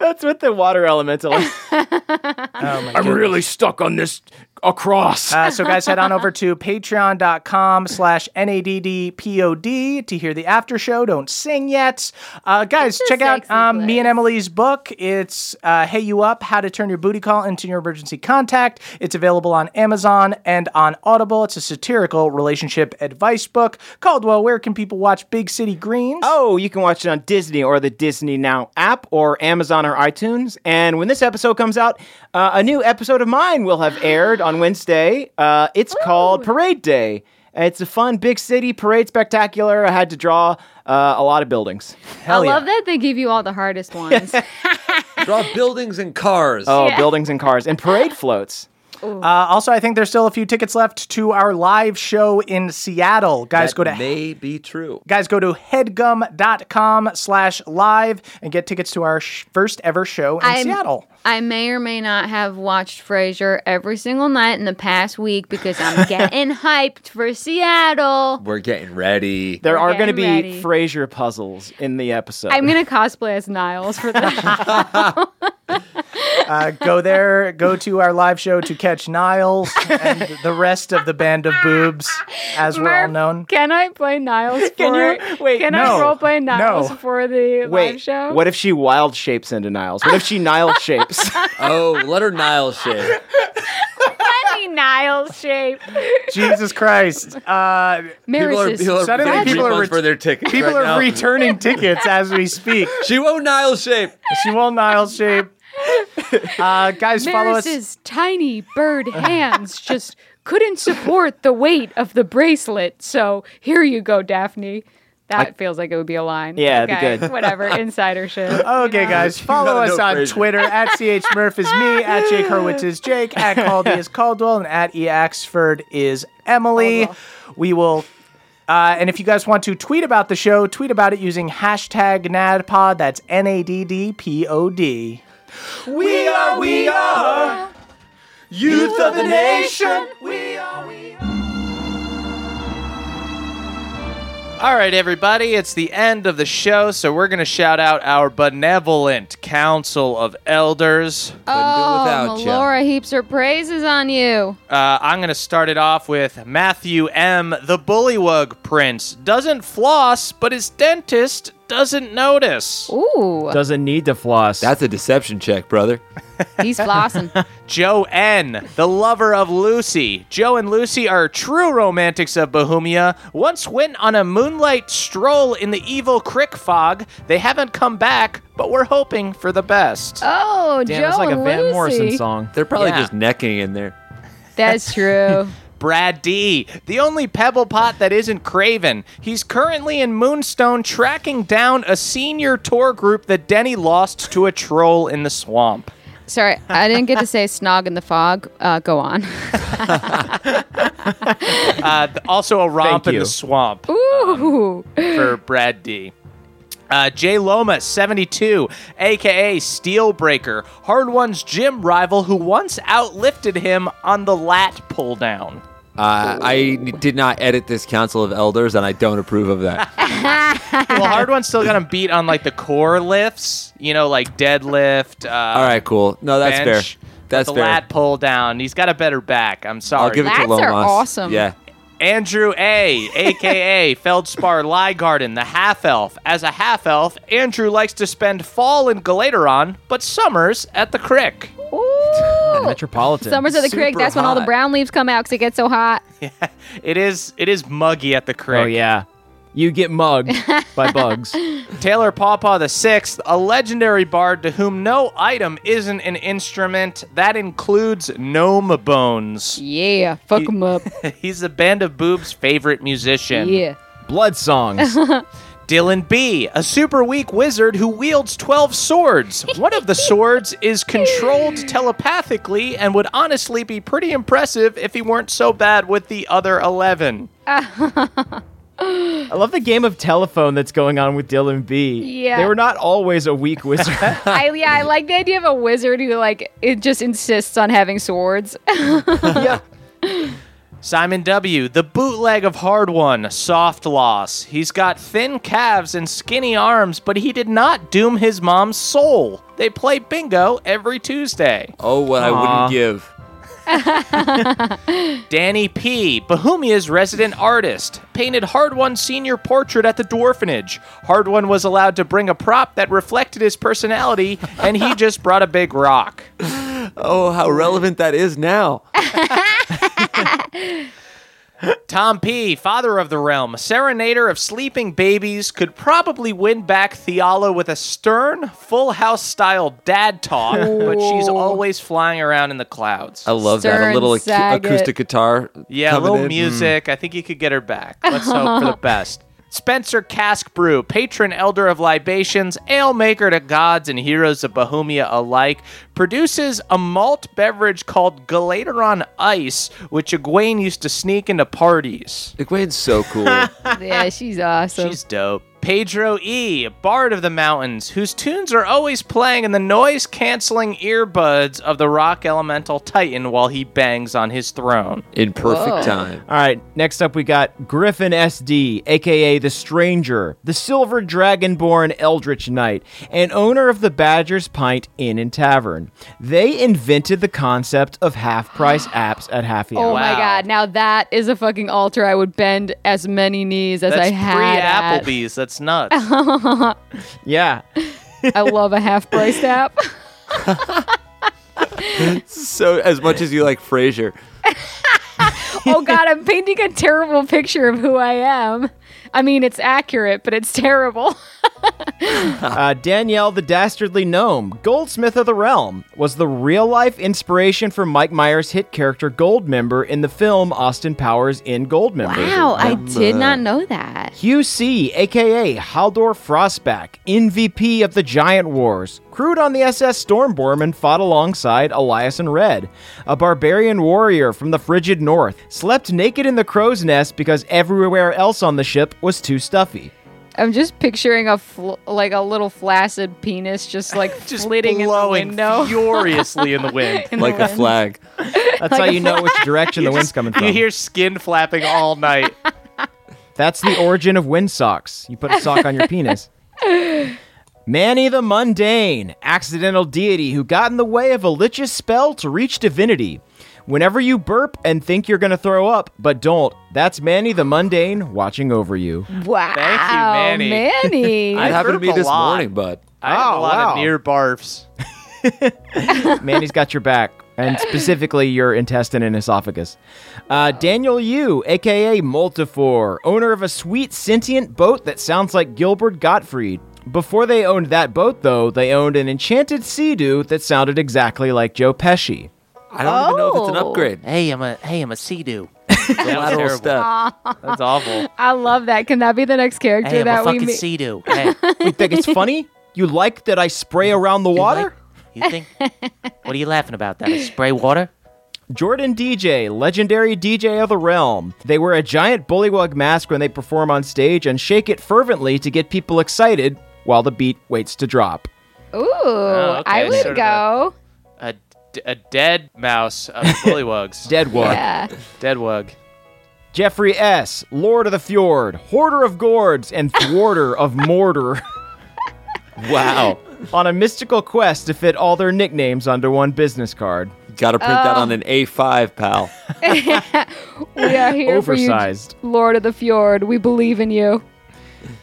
Speaker 4: That's what the water elemental. is.
Speaker 8: I'm really stuck on this across.
Speaker 2: Uh, so guys head on over to patreon.com slash naddpod to hear the after show don't sing yet uh, guys
Speaker 6: It's a
Speaker 2: check out
Speaker 6: sexy
Speaker 2: um, me and
Speaker 6: place.
Speaker 2: emily's book it's uh, hey you up how to turn your booty call into your emergency contact it's available on amazon and on audible it's a satirical relationship advice book caldwell where can people watch big city greens
Speaker 4: [laughs] Oh, you can watch it on Disney or the Disney Now app or Amazon or iTunes. And when this episode comes out, uh, a new episode of mine will have aired on Wednesday. Uh, it's called Parade Day. It's a fun big city parade spectacular. I had to draw uh, a lot of buildings.
Speaker 6: I love that they give you all the hardest ones.
Speaker 5: Draw buildings and cars.
Speaker 4: Oh, buildings and cars and parade floats.
Speaker 2: uh, also i think there's still a few tickets left to our live show in seattle guys
Speaker 5: that
Speaker 2: go to
Speaker 5: may be true.
Speaker 2: Guys, go to headgum.com slash live and get tickets to our sh- first ever show in
Speaker 11: I'm-
Speaker 2: Seattle.
Speaker 11: I may or may not have watched Frasier every single night in the past week because I'm getting hyped for Seattle.
Speaker 5: We're getting ready.
Speaker 4: There are
Speaker 11: getting
Speaker 4: going to be
Speaker 11: ready.
Speaker 4: Frasier puzzles in the episode.
Speaker 6: I'm gonna cosplay as Niles for that.
Speaker 2: Uh, go there, go to our live show to catch Niles and the rest of the band of boobs, as we're all
Speaker 6: Murph,
Speaker 2: known.
Speaker 6: Can I play Niles for?
Speaker 4: Can you- wait,
Speaker 6: Can
Speaker 2: no,
Speaker 6: I role play Niles
Speaker 2: no.
Speaker 6: for the live
Speaker 4: Wait,
Speaker 6: show?
Speaker 4: what if she wild shapes into Niles? What if she
Speaker 6: [laughs]
Speaker 4: Nile shapes?
Speaker 5: Oh, let her Nile shave.
Speaker 6: Funny Niles shape.
Speaker 2: Jesus Christ. Uh,
Speaker 5: People are,
Speaker 6: Mary's
Speaker 5: people are
Speaker 2: Suddenly
Speaker 5: getting
Speaker 2: people are
Speaker 5: refunds
Speaker 2: ret-
Speaker 5: for their tickets.
Speaker 2: people
Speaker 5: right
Speaker 2: are
Speaker 5: now.
Speaker 2: returning tickets as we speak.
Speaker 5: She won't Nile shape.
Speaker 2: She won't Niles shape.
Speaker 12: Uh, guys, follow us.
Speaker 3: Maris's tiny bird hands just couldn't support the weight of the bracelet. So here you go, Daphne. That feels like it would be a line.
Speaker 4: Yeah, it'd be
Speaker 3: okay,
Speaker 4: good.
Speaker 3: whatever. Insider shit.
Speaker 2: Uh,
Speaker 12: Okay, [laughs] guys, follow
Speaker 5: gotta
Speaker 12: us
Speaker 5: know
Speaker 12: on
Speaker 5: Frasier.
Speaker 12: Twitter [laughs] at chmurph is me, at Jake Hurwitz is Jake, [laughs] at Caldy is Caldwell, and at eaxford is Emily. We will. Uh, and if you guys want to tweet about the show, tweet about it using hashtag NADPOD. That's N A D D P O D. We are, we are youth of the nation. We are, we are.
Speaker 2: All right, everybody, it's the end of the show, so we're going to shout out our benevolent council of elders.
Speaker 5: without
Speaker 6: Oh,
Speaker 5: ya.
Speaker 6: Melora heaps her praises on you.
Speaker 2: Uh, I'm going to start it off with Matthew M., the bullywug prince. Doesn't floss, but his dentist doesn't notice.
Speaker 6: Ooh,
Speaker 4: Doesn't need to floss.
Speaker 5: That's a deception check, brother.
Speaker 6: he's flossing.
Speaker 2: Joe N., the lover of Lucy. Joe and Lucy are true romantics of Bohemia. Once went on a moonlight stroll in the evil crick fog. They haven't come back, but we're hoping for the best.
Speaker 6: Oh,
Speaker 10: Damn,
Speaker 6: Joe
Speaker 10: it's like a
Speaker 6: and
Speaker 10: Van
Speaker 6: Lucy.
Speaker 10: Morrison song.
Speaker 5: They're probably
Speaker 2: Yeah.
Speaker 5: just necking in there.
Speaker 6: [laughs] That's true.
Speaker 2: Brad D, the only pebble pot that isn't Craven. He's currently in Moonstone tracking down a senior tour group that Denny lost to a troll in the swamp.
Speaker 6: Sorry, I didn't get to say snog in the fog. Uh, go on.
Speaker 2: Uh, th- also, a romp in
Speaker 10: you.
Speaker 2: the swamp. um,
Speaker 6: Ooh,
Speaker 2: for Brad D. Uh, Jay Loma, 72, aka Steelbreaker, Hard One's gym rival who once outlifted him on the lat pull down.
Speaker 5: Uh, I n- did not edit this Council of Elders, and I don't approve of that.
Speaker 2: Well, Hard One still got him beat on like the core lifts, you know, like deadlift. Uh,
Speaker 5: All right, cool. No, that's
Speaker 2: bench,
Speaker 5: fair. That's
Speaker 2: the
Speaker 5: fair.
Speaker 2: lat pull down. He's got a better back. I'm sorry.
Speaker 5: I'll give it to
Speaker 6: Lats
Speaker 5: Lomas.
Speaker 6: are awesome.
Speaker 5: Yeah.
Speaker 2: Andrew A, aka Feldspar Liegarden, the half elf. As a half elf, Andrew likes to spend fall in Galateron, but summers at the crick.
Speaker 6: ooh.
Speaker 10: Metropolitan.
Speaker 6: Summers at the Creek.
Speaker 5: Super
Speaker 6: That's when all the
Speaker 5: hot.
Speaker 6: brown leaves come out because it gets so hot.
Speaker 2: It is it is muggy at the crick.
Speaker 10: oh yeah, you get
Speaker 6: [laughs]
Speaker 10: mugged by bugs.
Speaker 2: Taylor Pawpaw the Sixth, a legendary bard to whom no item isn't an instrument. That includes gnome bones.
Speaker 6: Yeah, fuck them up.
Speaker 2: He's the band of boob's favorite musician.
Speaker 6: Yeah.
Speaker 10: Blood songs.
Speaker 6: [laughs]
Speaker 2: Dylan B, a super weak wizard who wields 12 swords. One of the swords is controlled telepathically and would honestly be pretty impressive if he weren't so bad with the other 11.
Speaker 4: I love the game of telephone that's going on with Dylan B.
Speaker 6: Yeah.
Speaker 4: They were not always
Speaker 5: [laughs]
Speaker 4: a weak wizard.
Speaker 3: I, yeah, I like the idea of a wizard who like it just insists on having swords.
Speaker 2: Simon W., the bootleg of Hard One, soft loss. He's got thin calves and skinny arms, but he did not doom his mom's soul. They play bingo every Tuesday.
Speaker 5: Oh, what I wouldn't give.
Speaker 2: Danny P., Bohemia's resident artist, painted Hard One's senior portrait at the Dwarfenage. Hard One was allowed to bring a prop that reflected his personality, and
Speaker 5: [laughs]
Speaker 2: he just brought a big rock.
Speaker 5: Oh, how relevant that is now.
Speaker 2: [laughs] Tom P., father of the realm, serenader of sleeping babies, could probably win back Theala with a stern, full house style dad talk, but she's always flying around in the clouds.
Speaker 5: I love that.
Speaker 6: Stern
Speaker 5: A little ac-
Speaker 6: Saget.
Speaker 5: acoustic guitar.
Speaker 2: Yeah, a
Speaker 5: coming
Speaker 2: little
Speaker 5: in.
Speaker 2: music. I think you could get her back. Let's hope for the best. Spencer Cask Brew, patron elder of libations, ale maker to gods and heroes of Bohemia alike, produces a malt beverage called Galateron Ice, which Egwene used to sneak into parties.
Speaker 5: Egwene's so cool.
Speaker 6: Yeah, she's awesome.
Speaker 2: She's dope. Pedro E., Bard of the Mountains, whose tunes are always playing in the noise canceling earbuds of the rock elemental Titan while he bangs on his throne.
Speaker 5: in perfect
Speaker 6: Whoa.
Speaker 5: time.
Speaker 10: All right, next up we got Griffin SD, aka the Stranger, the Silver Dragonborn Eldritch Knight, and owner of the Badger's Pint Inn and Tavern. They invented the concept of half price
Speaker 6: [sighs]
Speaker 10: apps at happy
Speaker 6: Oh
Speaker 10: hour.
Speaker 6: my
Speaker 2: Wow.
Speaker 6: god! Now that is a fucking altar. I would bend as many knees as I
Speaker 2: That's
Speaker 6: had. at-
Speaker 2: pre Applebee's. That's nuts.
Speaker 6: [laughs]
Speaker 10: Yeah.
Speaker 6: I love a half price app.
Speaker 5: So as much as you like
Speaker 6: [laughs]
Speaker 5: Frasier,
Speaker 3: oh god, I'm painting a terrible picture of who I am. I mean, it's accurate, but it's terrible.
Speaker 10: uh, Danielle the Dastardly Gnome, Goldsmith of the Realm, was the real life inspiration for Mike Myers' hit character Goldmember in the film Austin Powers in Goldmember.
Speaker 6: Wow, I did not know that.
Speaker 10: Hugh C., aka Haldor Frostback, MVP of the Giant Wars, crewed on the SS Stormborm and fought alongside Elias and Red, a barbarian warrior from the frigid north, slept naked in the crow's nest because everywhere else on the ship was too
Speaker 3: [laughs]
Speaker 10: stuffy.
Speaker 6: I'm just picturing a fl- like a little flaccid penis
Speaker 5: [laughs]
Speaker 6: just like flitting in the
Speaker 3: blowing
Speaker 6: window [laughs]
Speaker 3: furiously in the wind.
Speaker 6: In the Like a wind.
Speaker 5: flag.
Speaker 10: That's how you know which direction the wind's coming from.
Speaker 3: You hear skin flapping all
Speaker 6: [laughs]
Speaker 3: night.
Speaker 10: That's the origin of wind socks. You put a sock on your
Speaker 3: [laughs]
Speaker 10: penis. Manny the Mundane, accidental deity who got in the way of a lich's spell to reach divinity. Whenever you burp and think you're going to throw up, but don't, that's Manny the Mundane watching over you.
Speaker 6: Wow,
Speaker 3: Thank you, Manny.
Speaker 6: Manny.
Speaker 5: That happened to me
Speaker 3: burp a
Speaker 5: this
Speaker 3: lot.
Speaker 5: morning, bud.
Speaker 3: I have a
Speaker 10: Oh,
Speaker 3: lot
Speaker 10: wow.
Speaker 3: of near barfs.
Speaker 10: Manny's got your back, and specifically your intestine and esophagus. Uh, Daniel Yu, aka Multifor, owner of a sweet sentient boat that sounds like Gilbert Gottfried. Before they owned that boat, though, they owned an enchanted sea doo that sounded exactly like Joe Pesci.
Speaker 5: I don't even know if it's an
Speaker 6: Oh.
Speaker 5: upgrade.
Speaker 3: Hey, I'm a hey, I'm a sea doo.
Speaker 5: [laughs] It's a lateral
Speaker 3: terrible.
Speaker 5: step.
Speaker 3: That's
Speaker 6: [laughs]
Speaker 3: awful.
Speaker 6: I love that. Can that be the next character
Speaker 3: Hey, I'm a
Speaker 6: that we
Speaker 3: fucking
Speaker 6: meet?
Speaker 3: sea doo. Hey,
Speaker 10: You think it's funny? You like that I spray around the water?
Speaker 3: you think? What are you laughing about? That I spray
Speaker 6: [laughs]
Speaker 3: water?
Speaker 10: Jordan DJ, legendary DJ of the realm. They wear a giant bullywug mask when they perform on stage and shake it fervently to get people excited while the beat waits to drop.
Speaker 6: Ooh, Oh,
Speaker 3: okay,
Speaker 6: I would
Speaker 3: sort of
Speaker 6: go.
Speaker 3: A, d- a dead
Speaker 5: [laughs]
Speaker 3: mouse of bullywugs.
Speaker 10: Dead Wug.
Speaker 6: Yeah.
Speaker 3: dead wug.
Speaker 10: Jeffrey S., Lord of the Fjord, Hoarder of Gourds, and Thwarter of Mortar, [laughs]
Speaker 5: Wow.
Speaker 10: on a mystical quest to fit all their nicknames onto one business card.
Speaker 5: Got to print that
Speaker 6: Oh,
Speaker 5: on an A5, pal.
Speaker 6: We are here
Speaker 10: Oversized.
Speaker 6: for you, Lord of the Fjord. We believe in you.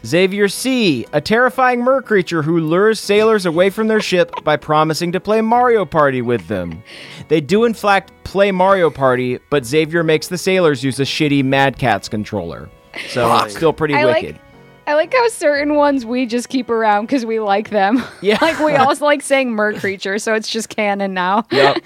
Speaker 10: Xavier C., a terrifying mer creature who lures sailors away from their ship by promising to play Mario Party with them. They do, in fact, play Mario Party, but Xavier makes the sailors use a shitty Mad Cats controller. So it's still pretty
Speaker 6: I like-
Speaker 10: wicked.
Speaker 6: I like how certain ones we just keep around because we like them.
Speaker 10: Yeah.
Speaker 6: [laughs] like we all like saying mer creature, so it's just canon now.
Speaker 10: Yep.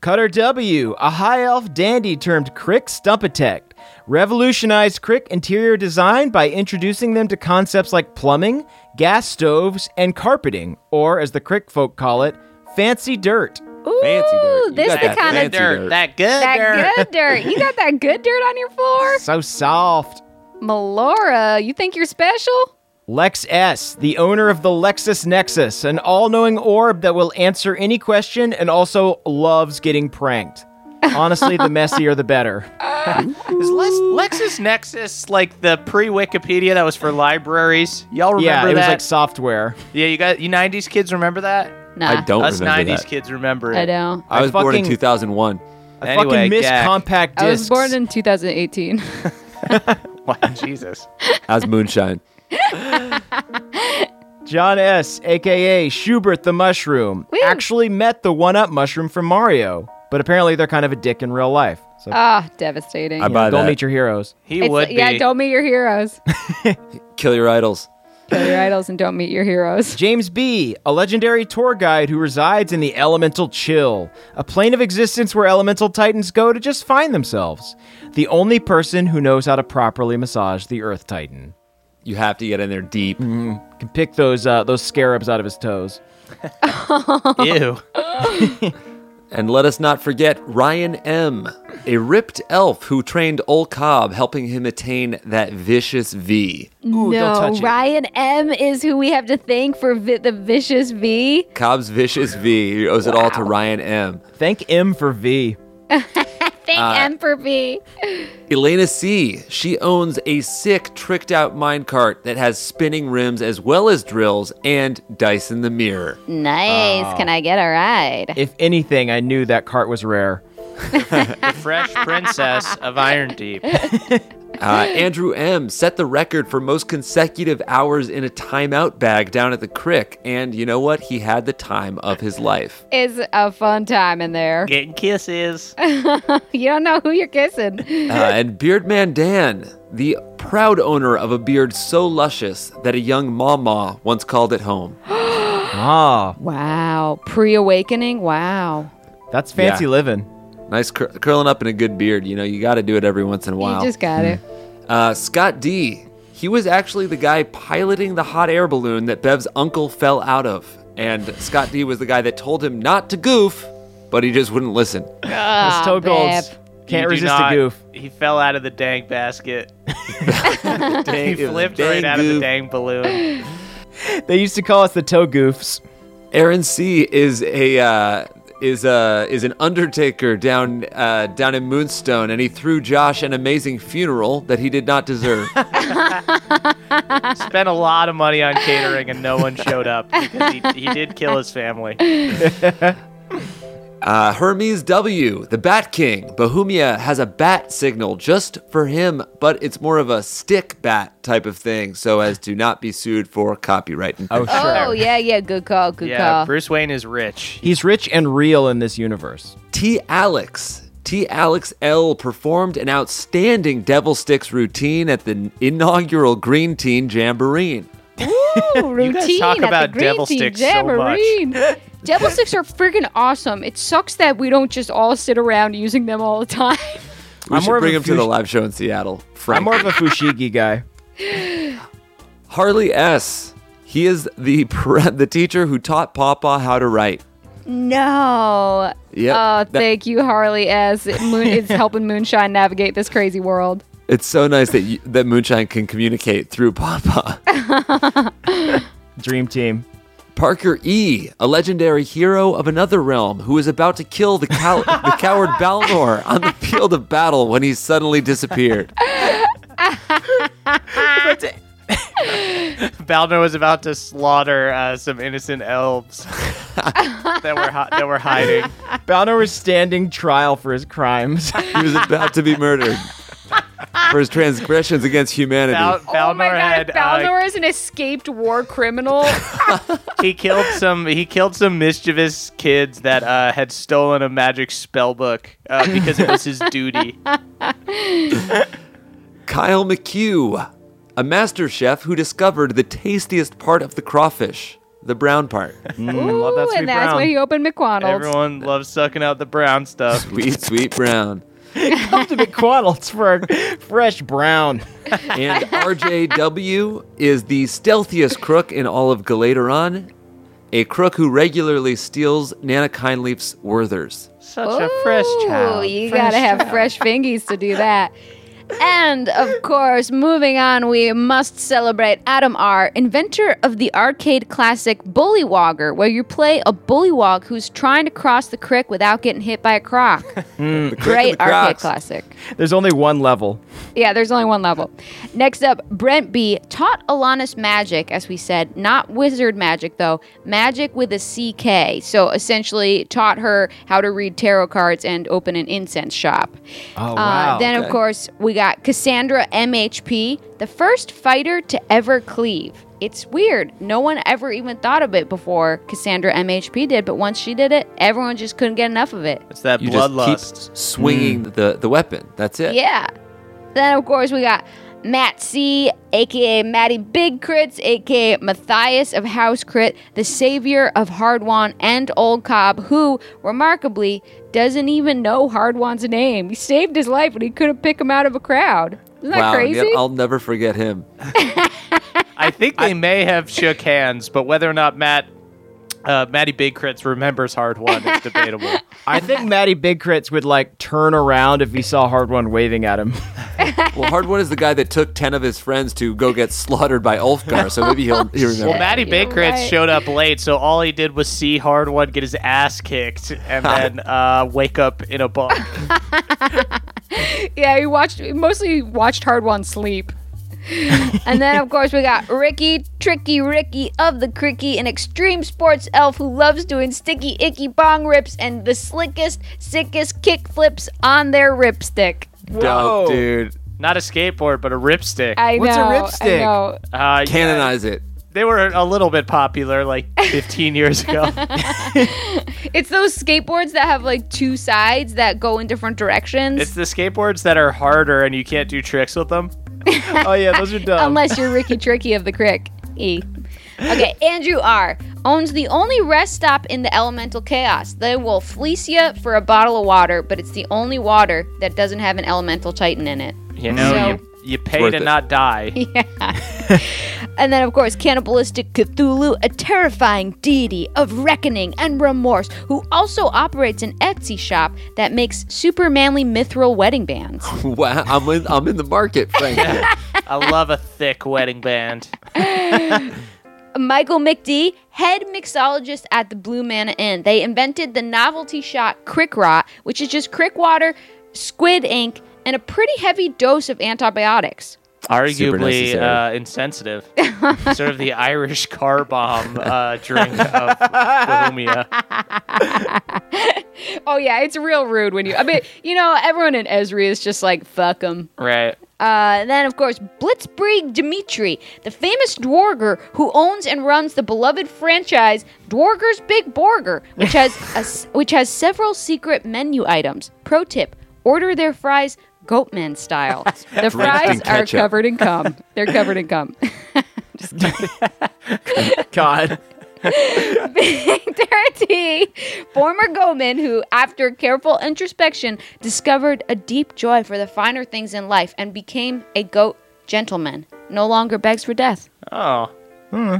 Speaker 10: Cutter W, a high elf dandy termed Crick Stumpatect, revolutionized Crick interior design by introducing them to concepts like plumbing, gas stoves, and carpeting, or as the Crick folk call it, fancy dirt.
Speaker 6: Ooh,
Speaker 5: Fancy dirt. You
Speaker 6: this
Speaker 5: got
Speaker 6: the
Speaker 5: that
Speaker 6: kind of
Speaker 5: fancy dirt.
Speaker 3: That good
Speaker 6: that good dirt. You got that good dirt on your floor,
Speaker 10: So soft.
Speaker 6: Melora. You think you're special?
Speaker 10: Lex S, the owner of the Lexus Nexus, an all knowing orb that will answer any question and also loves getting
Speaker 6: [laughs]
Speaker 10: pranked. Honestly, the messier the better.
Speaker 3: Is Lex- LexisNexis like the pre-Wikipedia that was for libraries? Y'all remember
Speaker 10: yeah, it was
Speaker 3: that?
Speaker 10: like software.
Speaker 3: yeah, you got you '90s kids remember that?
Speaker 11: Nah,
Speaker 5: I don't
Speaker 3: Us
Speaker 5: remember
Speaker 3: '90s
Speaker 5: that.
Speaker 3: kids remember it.
Speaker 11: I don't.
Speaker 5: I was born in
Speaker 10: fucking-
Speaker 5: 2001.
Speaker 10: I
Speaker 3: Anyway,
Speaker 10: fucking miss
Speaker 3: Gak. [laughs]
Speaker 10: compact discs.
Speaker 6: I was born in 2018.
Speaker 3: Wow, Jesus.
Speaker 5: As moonshine.
Speaker 10: John S, aka Schubert the Mushroom,
Speaker 6: Woo.
Speaker 10: actually met the one-up mushroom from Mario, but apparently they're kind of a dick in real life. So
Speaker 6: Ah, devastating.
Speaker 5: I buy
Speaker 10: don't
Speaker 5: that.
Speaker 10: meet your heroes.
Speaker 3: He
Speaker 6: It's-
Speaker 3: would be.
Speaker 6: yeah, don't meet your heroes.
Speaker 5: Kill your idols.
Speaker 6: Kill your idols and don't meet your heroes.
Speaker 10: James B, a legendary tour guide who resides in the Elemental Chill, a plane of existence where elemental titans go to just find themselves. The only person who knows how to properly massage the Earth Titan.
Speaker 5: You have to get in there deep.
Speaker 10: Can pick those uh, those scarabs out of his toes.
Speaker 3: Ew.
Speaker 5: And let us not forget Ryan M., a ripped elf who trained Ol Cobb, helping him attain that vicious V.
Speaker 10: Ooh, don't touch it.
Speaker 6: Ryan M is who we have to thank for vi- the vicious V.
Speaker 5: Cobb's vicious V. He owes it all to Ryan M.
Speaker 10: Thank M for V.
Speaker 6: Thank M for V.
Speaker 5: Elena C. She owns a sick, tricked out minecart that has spinning rims as well as drills and dice in the mirror.
Speaker 6: Nice. Can I get a ride?
Speaker 10: If anything, I knew that cart was rare.
Speaker 3: The fresh princess of Iron Deep.
Speaker 5: Uh, Andrew M. set the record for most consecutive hours in a timeout bag down at the crick. And you know what? He had the time of his life.
Speaker 6: It's a fun time in there.
Speaker 3: Getting kisses.
Speaker 6: you don't know who you're kissing.
Speaker 5: [laughs] Uh, and Beardman Dan, the proud owner of a beard so luscious that a young mama once called it home. ah.
Speaker 6: wow. Pre awakening. Wow.
Speaker 5: That's
Speaker 6: fancy
Speaker 5: living. Nice cur- curling up in a good beard. You know, you got to do it every once in a while.
Speaker 6: You just got it.
Speaker 5: Uh, Scott D. He was actually the guy piloting the hot air balloon that Bev's uncle fell out of. And Scott D was the guy that told him not to goof, but he just wouldn't listen.
Speaker 6: Ah,
Speaker 3: Toe Golds.
Speaker 6: Beb.
Speaker 3: You do not- He fell out of the dang basket. he flipped
Speaker 4: Dang
Speaker 3: right out of the
Speaker 4: goof.
Speaker 3: dang balloon.
Speaker 5: They used to call us the toe goofs. Aaron C is a uh, is a is an undertaker down uh, down in Moonstone, and he threw Josh an amazing funeral that he did not deserve.
Speaker 3: Spent a lot of money on catering, and no one showed up because he, he did kill his family.
Speaker 5: Uh, Hermes W, the Bat King. Bohemia has a bat signal just for him, but it's more of a stick bat type of thing, so as to not be sued for copyright. Oh,
Speaker 6: Oh, yeah, yeah. Good call. Good
Speaker 2: [laughs]
Speaker 6: call.
Speaker 3: Bruce Wayne is rich.
Speaker 10: He's rich and real in this universe.
Speaker 5: T. Alex. T. Alex L. performed an outstanding Devil Sticks routine at the inaugural Green Teen Jamboree.
Speaker 6: Ooh, routine
Speaker 3: guys talk
Speaker 6: at the
Speaker 3: about
Speaker 6: Green
Speaker 3: devil
Speaker 6: Tea
Speaker 3: sticks so much.
Speaker 6: Jamboree. devil sticks are freaking awesome. It sucks that we don't just all sit around using them all the time.
Speaker 5: We
Speaker 10: I'm more
Speaker 5: should
Speaker 10: of
Speaker 5: bring
Speaker 10: a
Speaker 5: him to the
Speaker 10: fush-
Speaker 5: live show in Seattle. Frank.
Speaker 10: I'm more of a Fushigi guy.
Speaker 5: Harley S. He is the [laughs] pre- the teacher who taught Papa how to write.
Speaker 6: No.
Speaker 5: Yep,
Speaker 6: Oh,
Speaker 5: that-
Speaker 6: thank you, Harley. As it
Speaker 5: [laughs]
Speaker 6: moon, it's helping Moonshine navigate this crazy world.
Speaker 5: It's so nice that you, that Moonshine can communicate through Papa.
Speaker 10: Dream team.
Speaker 5: Parker E, a legendary hero of another realm who is about to kill the, cow- the coward Balnor on the field of battle when he suddenly disappeared.
Speaker 3: Balmer was about to slaughter [laughs] uh, some innocent elves [laughs] that were hi- that were hiding.
Speaker 10: Balnor was standing trial for his crimes.
Speaker 5: He was about to be murdered for his transgressions against humanity.
Speaker 3: [laughs] Bal-
Speaker 6: oh my
Speaker 3: Balnor
Speaker 6: God,
Speaker 3: had uh,
Speaker 6: Balnor is an escaped
Speaker 3: [laughs]
Speaker 6: war criminal.
Speaker 3: he killed some he killed some mischievous kids that uh, had stolen a magic spell book uh, because it was his duty.
Speaker 5: Kyle McHugh, a master chef who discovered the tastiest part of the crawfish, the brown
Speaker 3: [laughs]
Speaker 5: part.
Speaker 3: love that
Speaker 6: Ooh,
Speaker 3: sweet
Speaker 6: and that's
Speaker 3: brown.
Speaker 6: when he opened McDonald's.
Speaker 3: Everyone loves sucking out the brown stuff.
Speaker 5: Sweet, sweet brown.
Speaker 10: Come to McDonald's for a fresh brown.
Speaker 5: And RJW is the stealthiest crook in all of Galateron, a crook who regularly steals Nana Kindleaf's Werthers.
Speaker 3: Such a fresh
Speaker 6: Ooh,
Speaker 3: child.
Speaker 6: you
Speaker 3: Fresh
Speaker 6: gotta have
Speaker 3: child.
Speaker 6: fresh fingies to do that. And uh, of course, moving on, we must celebrate Adam R., inventor of the arcade classic Bullywogger, where you play a bullywog who's trying to cross the creek without getting hit by a croc. Great arcade classic.
Speaker 10: There's only one level.
Speaker 6: Yeah, there's only one level. Next up, Brent B taught Alanis magic, as we said, not wizard magic though, magic with a CK. So essentially, taught her how to read tarot cards and open an incense shop.
Speaker 13: Oh,
Speaker 6: Uh,
Speaker 13: wow.
Speaker 6: then of
Speaker 13: Okay.
Speaker 6: course we got Cassandra MHP, the first fighter to ever cleave. It's weird. No one ever even thought of it before Cassandra MHP did, but once she did it, everyone just couldn't get enough of it.
Speaker 3: It's that
Speaker 5: You just
Speaker 3: bloodlust.
Speaker 5: keep swinging
Speaker 3: Mm.
Speaker 5: the, the weapon. That's it.
Speaker 6: Yeah. Then of course we got Matt C, aka Matty Big Crits, aka Matthias of House Crit, the savior of Hardwan and Old Cobb, who remarkably doesn't even know Hardwan's name. He saved his life, and he couldn't pick him out of a crowd. Isn't that
Speaker 5: wow,
Speaker 6: crazy?
Speaker 5: yeah, I'll never forget him.
Speaker 3: I think they may have shook hands, but whether or not Matt uh, Matty Big Crits remembers Hard One is debatable.
Speaker 10: I think Matty Big Crits would like turn around if he saw Hard One waving at
Speaker 2: [laughs]
Speaker 10: him.
Speaker 5: Well, Hardwood is the guy that took 10 of his friends to go get slaughtered by Ulfgar, so maybe he'll, he remembers.
Speaker 3: Well, Matty Big Crits showed up late, so all he did was see Hard One get his ass kicked
Speaker 10: [laughs]
Speaker 3: and then uh, wake up in a bunk.
Speaker 6: yeah, he watched mostly watched Hard
Speaker 5: [laughs]
Speaker 6: One sleep. and then of course we got Ricky, Tricky Ricky of the Cricky, an extreme sports elf who loves doing sticky icky bong rips and the slickest, sickest kick flips on their ripstick.
Speaker 5: Dope, dude.
Speaker 2: Not a skateboard, but a ripstick.
Speaker 11: I What's a know, I ripstick? know.
Speaker 2: Uh, Canonize
Speaker 5: it.
Speaker 2: They were a little bit popular like 15 years ago.
Speaker 11: It's those skateboards that have like two sides that go in different directions.
Speaker 2: It's the skateboards that are harder and you can't do tricks with them.
Speaker 11: oh yeah, those are
Speaker 2: um,
Speaker 11: dumb. Unless you're Ricky Tricky of the Crick. E. Okay, Andrew R. owns the only rest stop in the Elemental Chaos. They will fleece you for a bottle of water, but it's the only water that doesn't have an Elemental Titan in it.
Speaker 2: You know,
Speaker 11: So-
Speaker 2: you, you pay to
Speaker 11: it.
Speaker 2: not
Speaker 11: [laughs]
Speaker 2: die.
Speaker 11: And then, of course, cannibalistic Cthulhu, a terrifying deity of reckoning and remorse, who also operates an Etsy shop that makes super manly mithril wedding bands.
Speaker 5: [laughs] wow, I'm in, I'm in
Speaker 2: [laughs]
Speaker 5: the market. Thank you.
Speaker 2: I love a thick wedding band.
Speaker 11: Michael McD, head mixologist at the Blue Manna Inn. They invented the novelty shot Crick Rot, which is just crick water, squid ink, and a pretty heavy dose of antibiotics.
Speaker 5: Super
Speaker 2: Arguably
Speaker 5: necessary.
Speaker 2: uh, insensitive. sort of the Irish car bomb uh, drink of Bohemia.
Speaker 11: Oh, yeah, it's real rude when you. I mean, you know, everyone in Esri is just like, fuck them.
Speaker 2: Right.
Speaker 11: Uh, then, of course, Blitzkrieg Dimitri, the famous Dwarger who owns and runs the beloved franchise Dwarger's Big Burger, which has a s which has several secret menu items. Pro tip: order their fries Goatman style.
Speaker 14: Drenched in
Speaker 11: The fries are
Speaker 14: ketchup.
Speaker 11: covered in cum. They're covered in cum.
Speaker 4: God.
Speaker 11: Darity, former Goman, who, after careful introspection, discovered a deep joy for the finer things in life and became a goat gentleman, no longer begs for death.
Speaker 2: Oh.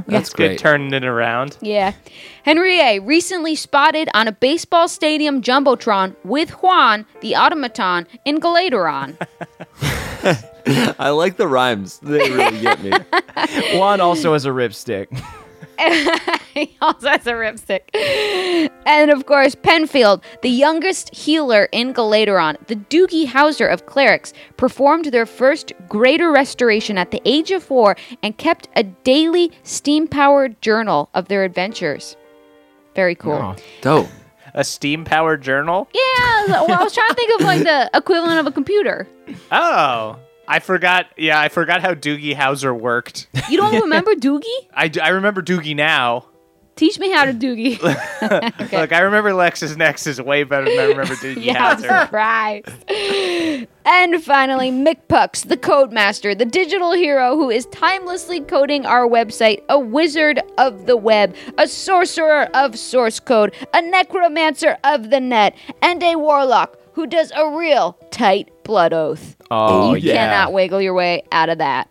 Speaker 2: that's
Speaker 11: great.
Speaker 2: good turning it around.
Speaker 11: Yeah. Henry A. recently spotted on a baseball stadium jumbotron with Juan, the automaton, in Galateron.
Speaker 5: I like the rhymes. They really get
Speaker 11: [laughs]
Speaker 5: me.
Speaker 4: Juan also has a ripstick.
Speaker 11: he also has a ripstick. And of course, Penfield, the youngest healer in Galateron, the Doogie Hauser of clerics, performed their first greater restoration at the age of four and kept a daily steam powered journal of their adventures. Very cool.
Speaker 5: Dope.
Speaker 2: A steam powered journal?
Speaker 11: Yeah, well, I was trying to think of like the equivalent of a computer.
Speaker 2: Oh. I forgot. Yeah, I forgot how Doogie Howser worked.
Speaker 11: You don't remember Doogie?
Speaker 2: I, d- I remember Doogie now.
Speaker 11: Teach me how to Doogie.
Speaker 2: Look, I remember Lexus Nex is way better than I remember Doogie
Speaker 11: yeah, I'm
Speaker 2: Howser.
Speaker 11: surprised. and finally, McPucks, the codemaster, the digital hero who is timelessly coding our website, a wizard of the web, a sorcerer of source code, a necromancer of the net, and a warlock who does a real tight blood oath.
Speaker 2: Oh,
Speaker 11: you
Speaker 2: yeah.
Speaker 11: cannot wiggle your way out of that.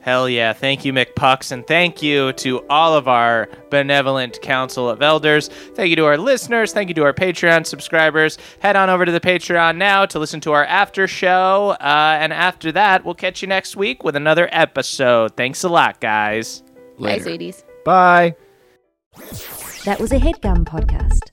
Speaker 2: Hell yeah. Thank you, McPucks, and thank you to all of our benevolent Council of Elders. Thank you to our listeners. Thank you to our Patreon subscribers. Head on over to the Patreon now to listen to our after show. Uh, and after that, we'll catch you next week with another episode. Thanks a lot, guys.
Speaker 11: Bye, sweeties.
Speaker 4: Bye.
Speaker 9: That was a headgum podcast.